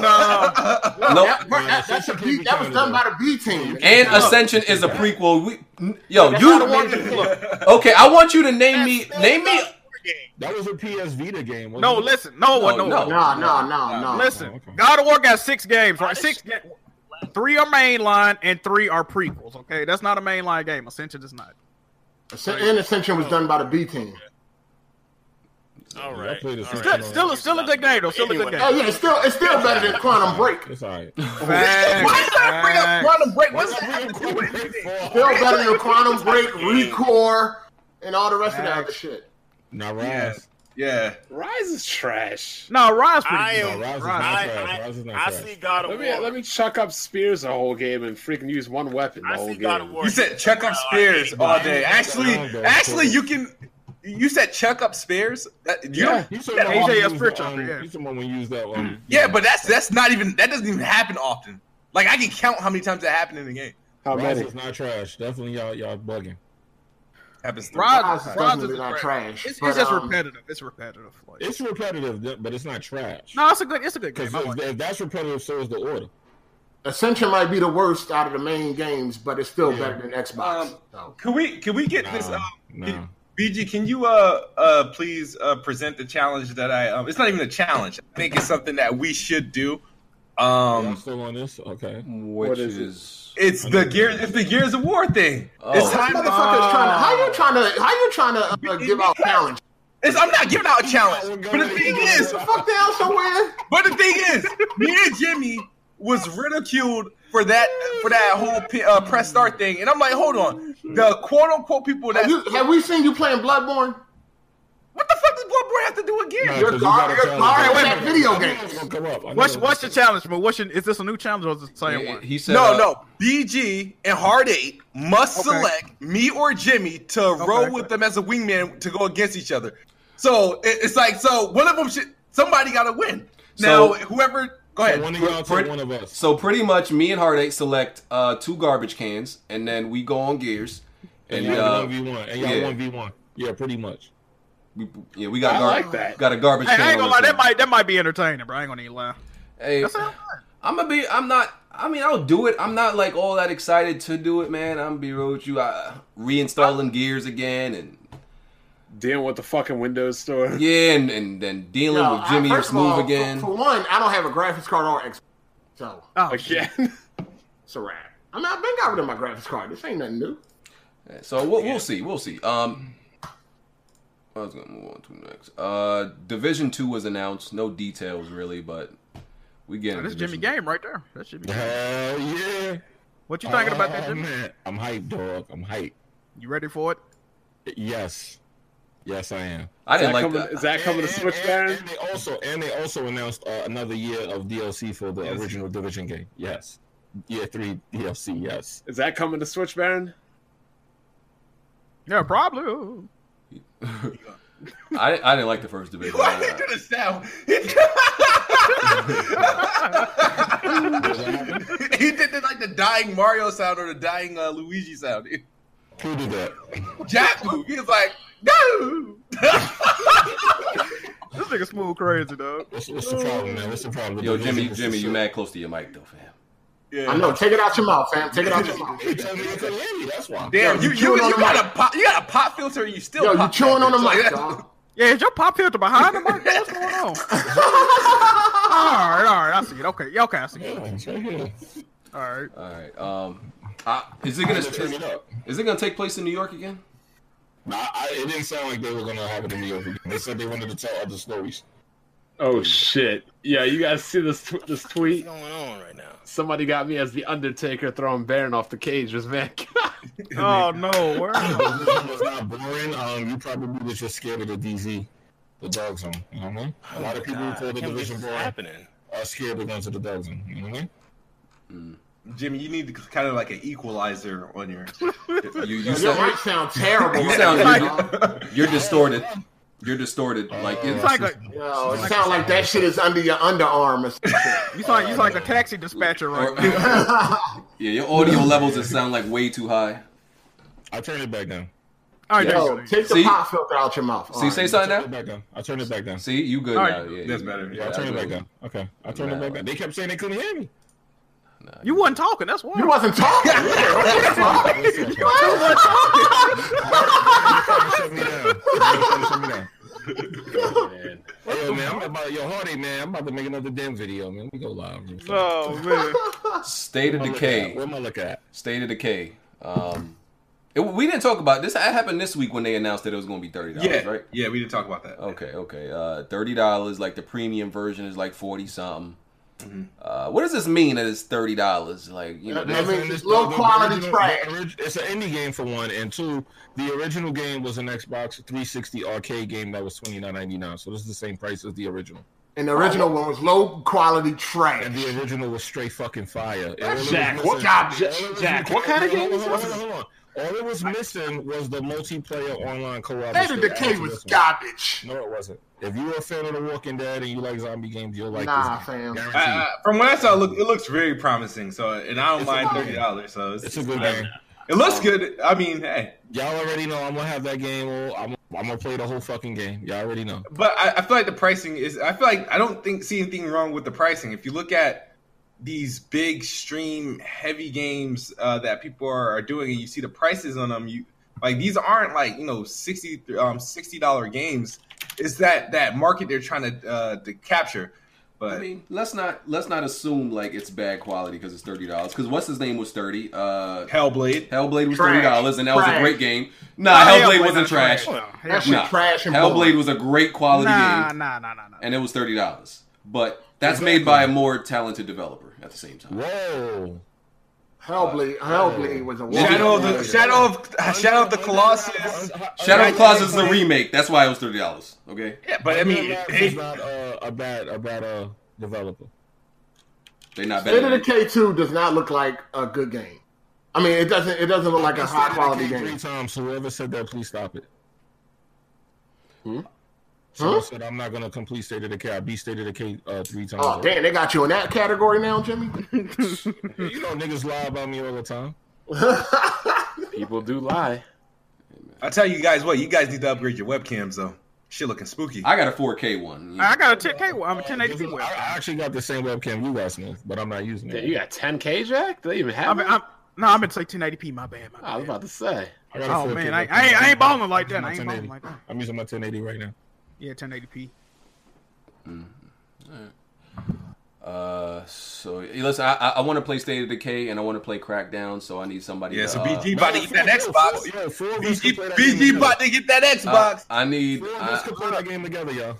no.
no,
Oh, That, bro, that, that's a B, that was done by the B team.
and Ascension is a prequel. We, yo,
I don't
you
want to look.
okay? I want you to name me, name me.
That was a PS Vita game. wasn't
No,
it?
listen. No one,
No,
no,
no. Oh,
one.
No, no, no, no.
Listen,
okay.
God of War got six games, right? Six. Ga- three are mainline and three are prequels. Okay, that's not a mainline game. Ascension is not.
Asc- and Ascension was done by the B team.
All
Yeah, I
right.
played
All
this
right.
shit.
Still, still, a- still a good game though. Still a good
Oh
game.
yeah, it's still it's still better than Quantum Break.
It's all right.
Why did I bring up
Facts,
Quantum Break? What's
What's
that have to do with anything?
Still better than Quantum Break, Recore, and all the rest of that other shit.
Now, Rise.
Yeah.
Rise is trash.
No, Rise pretty
I
No,
am.
Rise is not
I,
trash.
I,
Rise is not
I
trash.
see God of
Let me
War.
let me chuck up spears the whole game and freaking use one weapon the
I
whole
see
game.
God of War.
You said check up spares all day. Actually, actually, you can. You said check up spares. That, you
Yeah.
don't-
You said
Yeah,
when
AJ
we
is
use
rich
the,
up
um,
here.
You someone when you use that one.
yeah, but that's that's not even. That doesn't even happen often. Like I can count how many times that happened in the game.
How
Rise
many?
is not trash. Definitely y'all y'all bugging.
Happens. to-
Rise,
Rise
is-
is
Rise is
definitely not trash.
It's,
but,
it's just
um,
repetitive. It's repetitive. Like,
It's repetitive, but it's not trash.
no, it's a good. It's a good
Because
game. I like
if,
it.
if that's repetitive, so is the order.
Ascension might be the worst out of the main games, but it's still better than Xbox.
Um,
so.
Can we can we get
Nah,
this? Um,
nah.
can- BG, can you uh uh please uh present the challenge that I um? It's not even a challenge. I think it's something that we should do.
I'm
Um,
still on this. Okay.
which
is it?
is
it's the gear. It's the Gears of War thing. It's
Oh.
This
time. uh,
motherfucker's trying to. How you trying to? How you trying to uh, give out challenge?
It's, I'm not giving out a challenge. But the thing is,
The fuck down somewhere.
But the thing is, me and Jimmy was ridiculed for that for that whole p- uh, press start thing, and I'm like, hold on, the quote unquote people that
Have, you, have we seen you playing Bloodborne?
what the fuck does Bloodborne have to do with Gears?
You're gar- you're garbage at video games.
games.
What's what's the challenge, man? What's your, is this a new challenge or is it the same one?
he said
No,
uh,
no. BG and Hard Eight must
Okay.
select me or Jimmy to roll with them as a wingman to go against each other. So it, it's like, so one of them should somebody got to win.
So-
Now, whoever, go ahead.
One of y'all
Pretty-
take one of us.
So pretty much, me and Heartache select uh, two garbage cans, and then we go on gears, and
And
uh,
y'all one v one. And
yeah.
y'all one v one. Yeah, pretty much.
we, yeah, we got
I
gar-
like that.
got a garbage
Hey,
can.
I ain't
on
gonna lie.
this
That
one.
might that might be entertaining, bro. I ain't gonna even lie.
Hey,
That sound fun.
I'm gonna be. I'm not. I mean, I'll do it. I'm not like all that excited to do it, man. I'm gonna be real with you. I, reinstalling gears again, and
Dealing with the fucking Windows store.
yeah, and and then dealing
No,
with Jimmy
I,
or
first of all,
Smooth
for-
again.
For, one, I don't have a graphics card or Xbox, so
Oh,
Again.
it's a wrap. I mean, I've been got rid of my graphics card. This ain't nothing new.
So we'll, we'll see. We'll see. Um, I was gonna move on to next. Uh, Division Two was announced. No details really, but we get.
shit, Oh, This Jimmy game right there. That should be.
Hell yeah.
What you thinking about that,
Oh,
Jimmy?
man. I'm hyped, dog. I'm hyped.
You ready for it?
Yes. Yes, I am.
I
Is that,
didn't like
coming,
that.
is that coming to
And-
Switch,
and,
Baron?
and they also and they also announced uh, another year of DLC for the original Division game. Yes, year three DLC. Yes,
Is that coming to Switch, Baron?
Yeah, probably. Ooh.
I, I didn't like the first division.
Why did he do the sound? he did the, like the dying Mario sound or the dying uh, Luigi sound.
who did that?
Jakku, he was like, no.
This nigga smooth crazy, dog.
What's, what's the problem, man? What's the problem?
Yo,
The
Jimmy,
Division is
Jimmy,
the
you
shit.
mad close to your mic though, fam.
Yeah.
I know. Take it out your mouth, fam. Take it out your mouth.
He told me I couldn't hear you. That's why.
Damn, you,
you
you,
chewing
you,
on the
got
mic.
a pop, you got a pop filter and you still
Yo, you
pop
chewing on the
filter.
mic,
So, yeah.
dog.
Yeah, is your pop filter behind the mic? What's going on? all right, all right, I see it. Okay, yeah, okay, I see it.
Yeah, it's right here.
All right.
All right. Um, uh, is it gonna
Just turn it
is,
up.
is it gonna take place in New York again?
Nah, I, it didn't sound like they were gonna have it in New York. again. They said they wanted to tell other stories.
Oh shit! Yeah, you guys see this tw- this tweet?
What's going on right now?
Somebody got me as the Undertaker throwing Baron off the cage with man.
Oh no, where?
it was not boring. Um, you probably was just scared of the DZ, the dog zone. You know what I mean? A lot of people who
Oh, God, I
call the
can't believe
division
this is
boring
happening.
are scared of going to the dog zone. You know what I mean?
Jimmy, you need kind of like an equalizer on your.
You you
Your
sound,
mic sound terrible.
You
right
sound-
now,
you-
dog.
you're distorted. You're distorted. Like
Oh,
it's,
like a-
Yo, it sound like that shit is under your underarm. Or some shit.
You sound you sound like a taxi dispatcher right
or-
now.
yeah, your audio levels just sound like way too high.
I turn it back down.
All right, there you
Yo,
go.
take the
See?
pop filter out your mouth.
See, say
I
something
turned it
now.
back down. I turned it back down.
See, you good
All
now.
right.
Yeah,
That's
yeah,
better.
Yeah, I
that's
turned it back
good.
down. Okay, I turned it back down. They kept saying they couldn't hear me.
Nah,
You wasn't talking. That's why.
You wasn't talking.
Shut me down. Shut me down.
man.
Yo, man, I'm about yo, Hardy, man. I'm about to make another damn video, man. We go live. real quick.
Oh man.
State of
Where am I looking at?
decay.
Where am I looking at?
State of decay. Um, it, we didn't talk about this. That happened this week when they announced that it was going to be thirty dollars,
Yeah,
right?
yeah, we didn't talk about that.
Okay, okay. Uh, thirty dollars. Like the premium version is like forty something. Uh, what does this mean that it's thirty dollars? Like you know,
That- that
that's-
means
And it's
low
the- the
quality
original-
trash.
the orig- It's an indie game for one, and two, the original game was an Xbox 360 arcade game that was twenty nine ninety nine. So this is the same price as the original,
And the original one was low quality
and
trash.
the original was straight fucking fire. And all it was
Jack,
missing-
what kind,
all it was
Jack,
missing-
what kind of
hold on,
game is
hold on,
this?
hold on, hold on. All it was missing was the multiplayer online co-op.
State of
instead
Decay
of
was
this one.
garbage.
No, it wasn't. If you were a fan of The Walking Dead and you like zombie games, you'll like
Nah,
this.
fam.
Guaranteed.
I, I, Uh, from what I saw, it, look, it looks very promising. So, and I don't
It's a
mind
good
thirty dollars. So it's,
it's a good game.
It looks good. I mean, hey,
Y'all already know I'm gonna have that game. All, I'm, I'm gonna play the whole fucking game. Y'all already know.
but I, I feel like the pricing is. I feel like I don't think see anything wrong with the pricing. If you look at these big stream heavy games uh, that people are, are doing, and you see the prices on them, you like these aren't like you know sixty um sixty dollar games. It's that that market they're trying to uh, to capture. But
I mean, let's not let's not assume like it's bad quality because it's thirty dollars. Because what's his name was thirty. Uh,
Hellblade.
Hellblade was thirty
Trash.
dollars, and that was a
Trash.
great game. Nah, Hellblade wasn't trash.
That shit
Nah,
trash and
Hellblade
boring.
was a great quality
Nah,
game,
nah, nah, nah, nah.
and it was thirty dollars. But that's made by a more talented developer at the same time.
Whoa.
Hellblade, Hellblade was a
Shadow of the
wonderful-
Shadow of Shadow of the Colossus.
Shadow of the Claws is the
Hellblade-
remake. That's why it was thirty dollars. Okay,
Yeah, but I mean,
Labs
it-
is not uh, a bad a bad uh, developer.
they're not
State of
better.
Decay two does not look like a good game. I mean, it doesn't. It doesn't look like a
I said
high
it
quality
came Three
game.
times. Whoever said that, please stop it. So I
Hmm? Huh?
said I'm not gonna complete State of Decay. I beat State of Decay uh, three times.
Oh damn, they got you in that category now, Jimmy.
You know niggas lie about me all the time.
People do lie.
I tell you guys what, you guys need to upgrade your webcams though. Shit looking spooky.
I got a four K one. You know?
I got a 10K. one. I'm a
I,
1080p.
I
web.
actually got the same webcam you guys know, but I'm not using
Yeah,
it.
you got 10k, Jack? Do they even
I
have?
mean,
it?
I'm, no, I'm gonna say 1080p. My bad. My
I was
bad.
about to say.
I got a
Oh
4K
man, I,
webcam.
I, ain't- I ain't balling like that.
My
I ain't
1080.
balling like that.
I'm using my 1080 right now.
Yeah, 1080p.
Uh, so yeah, listen, I, I, I want to play State of Decay and I want to play Crackdown, so I need somebody.
yeah,
to,
so
uh,
BG about to get that
Yo,
Xbox.
Yo, four of us
BG,
can play that game
BG
together.
about to Uh, get that
I,
Xbox.
I need
Four of us
I,
can play that game together, y'all.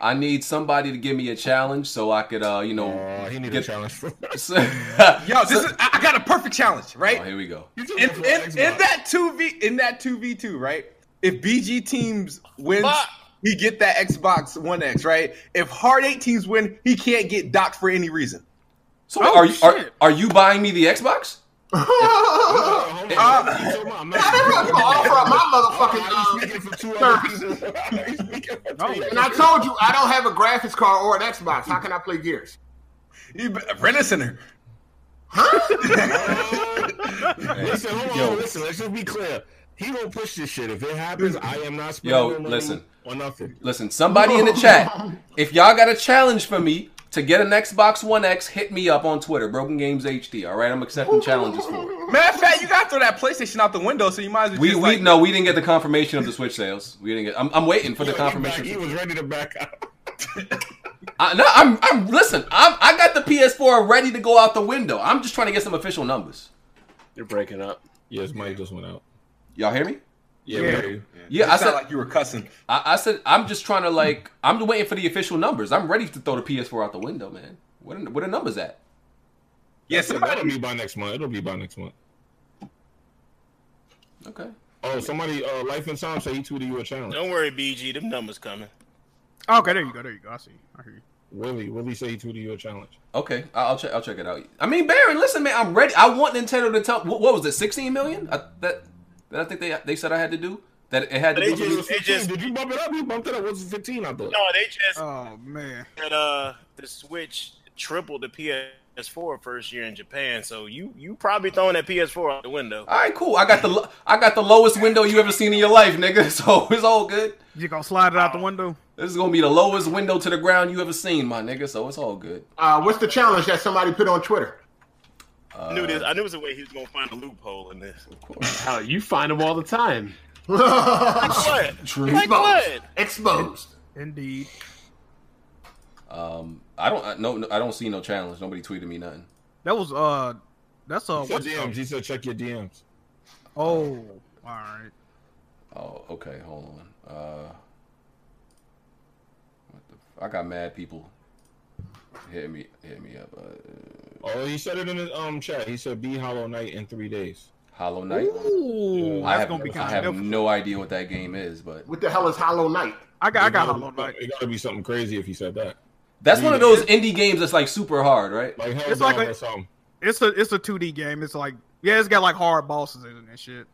I need somebody to give me a challenge so I could uh you know.
Oh, he need a
Get-
challenge. For
so-
Yo, this is I I got a perfect challenge,
oh,
right?
here we go.
In, in, in that two v in that two v two, right? If BG teams wins,
Fuck.
he get that Xbox One X, right? If Hard Eight teams win, he can't get docked for any reason.
So
Oh,
are you are,
shit.
are you buying me the Xbox?
Uh,
I'm
I'm gonna offer up my motherfucking. Um,
speaking for two other people. He's speaking for two
and I told you, I don't have a graphics card or an Xbox. How can I play Gears?
You be- Rent a center.
Listen, hold on,
Yo.
listen. Let's just be clear. He gonna push this shit. If it happens, I am not spending
Yo,
no money
listen.
on nothing.
Listen, somebody in the chat, if y'all got a challenge for me to get an Xbox One X, hit me up on Twitter, Broken Games HD. All right, I'm accepting challenges for it.
Matter of fact, you gotta throw that PlayStation out the window, so you might as well.
We
just,
we
like,
no, we didn't get the confirmation of the Switch sales. We didn't get. I'm, I'm waiting for the
Yo, he, back,
confirmation.
he was ready to back out.
I, no, I'm, I'm. Listen, I'm. I got the PS4 ready to go out the window. I'm just trying to get some official numbers.
You're breaking up.
Yes, Mike just went out.
Y'all hear me?
Yeah,
Yeah.
we do.
Yeah, I said.
It sounded like you were cussing.
I, I said. I'm just trying to like. I'm waiting for the official numbers. I'm ready to throw the PS4 out the window, man. What are, what are numbers at?
Yeah,
It'll
somebody.
be by next month. It'll be by next month.
Okay.
Oh, somebody, uh, Life and Time said he tweeted you a challenge.
Don't worry, BG. Them numbers coming.
Okay, there you go. There you go. I see. I hear you.
Willie, Willie said he tweeted you a challenge.
Okay. I- I'll check. I'll check it out. I mean, Baron, listen, man. I'm ready. I want Nintendo to tell. What, what was it? 16 million? I, that that I think they they said I had to do. That it had to
They
be.
just-
It was
they
15.
just-
Did you bump it up? You bumped it up. It was 15, I thought.
Oh,
No, they just
Oh man.
that uh the Switch tripled the PS PS4 first year in Japan, so you you probably throwing that PS4 out the window.
All right, cool. I got the lo- I got the lowest window you ever seen in your life, nigga. So it's all good.
You gonna slide it out the
Oh.
window?
This is gonna be the lowest window to the ground you ever seen, my nigga. So it's all good.
Uh, what's the challenge that somebody put on Twitter?
I
Uh,
knew this. I knew it was a way he was gonna find a loophole in this.
Hell, you find them all the time.
What?
True.
Like what?
Exposed.
Indeed.
Um, I don't. I, no, no, I don't see no challenge. Nobody tweeted me nothing.
That was uh, that's uh,
Check
what's
your DMs. He said, check your DMs.
oh, all right.
Oh, okay. Hold on. Uh, what the? F- I got mad people. Hit me, hit me up. Uh,
Oh, he said it in the um chat. He said, "Be Hollow Knight in three days."
Hollow Knight.
Ooh,
I
that's
have,
gonna be
I
kind of
have
different.
no idea what that game is, but
What the hell is Hollow Knight?
I got, I
It
got
gotta-
Hollow Knight.
It got to be something crazy if he said that.
that's one of those indie games that's like super hard, right?
Like hell,
It's
it's
like a-
or something.
It's a it's a 2D game. It's like yeah, it's got like hard bosses in it and shit.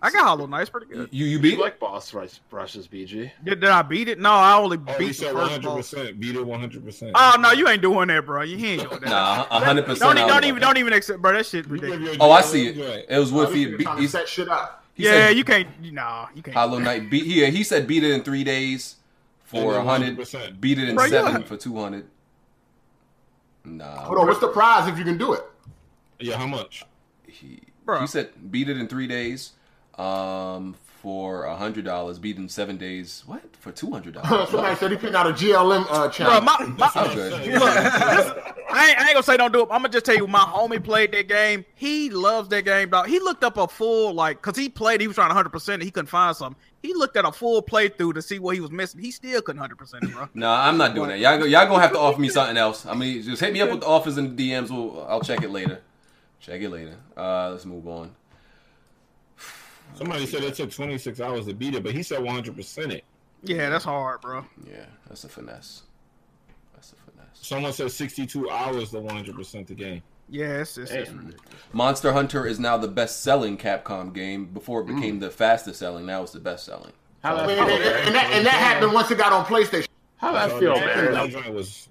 I got Hollow Knight. It's pretty
You
good.
you
You
beat it?
like boss rush, rushes, BG?
Did, did I beat it? No, I only
Oh, he
beat the
said
first boss.
100%. Beat it 100%.
Oh no, you ain't doing that, bro. You ain't doing that.
Nah, a
Don't,
hundred percent.
e-
I
don't
was
even
like
don't e- Oh, even accept, bro. That shit
You give
ridiculous.
your
that. Oh, I
DMs,
see it.
right.
It was with
This
he,
nigga
he,
trying to
he,
set shit up.
Yeah,
said
you can't. Nah, you can't.
Hollow Knight beat. Yeah, he said beat it in three days for
Yeah,
a hundred.
100%.
Beat it in
Bro, you
seven
a-
for two hundred.
Hold
Nah,
on, what's the prize if you can do it?
Yeah, how much?
he,
Bro.
he said beat it in three days. Um, for a hundred dollars, beat it in seven days. What for two hundred
Somebody
dollars?
said he putting out a GLM uh,
Bro,
challenge.
my, my,
I'm good.
look, this- I, ain't, I ain't gonna say don't do it. I'm gonna just tell you, my homie played that game. He loves that game, dog. He looked up a full like, cause he played. He was trying 100 percent. He couldn't find something. He looked at a full playthrough to see what he was missing. He still couldn't 100 percent, bro.
Nah, I'm not doing that. Y'all, go- y'all gonna have to offer me something else. I mean, just hit me up with the offers and the DMs. We'll, I'll check it later. Check it later. Uh, let's move on.
Somebody said it took 26 hours to beat it, but he said 100% it.
Yeah, that's hard, bro.
Yeah, that's a finesse. That's a finesse.
Someone said 62 hours to 100% the game.
Yeah, it's it's, it's
Monster Hunter is now the best-selling Capcom game. Before it became the fastest-selling, now it's the best-selling.
How
I
that
mean, and,
feel,
and- and
man?
that, and that happened once it got on PlayStation.
How that
So
feel,
the- that
man?
joint was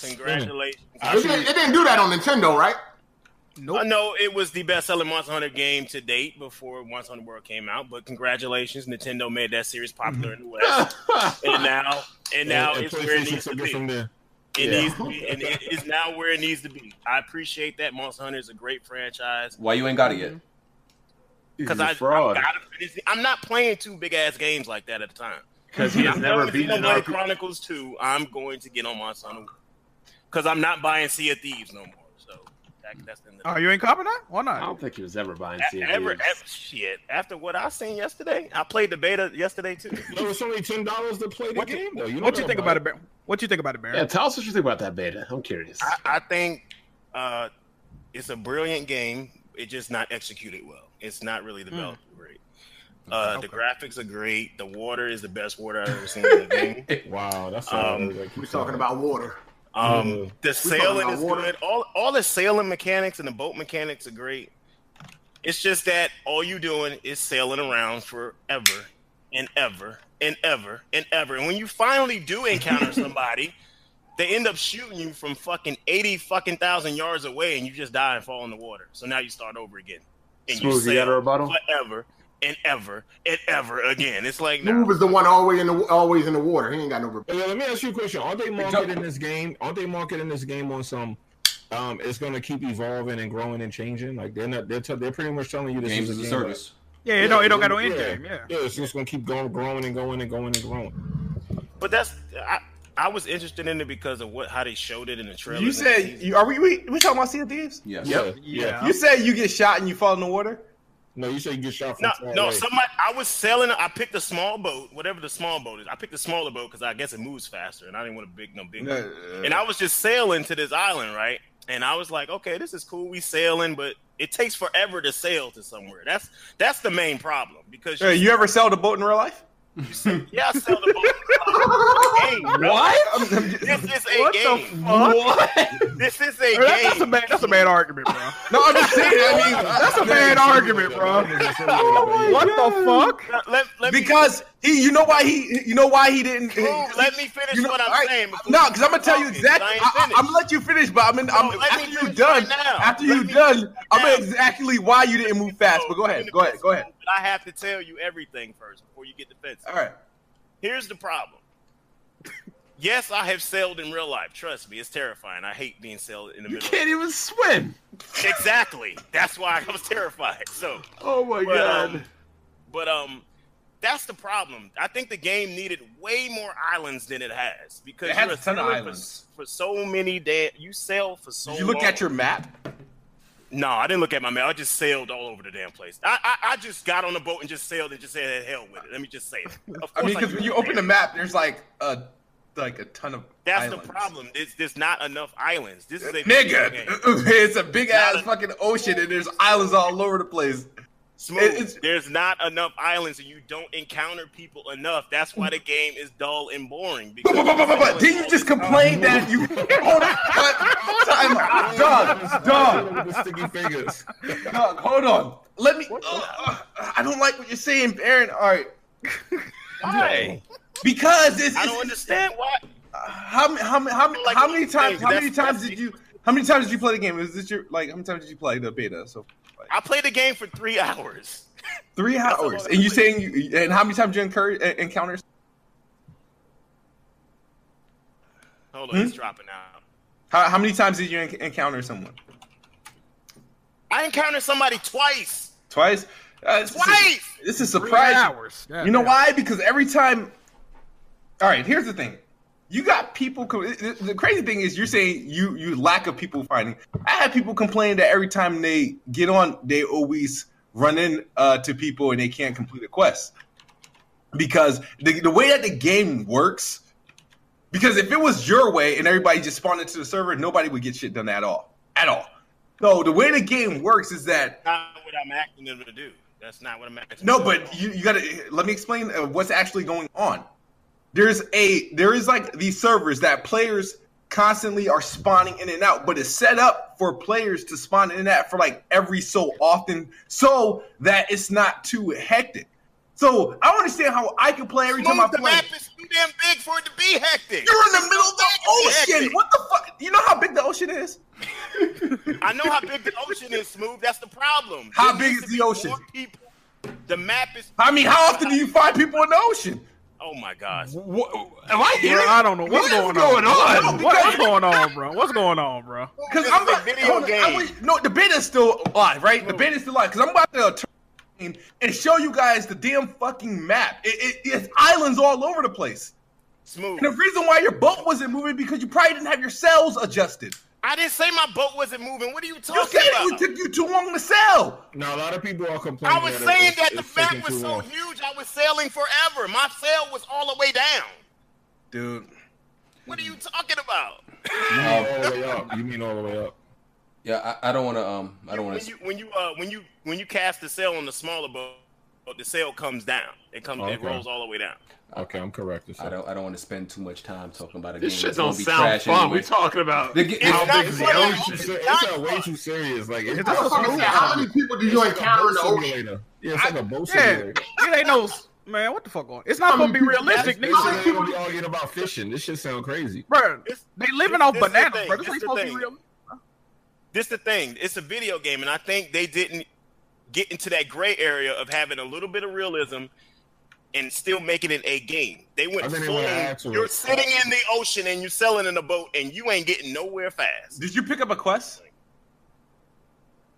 Congratulations.
It didn't, it didn't do that on Nintendo, right?
Uh, no, it was the best selling Monster Hunter game to date before Monster Hunter World came out. But congratulations, Nintendo made that series popular in the West, and now and now
and
it's where it needs to
took it
be.
from
It
there.
needs to be, and it is now where it needs to be. I appreciate that Monster Hunter is a great franchise
Why you ain't got it yet?
because I, I
fraud.
gotta finish. the- I'm not playing two big ass games like that at a time.
Because he has
I'm
never
going to
beaten an
Xenoblade
RP-
Chronicles Two. I'm going to get on Monster Hunter because I'm not buying Sea of Thieves no more. So that, that's the end of
Oh, you ain't copying that? Why
I
not?
don't think he was ever
E-
buying
A-
CFDs.
Ever, ever, shit. After what I seen yesterday, I played the beta yesterday too.
There was only $10 to play the
What
game, though.
you,
You
what
know
you think about it, Barry? What you think about it, Barry?
Yeah, tell us what you think about that beta. I'm curious.
I, I think uh, it's a brilliant game. It's just not executed well. It's not really developed great. Uh, The graphics are great. The water is the best water I've ever seen in a game.
Wow, that's
Um,
We're talking about water.
Um, the sailing
about
is
water.
good. All all the sailing mechanics and the boat mechanics are great. It's just that all you doing is sailing around forever and ever and ever and ever. And when you finally do encounter somebody, they end up shooting you from fucking eighty fucking thousand yards away, and you just die and fall in the water. So now you start over again, and
Smooth, you got a
sail
rebuttal?
forever and ever and ever again. It's like nah.
Move is the one always in the always in the water. He ain't got no. rep-
Hey, yo, let me ask you a question. Aren't they marketing this game? Aren't they marketing this game on some? Um, it's gonna keep evolving and growing and changing. Like they're not. They're t- they're pretty much telling you this is
Games as a
game
service.
yeah, it
that-
don't it don't got no end
yeah,
game. Yeah.
yeah, it's just gonna keep going, growing and going and going and growing.
But that's I. I was interested in it because of what how they showed it in the trailer.
You said you, are we, we we talking about Sea of Thieves?
Yes.
Yep. Yeah.
Yeah.
You said you get shot and you fall in the water.
No, you say you get shot from
No,
far
no.
away.
Somebody, I was selling. I picked a small boat, whatever the small boat is. I picked a smaller boat because I guess it moves faster, and I didn't want a big, no big. one. And I was just sailing to this island, right? And I was like, okay, this is cool. We sailing, but it takes forever to sail to somewhere. That's that's the main problem because you,
Hey, Uh, you ever sailed a boat in real life?
yeah, I sail the boat. Hey, bro,
What?
This is a
What the
game.
what?
This is a
Bro, that- that's a
game.
bad that's a bad argument, bro.
No, I'm just saying. I mean,
That's a bad argument, bro. Oh
Somebody-
What the fuck?
Let, let me-
because He, you know why he, you know why he didn't.
Cool, let me finish
you know-
what I'm
all right.
saying.
No, because I'm gonna tell you
talking,
exactly.
'cause I
I,
ain't
am gonna let you finish, but I'm, in, I'm
No, let me
after you
finish
done.
right now.
after
Let
you
me
done,
finish right
I'm gonna
now.
exactly why you didn't move fast. But go
you're
ahead,
in the
go ahead,
best
go ahead.
mood, But I have to tell you everything first before you get defensive.
All right,
Here's the problem. yes, I have sailed in real life. Trust me, it's terrifying. I hate being sailed in the
You
middle.
can't even swim.
Of- exactly. That's why I was terrified. So,
Oh my
But,
god.
um, but um, that's the problem. I think the game needed way more islands than it has because
It has
you're
a ton of
sailing for-
islands.
for, so many days. You sail for so.
Did you look
long.
at your map.
No, I didn't look at my map. I just sailed all over the damn place. I, I I just got on the boat and just sailed and just said hell with it. Let me just say it. Of
I
course
mean, because when
did
you open
that.
the map, there's like a like a ton of.
That's
islands.
the problem. It's, there's not enough islands. This is a video
nigga.
game.
It's a big ass
Not a-
fucking ocean, and there's islands all over the place.
Smooth.
It- it's-
there's not enough islands, and you don't encounter people enough. That's why the game is dull and boring.
But,
Because
but, but, but, but, but, didn't you just complain that you hold on, time, Doug, Doug,
With the sticky fingers.
Doug, hold on. Let me. uh, uh, I don't like what you're saying, Aaron. All right,
Why?
because it's,
I
it's uh,
don't understand why.
how many how many how many,
Like,
how many times
things,
how many
that's-
times
that's
did you how many times did you play the game? Is this your like how many times did you play the beta? So
I played the game for three hours.
three
a lot
hours,
of
and you
play.
saying you and how many times you incur en- encounter?
Hold on,
Hmm?
it's dropping out.
How, how many times did you en- encounter someone?
I encountered somebody twice.
Twice. Uh, this is-
Twice!
This is
Three
surprising.
hours.
You know
Goddamn.
why? Because every time. All right, here's the thing. You got people. co- the- The crazy thing is, you're saying you you lack of people finding. I have people complain that every time they get on, they always run in uh, to people and they can't complete a quest because the the way that the game works. Because if it was your way and everybody just spawned into the server, nobody would get shit done at all, at all. So the way the game works is that
Not what I'm asking them to do. That's not what I'm asking.
no,
them to
but
do.
you, you gotta let me explain uh, what's actually going on. There's a there is like these servers that players constantly are spawning in and out, but it's set up for players to spawn in and out for like every so often, so that it's not too hectic. So I don't understand how I can play every time I
Smooth, the
play.
map is too damn big for it to be hectic.
You're in the middle of
It's
the ocean.
hectic.
What the fuck? You know how big the ocean is?
I know how big the ocean is, smooth. That's the problem.
How
There
big
needs
is
to
the
be
ocean?
more people. The map is.
I mean, how often do you find people in the ocean?
Oh my gosh.
What, am I here?
Bro, I don't know what's
What is
going, on.
going on?
What- what's going on, bro? What's going on, bro?
Because
This
I'm
is a
about,
video
hold on, I
game.
was- no, the beta is still alive, right? The beta is still alive. Because I'm about to turn and show you guys the damn fucking map. It, it, it's islands all over the place.
Smooth.
And the reason why your boat wasn't moving because you probably didn't have your sails adjusted.
I didn't say my boat wasn't moving. What are you
You
talking
said it
about?
would- took you too long to sail.
Now a lot of people are complaining.
I was
it-
saying
it's-
that the
it's taking
map was
too
so
long.
huge, I was sailing forever. My sail was all the way down.
Dude.
What are you talking about?
Um,
all the way up. You mean all the way up?
yeah, I, I don't want to. Um, I don't want
When
to.
you when you uh, when you when you cast the sail on the smaller boat, the sail comes down. It comes,
Oh,
it
okay.
rolls all the way down.
Okay, I'm correct.
I don't. I don't want to spend too much time talking about a game.
This shit
that's gonna
don't
be
sound
trash
fun.
anyway.
We're talking about
The ga-
how
It's not
big is the
fun.
ocean.
It's, a, it's a way too serious. Like it's,
That's
like
what
a
I'm
boat
saying.
How many people do you encounter in the ocean?
simulator. Yeah, it's like a boat
Yeah,
simulator.
it ain't no man. What the fuck on? It's
Um,
not gonna be realistic,
This shit ain't
nigga.
gonna be arguing about fishing. This shit sound crazy.
Bro,
It's-
they living off
this is the
bananas,
thing,
bro. This
this
ain't
the
supposed to be
thing.
real.
this the thing. It's a video game, and I think they didn't get into that gray area of having a little bit of realism and still making it a game. They
I
went
think they
full.
went actual-
You're sitting in the ocean and you're sailing in a boat, and you ain't getting nowhere fast.
Did you pick up a quest?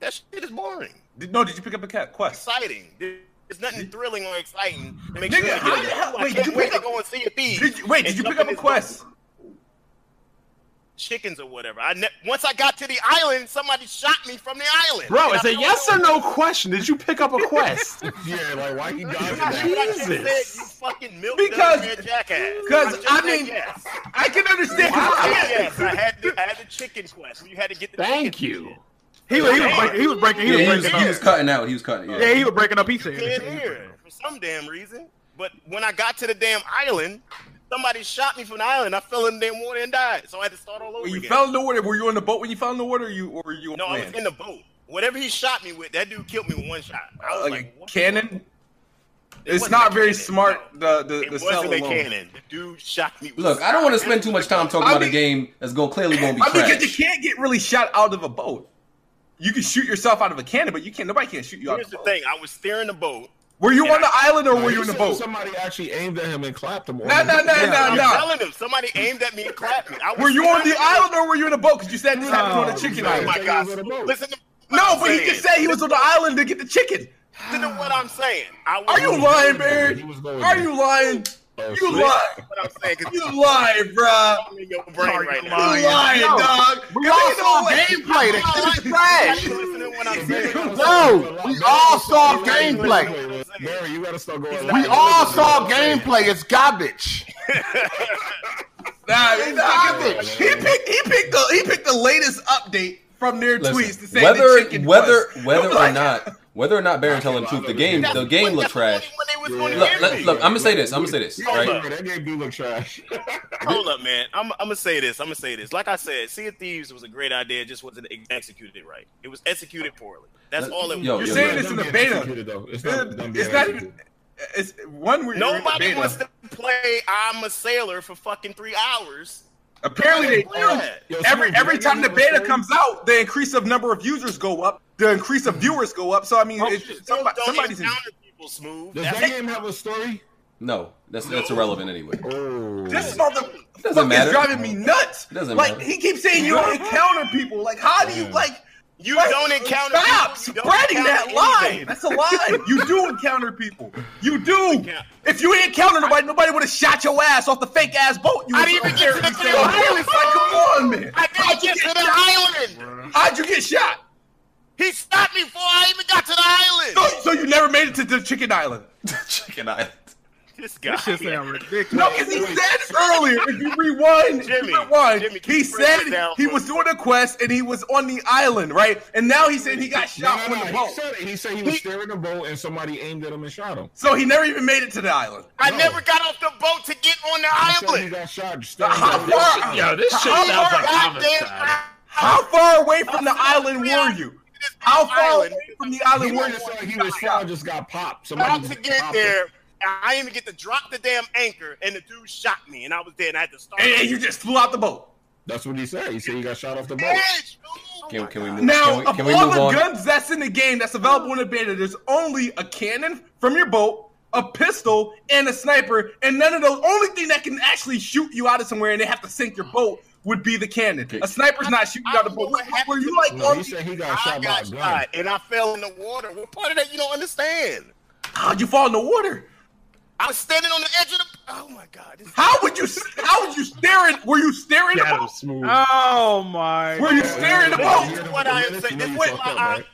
That shit is boring.
Did, no, did you pick up a ca- quest?
Exciting. There's nothing thrilling or exciting. It makes
Nigga,
you wanna
how
get
the hell-
out. I
wait,
can't
did you
wait
pick
to
up-
go and see a thief.
Did you, wait,
and
did you
jump
pick up
in
a
his boat.
quest?
Chickens or whatever. I ne- once I got to the island, somebody shot me from the island.
Bro,
And
it's
I
a
fell
yes or
over.
no question. Did you pick up a quest?
Yeah, like why he dodging
That's
that?
what I just
Jesus.
said, you fucking milk
Because-
because jackass.
Because,
I just
I
said
mean-
yes.
I can understand.
I said yes. I had the, I had the chicken quest. where You had to get the.
Thank
chicken
you.
He was, he was, break, he was breaking. He
Yeah,
was
he was,
breaking
he was
up.
cutting out. He was cutting. Yeah.
Yeah, he was breaking up. He
Dead
said.
here for some damn reason. But when I got to the damn island, somebody shot me from the island. I fell in the damn water and died. So I had to start all over
When you
again.
fell in the water, were you in the boat when you fell in the water? Or you or were you on
no, I was
land?
in the boat. Whatever he shot me with, that dude killed me with one shot. I was
Like
like,
a
what?
Uh, cannon? It's
wasn't
not
a
very
canon,
smart.
no.
The the,
It
the cell
wasn't a
alone.
cannon. The dude shocked me. with-
Look, I don't want to spend too much time talking
I
about a
mean-
game that's going clearly going to be
I mean, because
trash.
you can't get really shot out of a boat. You can shoot yourself out of a cannon, but you can't. Nobody can shoot you out
Here's
of
the
a boat.
thing. I was steering the boat.
Were you
And
on the island or were
He
you in the
said
boat?
Somebody actually aimed at him and clapped him.
No, no, no, no,
I'm
no.
telling him. Somebody aimed at me and clapped me. I was
Were you on the
steering boat.
island or were you in the boat? Because you said this happened on a chicken
no.
Oh
island.
my God! Listen to
No, but he just said he was on the island to get the chicken.
Listen to what I'm saying. I was
Are you lying, Barry?
He was going
Are
there.
you lying?
Oh,
You
shit.
lying?
What I'm saying because
You lying, bruh?
I'm in your brain right
You
now.
lying,
No.
dog?
We
You
all
ain't no
saw
way-
gameplay. That shit was
Are
trash.
you listening to what I'm saying?
No, we all saw
Wait, wait,
gameplay.
wait, wait, wait. Barry, you gotta start going.
We all saw gameplay. It's garbage.
Nah, he's not giving a
Garbage.
shit. he picked. He picked the. He picked the latest update from their
Listen,
tweets to say the
whether
chicken
whether
was-
whether
I'm
or
like,
not whether or not Baron telling the truth, the game the game looked
That's the
trash.
only one they was
Look,
gonna
look,
give
look,
me.
I'm gonna say this. I'm gonna say this.
Right.
Right?
That game do look trash.
Hold up, man. I'm, I'm gonna say this. I'm gonna say this. Like I said, Sea of Thieves was a great idea. It just wasn't ex- executed right. It was executed poorly. That's all it was.
Yo,
You're
yo,
saying
yo.
this in the
Dumb
beta.
being executed, though. It's not, dumb being
It's not
executed.
even. It's one where you're in the
Nobody
beta.
wants to play I'm a sailor for fucking three hours.
Apparently they do.
Yeah.
Yo,
Every
Snoop,
every
did y'all
time the
know
beta
what's
comes out, the increase of number of users go up. The increase of viewers go up. So I mean,
Oh, Don't
it's, somebody,
don't
somebody's in-
encounter people smooth.
Does
That's
that game have a story?
No, that's that's irrelevant anyway.
Oh,
this is all the
Doesn't
fuck
matter.
is driving me nuts.
Doesn't
like
matter.
he keeps saying you don't encounter people. Like how do you
Yeah.
like?
You
like,
don't encounter
Stop
people, you don't
spreading that
encounter
lie.
anything.
That's a lie. You do encounter people. You do.
Encounter.
If you ain't encounter nobody, nobody would have shot your ass off the fake ass boat. You
I
was
didn't even
on.
get to the
So
thing.
how is- like, come on, man.
I didn't get to the island.
How'd you get shot?
He stopped me before I even got to the island.
So, so you never made it to the chicken island.
Chicken Island.
This guy.
Shit sound
No,
ridiculous.
because he said earlier, if you rewind, if you
Jimmy,
rewind,
Jimmy, can
he
you break it
said
down
he
for
was
me?
doing a quest and he was on the island, right? And now he said he got
No,
shot
no, no.
on the
He
boat.
said it. He said he was
He-
steering the boat and somebody aimed at him and shot him.
So he never even made it to the island.
I never got off the boat to get on the
He said he
island.
got shot.
How
Steering the boat.
far,
Yo, this shit
How
sounds
far-
like homicide.
Goddamn.
how far away from the island were you? How far away
Island.
from the
He
island were
might
you?
have said he was far, just got popped.
About
Somebody just
to get
popped him.
there. I didn't even get to drop the damn anchor, and the dude shot me, and I was there, and I had to start.
And, and you just flew out the boat.
That's what he said. He said he got shot off the boat.
Edge, dude.
Can, can we move?
Oh Now,
can we, can we
of all
move
the
on?
guns that's in the game that's available in the beta, there's only a cannon from your boat, a pistol, and a sniper, and none of those. Only thing that can actually shoot you out of somewhere and they have to sink your boat would be the cannon.
Okay.
A sniper's not shooting you out of the boat. What, what were you like?
No,
on
he
the-
said he got
I
shot by
got
a gun.
shot, and I fell in the water. What part of that you don't understand?
How'd you fall in the water?
I was standing on the edge of the. Oh my god! This
How would you? How would you staring? Were you staring? at the
Got him
boat?
smooth.
Oh my!
Were you staring at the boat?
is what I am saying. This is what my aunt-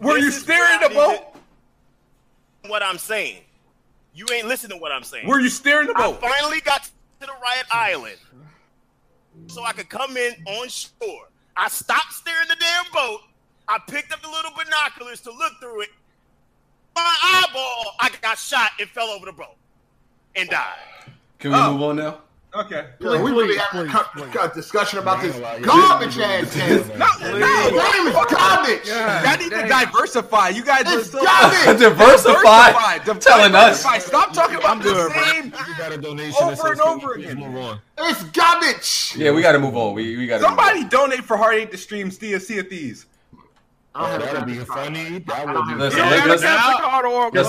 Were you
This is
staring
where
at
I
the boat?
what I'm saying. You ain't listening to what I'm saying.
Were you staring at the
I
boat?
finally got to the right island so I could come in on shore. I stopped steering the damn boat. I picked up the little binoculars to look through it. My eyeball, I got shot and fell over the boat and died.
Can we
Oh.
move on now?
Okay.
Yeah, we really
Please,
having a
please,
co- co- discussion about this
Nah, nah,
garbage
yeah.
ass game.
No, no,
This game is garbage.
Y'all need to diversify. You guys are
It's
still
garbage.
Diversify.
Diversify.
Telling us.
Diversify. Stop talking about the
good, bro.
same.
You got a donation
Over
that says,
and over
"Please
again."
Move on.
It's garbage.
Yeah, we got to move on. We we got to.
Somebody donate for Heartache to stream CFC of Thieves.
I don't
That
have
would be
a garbage.
funny. That would be.
don't
Listen,
Yeah,
let-
that's-
let's- Let's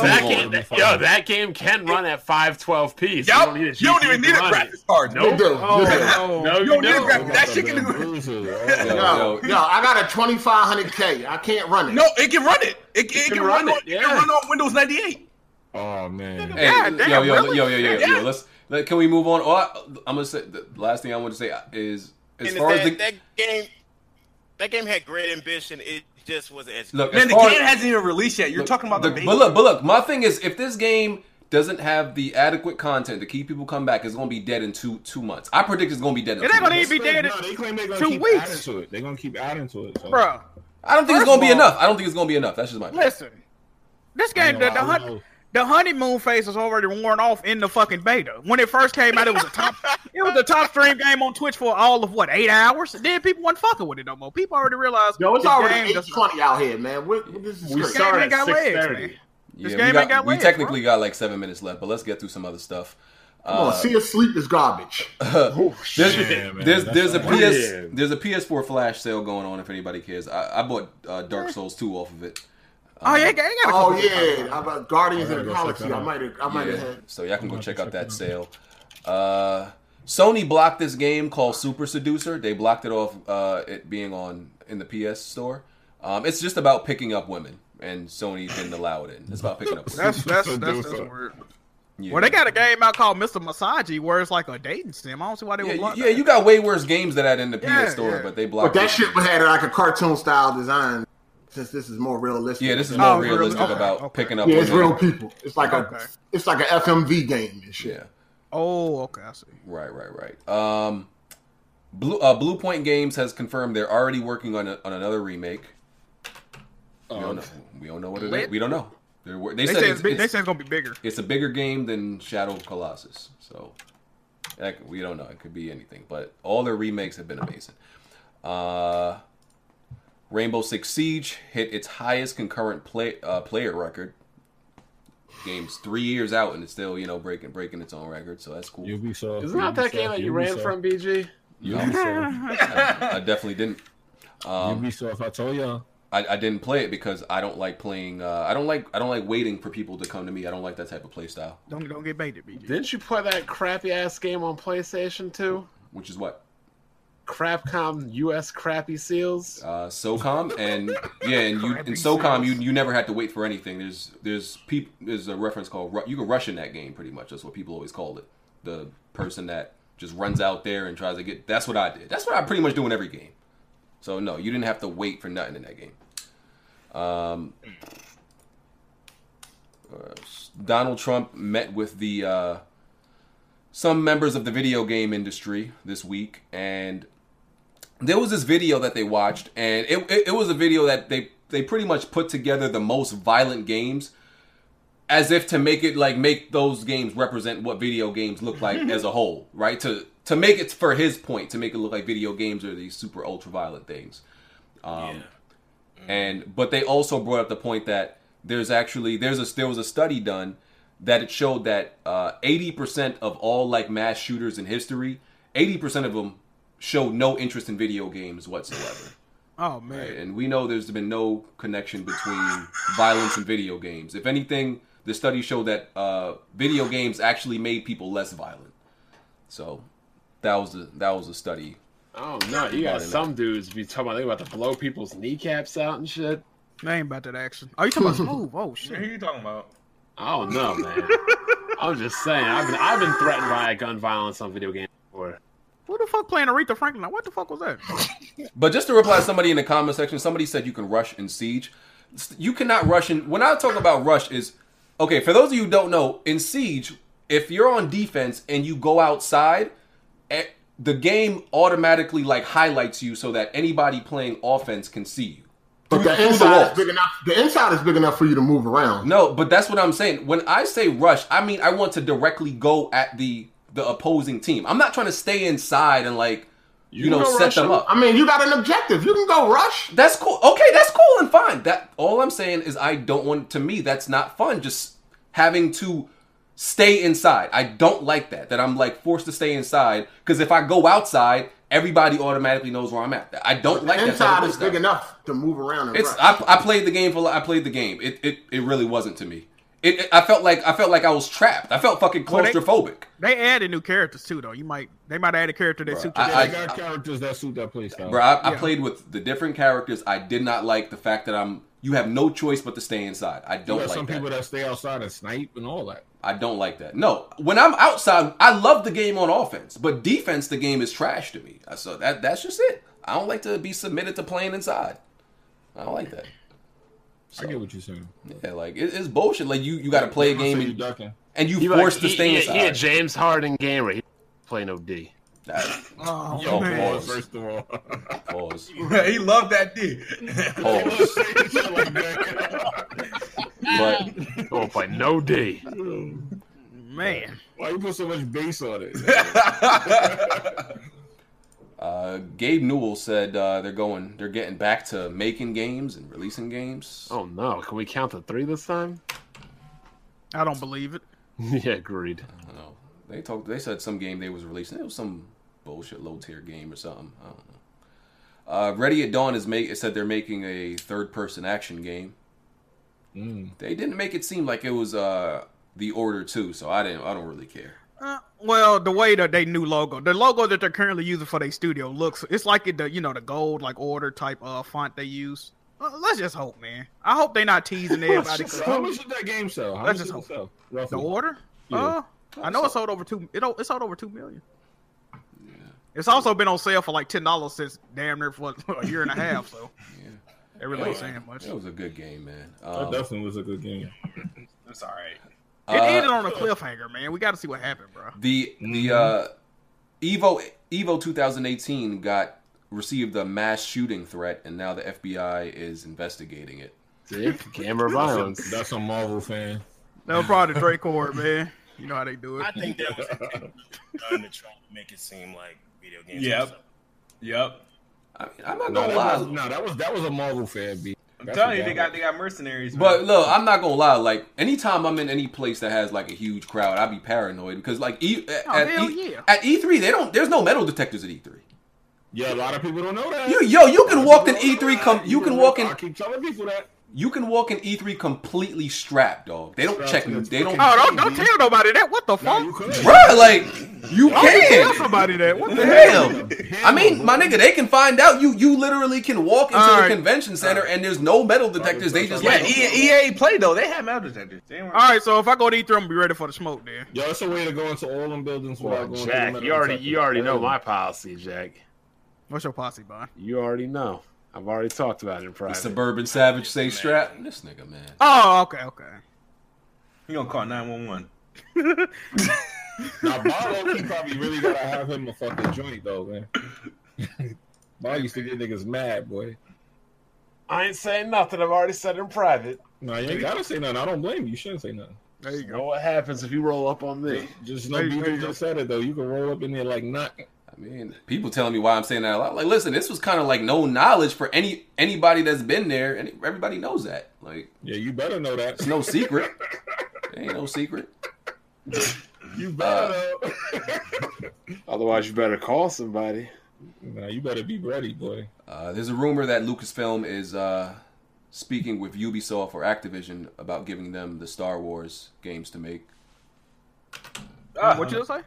that
move
game,
on.
that- yo, that game can run at 512p. So
Yup.
you don't need
You
a
don't even
GPU
need
to
a
run
graphics
it.
card.
Nope.
You do.
Oh,
You do.
no.
No, you,
You don't need a
don't.
graphic- that shit
Goddamn
can-
bruises.
Yo,
Oh,
No,
yo.
no, I got a 2500K. I can't run it.
No, it can run it. It, it, can, run, on,
it,
it can
yeah.
run on Windows 98.
Oh man.
Hey, yo, yo, yo, yo, yo, yo, let's. Let, can we move on? Or I, I'm gonna say the last thing I want to say is as
And
far
that,
as the
that game, that game had great ambition. It just wasn't as
look.
Man,
as
the
far
game
as-
hasn't even released yet. You're
Look,
talking about the,
the-
beta.
but look, but look, my thing is, if this game doesn't have the adequate content to keep people come back, it's going to be dead in two two months. I predict it's going to be dead. In
It
two
ain't gonna
months.
even be dead in
No, they claim they're gonna
two
keep
weeks.
adding to it. They're gonna keep adding to it. So.
bro.
I don't think it's
First
going to be
of all-
enough. I don't think it's going to be enough. That's just my.
Listen, this
I
game,
know,
the, the,
I
hun-
know.
the honeymoon phase was already worn off in the fucking beta. When it first came out, it was a top, it was a top stream game on Twitch for all of what eight hours. Then people weren't fucking with it no more. People already realized.
Yo, it's
this
already
game does-
820 out here, man. What, what- this is
We
crazy.
game
started
ain't
at
got legs,
6:30.
man. This
Yeah,
game
we got,
ain't got
we
legs,
technically got like seven minutes left, but let's get through some other stuff.
Come
uh,
on, see us sleep is garbage.
There's
Yeah, man,
there's
that's
there's a
not-
PS
Yeah.
there's a PS4 flash sale going on if anybody cares. I, I bought uh,
Eh.
Dark Souls 2 off of it.
Oh yeah, I got a
Oh
couple-
yeah, how about Guardians
I
of the
gotta go check
Galaxy.
that
I
out.
might have, I might have
Yeah,
had.
so y'all can go
gonna
check
check
out that
that
sale. Uh, Sony blocked this game called Super Seducer. They blocked it off uh, it being on in the PS store. Um, it's just about picking up women, and Sony didn't allow it in. It's about picking up women.
That's that's that's, that's,
Seducer.
weird.
Yeah.
Well, they got a game out called Mr. Masagi where it's like a dating sim. I don't see why they
Yeah,
would
you,
block
yeah,
that.
you got way worse games than that in the
Yeah,
PS store,
yeah.
but they
But
blocked
that
it.
shit had like a cartoon style design. Since this is more realistic.
Yeah, this is
Oh,
more
really?
realistic
Okay,
about
okay.
picking up
Yeah, it's
women.
real people. It's like
Okay.
a it's like a FMV game and shit.
Yeah.
Oh, okay, I see.
Right, right, right. Um, Blue, uh, Blue Point Games has confirmed they're already working on a, on another remake. We don't know. We don't know what it is. We don't know. They're wor- They,
They
said
say
it's,
it's big, they
it's-
say it's gonna be bigger.
it's a bigger game than Shadow of Colossus. So heck, we don't know. It could be anything. But all their remakes have been amazing. Uh, Rainbow Six Siege hit its highest concurrent play, uh, player record. Game's three years out and it's still you know breaking breaking its own record. So that's cool.
Ubisoft.
Isn't that that
Ubisoft,
game that you ran
Ubisoft,
from, BG?
Ubisoft.
I, I definitely didn't. Um,
Ubisoft. I told y'all.
I, I didn't play it because I don't like playing. Uh, I don't like. I don't like waiting for people to come to me. I don't like that type of play style.
Don't don't get baited, BG.
Didn't you play that crappy ass game on PlayStation 2?
Which is what
Crapcom US Crappy Seals?
uh, SOCOM and yeah, and you in
Crappy
SOCOM you
sales.
you never had to wait for anything. There's there's peop, there's a reference called Ru- you can rush in that game pretty much. That's what people always called it. The person that just runs out there and tries to get. That's what I did. That's what I pretty much do in every game. So no, you didn't have to wait for nothing in that game. Um, uh, Donald Trump met with the uh, some members of the video game industry this week, and there was this video that they watched, and it, it, it was a video that they they pretty much put together the most violent games, as if to make it like make those games represent what video games look like as a whole, right? To to make it for his point, to make it look like video games are these super ultra violent things. Um, and but they also brought up the point that there's actually there's a there was a study done that it showed that uh, 80% of all like mass shooters in history 80% of them show no interest in video games whatsoever
Oh man,
right? and we know there's been no connection between violence and video games if anything the study showed that uh, video games actually made people less violent so that was the that was a study
Oh no, you got some dudes be talking about they about to blow people's kneecaps out and shit.
they ain't about that action. Oh, you talking about smooth? Oh
Who
shit.
you talking about?
I don't know, man. I'm just saying, I've been I've been threatened by gun violence on video games before.
Who the fuck playing Aretha Franklin? Like, What the fuck was that?
But just to reply to somebody in the comment section, somebody said you can rush in Siege. You cannot rush in. When I talk about rush, is okay. For those of you who don't know, in Siege, if you're on defense and you go outside, eh, the game automatically like highlights you so that anybody playing offense can see you.
But
Through-
the
through
inside is
walls.
big enough. The inside is big enough for you to move around.
No, but that's what I'm saying. When I say rush, I mean I want to directly go at the the opposing team. I'm not trying to stay inside and like you, know
can go
set
rush
them
them.
up.
I mean, you got an objective. You can go rush.
That's cool. Okay, that's cool and fine. That all I'm saying is I don't want to me that's not fun just having to stay inside. I don't like that that I'm like forced to stay inside cuz if I go outside, everybody automatically knows where I'm at. I don't like
the
that.
inside
type of
is big
stuff.
enough to move around and
It's
rush.
I, I played the game for I played the game. It it, it really wasn't to me. It, it- I felt like I felt like I was trapped. I felt fucking
Well, they-
claustrophobic.
They added new characters too, though. You might they might add a character that
Bruh,
suits.
I-
Yeah,
your
I,
I-
taste.
got characters that suit that playstyle.
Bro, I, I
Yeah.
played with the different characters. I did not like the fact that I'm you have no choice but to stay inside. I
You
don't
got
like
some
that.
people that stay outside and snipe and all that.
I don't like that. No, when I'm outside, I love the game on offense, but defense, the game is trash to me. So that that's just it. I don't like to be submitted to playing inside. I don't like that.
I get what you're saying.
Yeah, like it, it's bullshit. Like you, you got to play a
I'm gonna
game
say you
and,
ducking.
and you
You
forced to
like,
stay
he, he,
inside.
he a James Harden game where he play no D.
That-
Oh,
Yo,
man.
pause.
First of all,
pause.
he loved that D.
Pause. But
He won't play no D.
man.
why you put so much bass on it?
uh, Gabe Newell said uh, they're going, they're getting back to making games and releasing games.
Oh no, can we count to three this time?
I don't believe it.
yeah, agreed.
I don't know. They talked. They said some game they was releasing. It was some bullshit low tier game or something. I don't know. Uh, Ready at Dawn is make. It said they're making a third person action game.
Mm.
They didn't make it seem like it was uh the order too. So I didn't. I don't really care.
Uh, well, the way that they new logo, the logo that they're currently using for their studio looks, it's like it, the you know the gold like order type uh font they use. Uh, let's just hope, man. I hope they're not teasing everybody. 'cause
So how much did that game sell? How
Let's
much
just
did it sell?
hope. the
Roughly.
order,
Yeah.
uh, I know it's sold over two. It o- it sold over two million. It's also been on sale for like ten dollars since damn near for a year and a half. So
Yeah.
it really ain't
Anyway,
saying much.
It was a good game, man.
That
Um,
definitely was a good game.
That's all right.
it
uh,
ended on a cliffhanger, man. We got to see what happened, bro.
The the uh,
Mm-hmm.
Evo Evo 2018 got received a mass shooting threat, and now the FBI is investigating it.
See? Camera
That's
violence.
a, that's a Marvel fan.
That was probably the Drake Cord, man. You know how they do
I
it.
think that was done to try to make it seem like video games.
Yep.
was something.
Yep.
I mean, I'm not
No,
gonna
that
lie,
was, no, that was that was a Marvel fan beat.
I'm
That's
telling
a
you, they
bad
got they got mercenaries.
but
man.
look, I'm not gonna lie. Like anytime I'm in any place that has like a huge crowd, I be paranoid because like e- at,
Oh, hell
e-
yeah.
at E3 they don't. There's no metal detectors at E3.
Yeah, a lot of people don't know that.
You yo, you can walk in
People don't know
E3.
that.
Com- you can walk in.
I keep telling people that.
You can walk in E3 completely strapped, dog. They don't
Strapped
check
to
you.
the
They don't.
Oh, don't, don't tell nobody that. What the
No,
fuck?
you could.
Bruh, like you
Don't tell
can.
somebody that. What the hell?
Damn. I mean, my nigga, they can find out. You you literally can walk into
All
the
right.
convention center and there's no metal detectors. They just
yeah, E
like
EA, EA play though. They have metal detectors. They weren't-
All right, so if I go to E3, I'm gonna be ready for the smoke then.
Yo, it's a way to go into all them buildings without
Well,
going
Jack,
through the
you already you already know my
my.
policy, Jack.
What's your posse, Bond?
You already know. I've already talked about it in
E
the
private.
suburban savage say strap. This nigga man.
Oh, okay, okay.
You gonna call nine one one?
Now, Bob, he probably really gotta have him a fucking joint though, man. Bob used to get niggas mad, boy.
I ain't saying nothing. I've already said it in private.
No, you ain't gotta say nothing. I don't blame you. You shouldn't say nothing.
There you
You
go.
know what happens if you roll up on me?
Just no
There you- there
BJ
you go.
just said it though. You can roll up in there like not.
I mean, people telling me why I'm saying that a lot. Like, listen, this was kind of like no knowledge for any anybody that's been there, and everybody knows that. Like,
Yeah, you better know that.
it's no secret. it ain't no secret.
You better
Uh.
Otherwise, you better call somebody.
know. Nah, you better be ready, boy.
Uh, there's a rumor that Lucasfilm is uh, speaking with Ubisoft or Activision about giving them the Star Wars games to make. Uh-huh.
what you gonna say?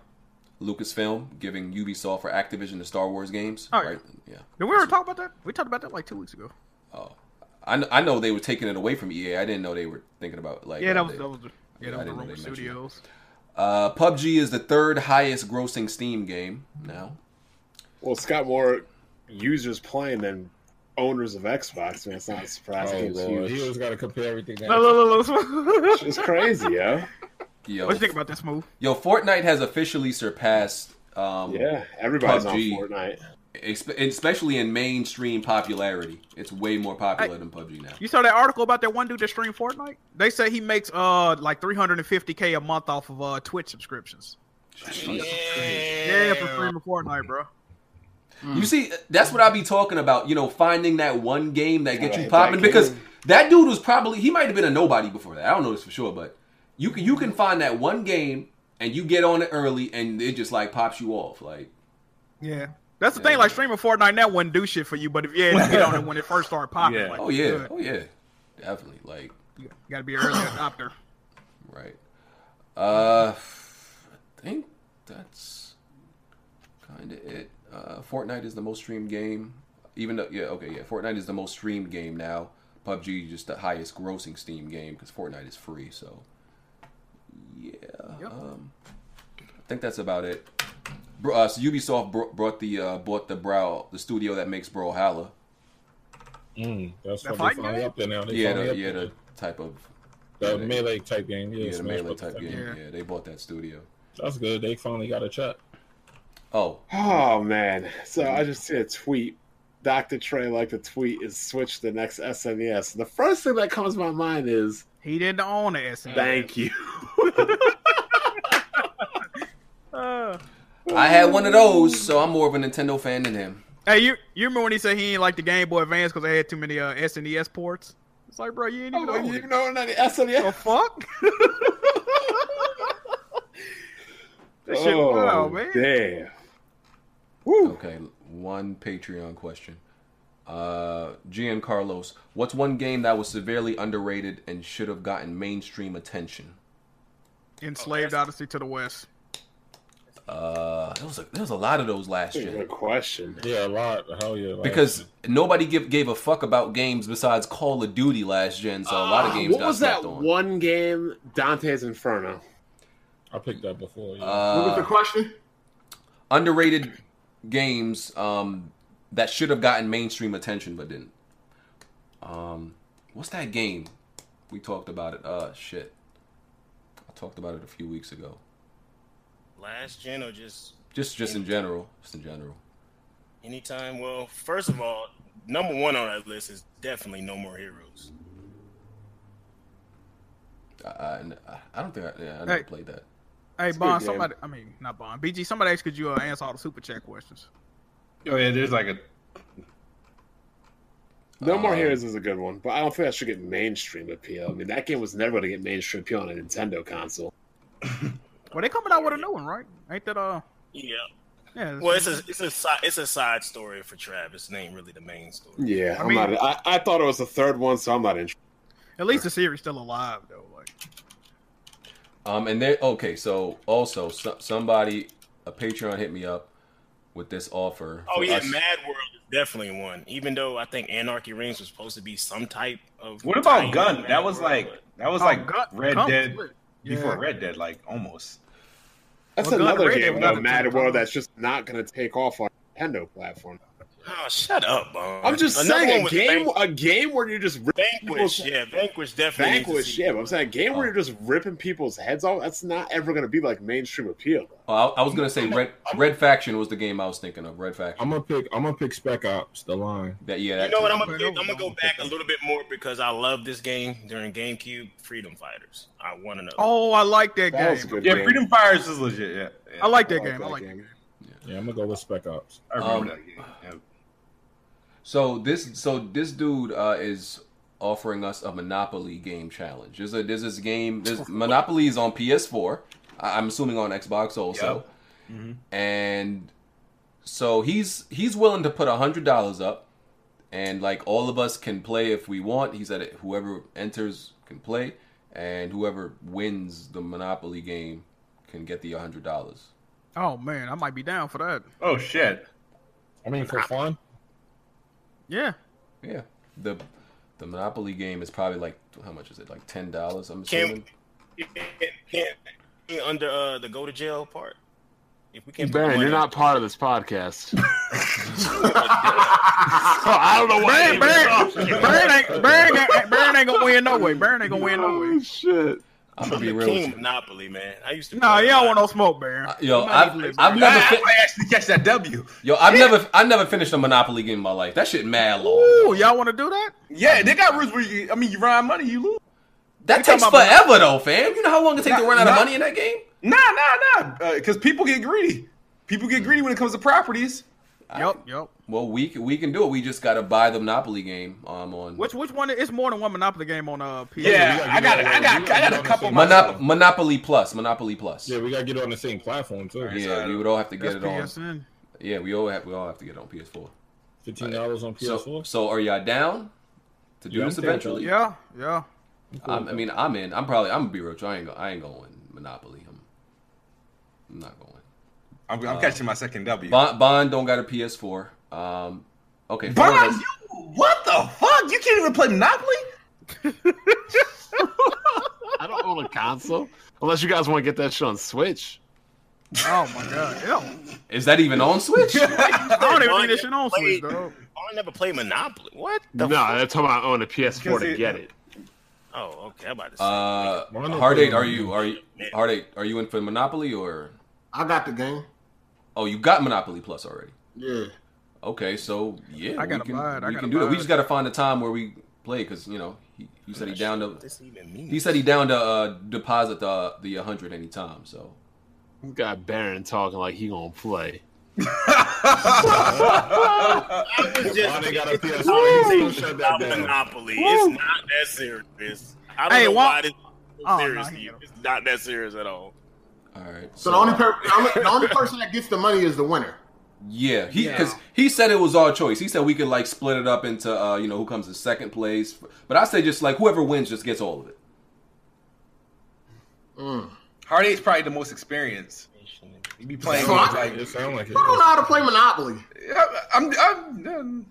Lucasfilm giving Ubisoft or Activision the Star Wars games.
Oh, yeah.
right? Yeah.
Did we ever talk about that? We talked about that like two weeks ago.
Oh, I, kn- I know they were taking it away from EA. I didn't know they were thinking about like
Yeah,
uh,
that was
they-
that was yeah,
I
that was the
didn't know
Rumble
they mentioned that.
Studios.
Uh, PUBG is the third highest grossing Steam game now.
Well, it's got more users playing than owners of Xbox, man. It's not
Oh
surprising. It's
lord, he
huge.
always gotta compare everything. Down.
No, no, no, no.
It's crazy, yo.
Yo,
What you think about this move?
yo, Fortnite has officially surpassed, um,
Yeah, everybody's
PUBG.
on Fortnite.
exp- especially in mainstream popularity. It's way more popular than PUBG now.
You saw that article about that one dude that streamed Fortnite? They say he makes uh like 350k a month off of uh Twitch subscriptions. Yeah, for streaming Fortnite, bro.
You see, that's what I be talking about. You know, finding that one game that gets
Yeah,
you
that
popping
game.
because that dude was probably he might have been a nobody before that. I don't know this for sure, but you can you can find that one game and you get on it early and it just like pops you off. Like
Yeah. That's the
Yeah.
thing, like streaming Fortnite now wouldn't do shit for you, but if you had to get on it when it first started popping,
Yeah.
like,
oh yeah,
good.
oh yeah, definitely. Like
you gotta be an early adopter.
right. Uh, I think that's kind of it. Uh, Fortnite is the most streamed game. Even though yeah, okay, yeah, Fortnite is the most streamed game now. PUBG is just the highest grossing Steam game because Fortnite is free. So. Yeah.
Yep.
Um, I think that's about it. Bro, uh, so Ubisoft br- brought the uh, bought the brow the studio that makes Brawlhalla.
Mm, that's
That
what they
fighting
finally
game?
up there now. They
Yeah,
finally
the,
up
yeah,
there.
the type of
The
yeah,
melee type game. Yeah,
yeah, the
Smash
melee
Brothers
type game.
game.
Yeah, they bought that studio.
That's good. They finally got a chat.
Oh,
Oh man! So I just see a tweet. Dr. Trey liked the tweet is switch to the next SNES. The first thing that comes to my mind is
He didn't own it. SNES.
thank you.
Uh,
I had one of those, so I'm more of a Nintendo fan than him.
hey, you you remember when he said he didn't like the Game Boy Advance because they had too many uh, SNES ports? It's like, bro, you ain't
I'm
even
like,
on
Oh, you
it.
even know what I said, yeah.
The fuck? that shit,
oh,
wow, man.
Damn.
Okay, one Patreon question. Uh, GM Carlos, what's one game that was severely underrated and should have gotten mainstream attention?
Enslaved Odyssey to the West.
Uh, there was a, there was a lot of those last year
Good question.
Yeah, a lot. Hell yeah. like-
because nobody give, gave a fuck about games besides Call of Duty last gen. So a lot of
Uh,
games
What
got
was
slept
that
on.
one game? Dante's Inferno.
I picked that before. Yeah.
What was the
Uh,
question?
underrated games um, that should have gotten mainstream attention but didn't. Um, what's that game? We talked about it. Uh, shit. I talked about it a few weeks ago.
Last gen or just
Just, just in general. Just in general.
anytime? Well, first of all, number one on that list is definitely No More Heroes.
I, I, I don't think I, yeah, I never
Hey.
played that.
Hey,
a
Bond,
good game.
somebody, I mean, not Bond, BG, somebody asked, could you uh, answer all the super chat questions?
Oh yeah, there's like a
No More
Uh,
Heroes is a good one, but I don't think that should get mainstream appeal. I mean, that game was never going to get mainstream appeal on a Nintendo console.
Well, they coming out with a new one, right? Ain't that, uh,
Yeah.
yeah.
Well, it's a it's a side it's a side story for Travis. It ain't really the main story.
Yeah,
I
I'm
mean-
not. I, I thought it was the third one, so I'm not interested.
at least the series still alive, though. Like,
Um, and there. Okay, so also so, somebody, a Patreon hit me up with this offer.
Oh
for
yeah,
us-
Mad World is definitely one. Even though I think Anarchy Rings was supposed to be some type of.
What
tie-in
about
to
Gun?
Mad
That was
World,
like
but-
that was
Oh,
like
Gun-
Red
Gun-
Dead
yeah.
before Red Dead, like almost.
That's
Well, God,
another
Red Dead
game,
was
though,
another
Mad
good
World,
time.
that's just not going to take off on Nintendo platform.
Oh, shut up, Bond.
I'm just
Another one
saying, a
was
game,
Van-
a game where you're just ripping
Vanquish,
people's-
yeah, Vanquish definitely. needs to
Vanquish,
see-
yeah. But I'm saying, a game where
Oh.
you're just ripping people's heads off. That's not ever going to be like mainstream appeal.
Oh, I, I was gonna say Red Red Faction was the game I was thinking of. Red Faction.
I'm gonna pick. I'm gonna pick Spec Ops: The Line.
that yeah. That
You know what?
too.
I'm gonna
Wait,
I'm gonna
hold
go back a little bit more because I love this game during GameCube. Freedom Fighters. I want to know.
oh, I like that,
That was a
game.
good
Yeah,
game.
Freedom Fires is legit. Yeah, yeah.
I like that game. I like that
game.
Yeah, I'm gonna go with Spec Ops.
I remember
Um,
that game. Yeah.
So this so this dude uh, is offering us a Monopoly game challenge. There's a there's this game. There's Monopoly is on PS4. I- I'm assuming on Xbox also. And so he's he's willing to put a hundred dollars up, and like all of us can play if we want. He said whoever enters can play, and whoever wins the Monopoly game can get the hundred dollars.
Oh, man, I might be down for that.
Oh shit!
I mean, for fun.
Yeah.
Yeah. The the Monopoly game is probably like how much is it? Like ten dollars. I'm
Can-
assuming.
Can't be under uh, the go to jail part. If we can't, put
Baron,
money-
you're not part of this podcast. so I don't know why.
Baron, Baron, Baron, ain't, Baron, ain't, Baron ain't gonna win no way. Baron ain't gonna win no way.
shit.
I'm
I'm
gonna be
the
real
king
with you.
Monopoly, man. I used to.
No,
play
you
a
don't
lot.
want no smoke, Baron.
I- Yo,
You might
I've,
need to
I've
play
never,
I,
fi-
I actually catch that W.
yo, I've never, I've never finished a Monopoly game in my life. That shit mad long.
Ooh, y'all want to do that?
Yeah, they got rules where you. I mean, you run out of money, you lose.
that takes
talking about
forever though, fam. You know how long it takes to
Not-
run out of
not-
money in that game?
Nah, nah, nah. Because people get greedy. People get greedy when it comes to properties.
Yep, yep.
Well, we c- we can do it. We just gotta buy the Monopoly game. Um, on
Which which one? It's more than one Monopoly game on uh. PS.
Yeah,
gotta
I
get
got,
on
I
that.
got,
We
I
gotta
got
get
a
on
couple.
that.
Monop- Monopoly Plus, Monopoly Plus.
Yeah,
Yeah,
we gotta get on the same platform too.
we would all have to get
That's
it on.
PSN.
Yeah, we all have, we all have to get it on PS4.
Fifteen dollars on PS4.
So, so are y'all down to do
Yeah, I'm
this
down with
eventually?
Yeah, yeah.
I'm, I mean, I'm in. I'm probably. I'm gonna be real. with you. I ain't. Go, I ain't going Monopoly. I'm, I'm not going.
I'm, I'm catching my second W.
Bond, Bond don't got a PS4. Um, okay. four of
Bond,
us-
you, what the fuck? You can't even play Monopoly.
I don't own a console unless you guys want to get that shit on Switch.
Oh my god. Yeah.
is that even on Switch?
I don't even think
Bond
this shit on Switch,
played-
dog.
I never played Monopoly. What?
No, that's how I own a PS4
Because
to
it-
get it.
Oh, okay. I'm about to say.
uh,
Monopoly.
Heartache, are you are you Heartache? Are you in for Monopoly or?
I got the game.
Oh, you got Monopoly Plus already.
Yeah.
Okay, so yeah,
I gotta
we can,
buy it. I
we
gotta
can do that.
buy
We
it.
just gotta find a time where we play because you know he, he said he down to
this even mean?
he said he down to uh, deposit the the hundred anytime. So
We got Baron talking like he gonna play.
I was
Why they
just
got a PS4?
Woo!
You still shut that
about
down.
Monopoly.
Woo.
It's not that serious. I don't
Hey,
know
wha-
why this is so
Oh, no,
serious
he
to you.
ain't
It's not that serious at all.
All right.
So the only, per- the only the only person that gets the money is the winner.
Yeah, he
Yeah.
because he said it was our choice. He said we could like split it up into uh, you know who comes in second place, but I say just like whoever wins just gets all of it.
Mm.
Hard Eight's probably the most experienced. You be playing
So
games
I-
like
It sound like it.
I don't know how to play Monopoly.
I- I'm. I'm, I'm-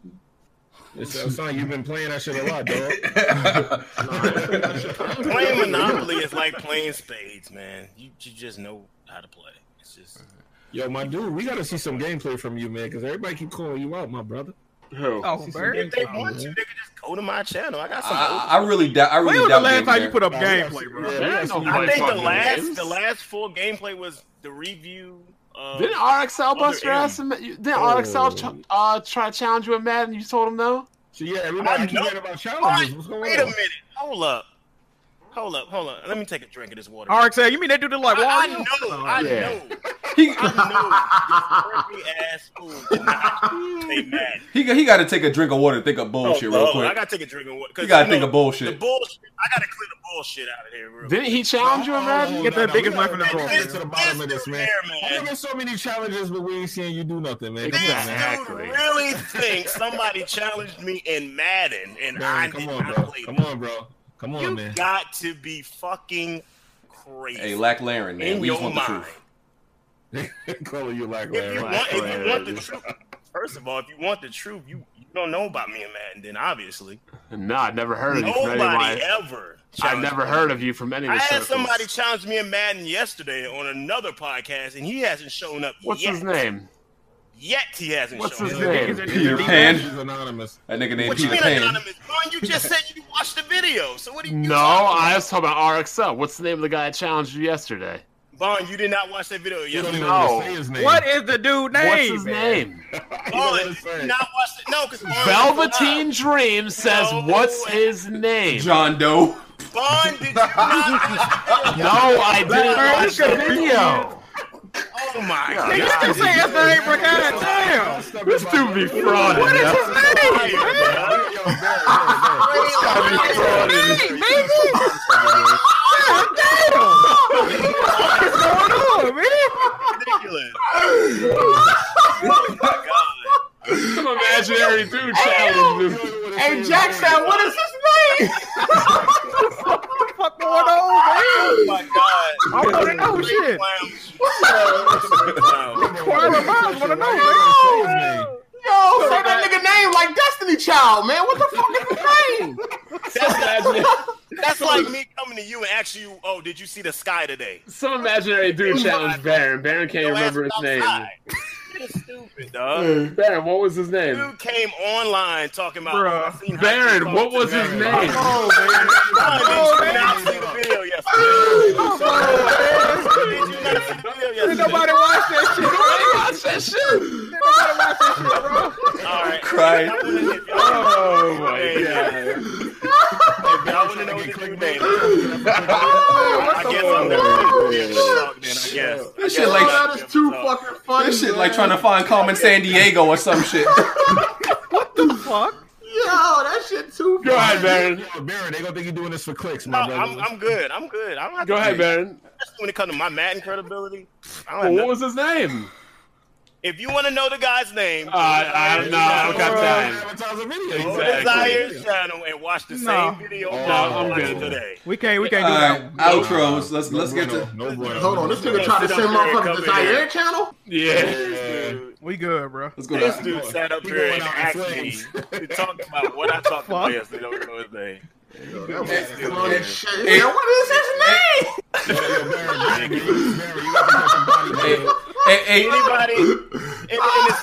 It sound sound like you've been playing that shit a lot, dog.
Playing Monopoly is like playing spades, man. You, you just know how to play. It's just
Yo, my dude, we gotta see some gameplay from you, man, because everybody keep calling you out, my brother.
Who?
Oh, bird.
if they want to, they can just go to my channel. I got some.
I, I really doubt. I
When
really
was the
doubt.
last
Game
time
Bear.
you put up
Nah, we gotta see-
gameplay,
yeah,
bro?
we
There
gotta
ain't
see-
no
I think the
fucking
last
games.
the last full gameplay was the review. Of,
Didn't RXL bust your
Other
ass? And, didn't
Oh.
RXL ch- uh, try to challenge you in Madden? You told him no.
So yeah, everybody
I
keep
know.
hearing about
Alright,
challenges. What's going
Wait a
on?
minute. Hold up. Hold up. Hold up. Let me take a drink of this water.
RXL, you mean they do the like
I, I
Wario?
know. I
yeah.
know.
He,
I know. This prickly ass fool. cannot Stay mad.
he, he got to take a drink of water, and think of bullshit
Oh,
real
oh,
quick.
I gotta take a drink of water. 'cause
you got to
know,
think of
The
bullshit.
bullshit. I gotta clear the bullshit out of here, real
Didn't he challenge you in Madden?
Get that biggest
Oh, we
weapon
gotta
in the
get
drawer.
to the bottom of this, man.
There,
I've
man.
been so many challenges, but we ain't seeing you do nothing, man. Come
This
on, man.
Exactly.
dude really thinks somebody challenged me in Madden, and I
Man,
did
come on,
not
bro.
play.
Come on, bro. Come on,
you
man.
got to be fucking crazy
Hey, Lack Laren, man,
in
we just
your
want the
mind.
truth.
Calling you like
If you
that.
want, if you want the
Hilarious.
truth, first of all, if you want the truth, you, you don't know about me and Madden. Then obviously,
No, I never heard of you from any of
nobody
my.
ever.
I
challenged
never
me.
heard of you from any of
I
the
had
circles.
somebody challenge me in Madden yesterday on another podcast, and he hasn't shown up.
What's
yet.
his name?
Yet he hasn't
What's
shown
his
up.
name?
Peter
She's
Pan.
anonymous.
That nigga named
What you
Peter
mean
Pan.
anonymous? Man, you just said you watched the video. So what do you?
No, I was talking about RXL. What's the name of the guy that challenged you yesterday?
Bond, you did not watch that video
You don't
yesterday.
even
No.
want to say his name.
What is the dude name?
What's his
man?
name?
You don't
Bond,
wanna
you
say.
did not watch it. No, because
Velveteen Dream says,
No
"What's
way.
his name?"
John Doe.
Bond, did you not watch the
No, I didn't
Bro,
watch the video.
video? Oh my
Nigga,
god.
you can say his name, bro. God damn.
This dude be frauding.
What is his
yo.
name? man?
Yo, man, yo, man.
What's his name, nigga? God damn. What is going on, man?
Ridiculous. Oh my god.
Some imaginary dude challenged
You don't
him.
wanna say
Hey,
his
Jack
name.
said, "What is his name?"
What the fuck going on,
Oh
man?
my god.
Oh
I want to know Oh, shit.
Wow.
Quara Miles want to know, man.
Say his name.
Yo, say that nigga name like Destiny Child, man. What the fuck is his name?
Some imaginary,
That's like me coming to you and asking you, oh, did you see the sky today?
some imaginary dude challenged Baron. Baron can't
Your ass
remember his
was
name. Mm.
outside. You're stupid, dog.
Baron, what was his name?
Dude came online talking about.
Bruh.
"I seen how you
Baron,
talk
what
to
was his
Baron."
name?
Bond,
Oh,
did you not
man.
see the video yesterday? Did you not see the video yesterday?
Nobody watch that shit.
All right.
Crying.
I wanna- if y'all-
Oh my
Hey,
god.
if y'all want to know the dude name, I guess I'm never going to talk then, I guess.
That shit
Yo,
like
that is too fucking funny.
that shit like
man.
trying to find Carmen San Diego or some shit.
Fuck.
Yo, that shit too.
Go ahead,
funny.
Baron.
Yo, Baron, they gonna think you're doing this for clicks,
No,
my brother.
I'm, I'm good. I'm good. I don't have
Go
to
ahead, Baron.
Especially when it comes to my Madden credibility. I don't have
What
nothing.
was his name?
If you want to know the guy's name,
Uh, I, no, I don't got time.
Advertise a video.
go to
Exactly.
Zaire's channel and watch the
No.
same video.
No,
that
Oh, I'm
watched
good.
Today.
We can't. We can't
All
do that.
right, outros. Let's let's get to.
no bueno.
Hold on, this nigga tried to
Sit
send
up there and
motherfuckers to
come in here.
Zaire channel.
Yeah.
Yeah.
We good, bro.
Let's go
This
to.
dude sat up
He
here
going
and
out in
asked me
flames.
to talk about what I
Fuck.
talked about yesterday. Don't know his name.
Yeah, shit. Yeah, what is his name?
Yo, Baron, Baron, you- Baron, you got to get some body,
Hey,
man.
hey, hey,
anybody. and, and it's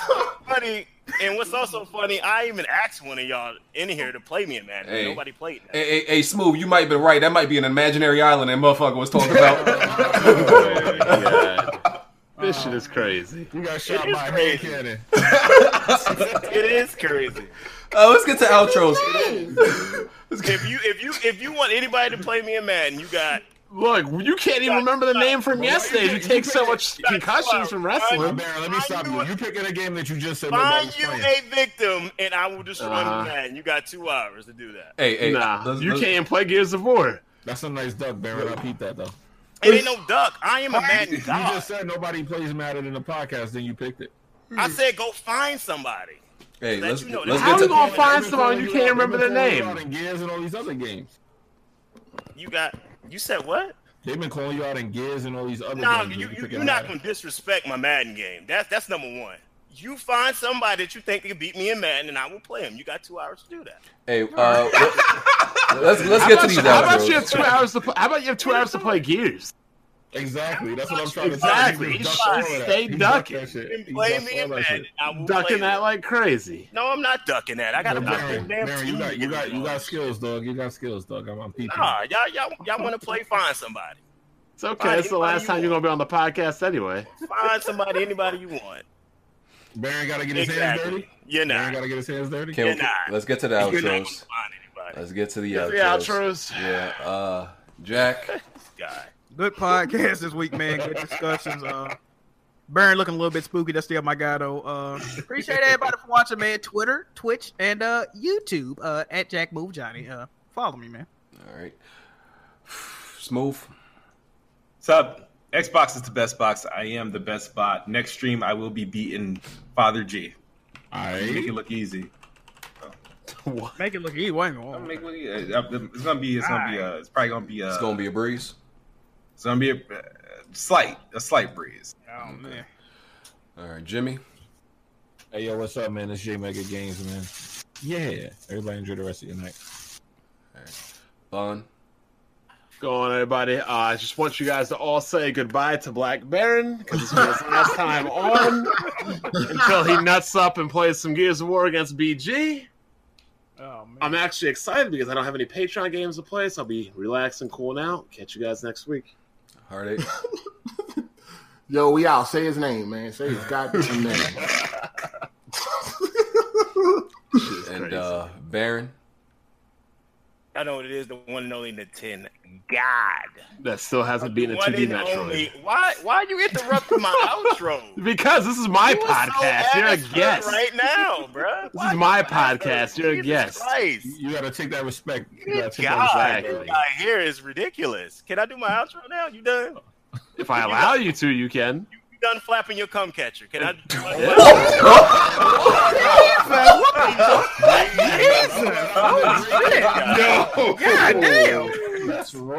funny. And what's also funny, I even asked one of y'all in here to play me in Madden.
Hey.
Nobody played that.
Hey, hey, hey, Smooth, you might have been right. That might be an imaginary island that motherfucker was talking about. Uh,
This shit is crazy.
You got shot
It is
by a hand
crazy.
cannon.
It is crazy.
Uh, let's get to outros.
If you if you if you want anybody to play me in Madden, you got
Look, you can't even remember the name from yesterday. You take so much concussions from wrestling.
Baron, let me stop you. You picking a game that you just said nobody
Find
was
you
playing.
a victim, and I will destroy
Uh-huh.
the man. You got two hours to do that.
Hey, hey,
Nah,
let's-
you
let's-
can't play Gears of War.
That's a nice duck, Baron. I'll keep that though.
It ain't no duck. I am a Madden
You
god.
just said nobody plays madder than the podcast, then you picked it.
I said go find somebody.
Hey,
Let
let's,
you know
let's
that-
get
How you
to.
gonna find
They've been
someone
calling
you can't
out- they've
remember
been
their
calling you out
name?
in Gears and all these other games.
You got. You said what?
They've been calling you out in Gears and all these other
No,
games.
you,
and
you,
picking
you're not
Madden.
gonna disrespect my Madden game. That's that's number one. You find somebody that you think can beat me in Madden, and I will play him. You got two hours to do that.
Hey, uh, let's let's get
How
to
about,
these
you, how about you have
outros.
two hours to play? How about you have two hours to play Gears?
Exactly. That's what I'm trying
Exactly.
to
He
tell you.
should
He ducked all of that.
stay
He ducked
ducking.
that shit.
You
He
can play
ducked
me
all
in
that shit.
Madden. I will play
Ducking that
you.
like crazy.
No, I'm not ducking that. I got
No,
to play
Baron,
the damn
Baron, you got you
team.
got you got skills, dog. You got skills, dog. I'm, I'm peeping.
Nah, y'all y'all y'all want to play? Find somebody.
It's okay. It's the
Anybody
last
you
time you're gonna be on the podcast anyway.
Find somebody, anybody you want.
Baron gotta get his hands
Exactly.
dirty.
You're
Baron
not.
gotta get his hands dirty.
Can we,
Nah.
let's get to the
You're not gonna
outros.
find anybody.
Let's get to the
The
outros.
outros.
Yeah, uh, Jack.
This guy.
Good podcast this week, man. Good discussions. Uh, Baron looking a little bit spooky. That's the Elmagado. Uh, appreciate everybody for watching, man. Twitter, Twitch, and uh, YouTube uh, at Jack Move Johnny. Uh, follow me, man.
All right, smooth.
So Xbox is the best box. I am the best bot. Next stream, I will be beating Father G. Make it
Alright.
look easy.
Make it look easy. Why ain't gonna-
Don't make it look
e-
easy. Uh, It's gonna be. It's gonna be. A, it's probably gonna be a.
It's gonna be a breeze.
It's gonna be a, uh slight, a slight breeze.
Oh, man.
All right, Jimmy.
Hey yo, what's up, man? It's J Mega Games, man. Yeah. Everybody enjoy the rest of your night.
Bond.
Going, everybody. Uh, I just want you guys to all say goodbye to Black Baron because this was his last time on until he nuts up and plays some Gears of War against BG.
Oh, man.
I'm actually excited because I don't have any Patreon games to play, so I'll be relaxing, cooling out. Catch you guys next week.
Heartache.
Yo, we out. Say his name, man. Say his goddamn name.
and uh, Baron.
I know what it is. The one and only Nintendo God.
That still hasn't beaten a
One
2D
and
Metroid.
only- Why? Why are you interrupting my outro?
Because this is my
You are so
podcast. You're a
ass hurt
guest.
right now, bro.
This is my podcast. You're a guest.
Christ.
You gotta take that respect. You gotta
Good
take that
God,
respect.
this
dog.
guy here is ridiculous. Can I do my outro now? You done?
If I allow you to, you can.
You done flapping your cum catcher? Can I? Do my
Yo,
God damn.
That's raw.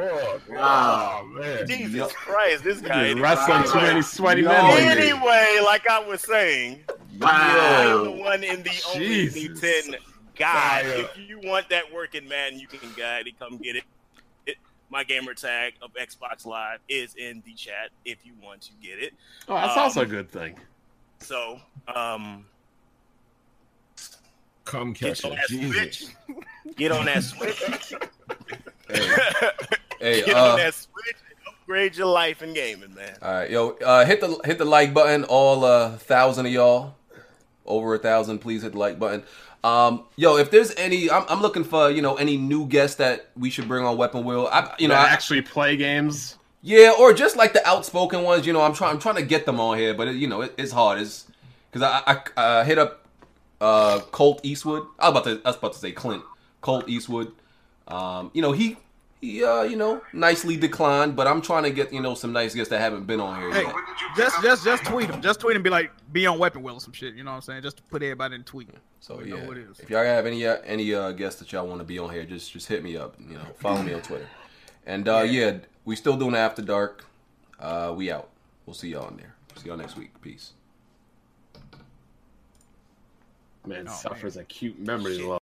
Wow.
Oh man.
Jesus Christ, this guy.
You're wrestling too many sweaty
Yo.
men.
Anyway, like I was saying, I am the one and the only
Jesus.
Nintendo God.
Fire.
If you want that working man, you can guide it. Come get it. it. My gamer tag of Xbox Live is in the chat if you want to get it.
Oh, that's
Um,
also a good thing.
So, um,
Come
get
catch
on
it.
that
Jesus.
switch. Get on that switch.
Hey, hey.
get
uh,
on that switch and upgrade your life in gaming, man.
All right, yo, uh, hit the hit the like button. All uh, thousand of y'all, over a thousand, please hit the like button. Um, yo, if there's any, I'm, I'm looking for you know any new guests that we should bring on Weapon Wheel. I, you know,
That
I,
actually play games.
yeah, or just like the outspoken ones. You know, I'm trying I'm trying to get them on here, but it, you know, it, it's hard. It's because I, I uh, hit up uh, Colt Eastwood. I was about to I was about to say Clint Colt Eastwood. Um, you know he. He, uh, you know, nicely declined, but I'm trying to get, you know, some nice guests that haven't been on here
Hey,
yet.
just just just tweet him. Just tweet him. Be like, be on weapon wheel or some shit. You know what I'm saying? Just to put everybody in tweet.
So
We
yeah,
know what it is.
if y'all have any uh, any uh, guests that y'all want to be on here, just just hit me up. You know, follow me on Twitter. And uh, yeah. we still doing After Dark. Uh, we out. We'll see y'all in there. See y'all next week. Peace.
Oh,
Man suffers acute memory loss.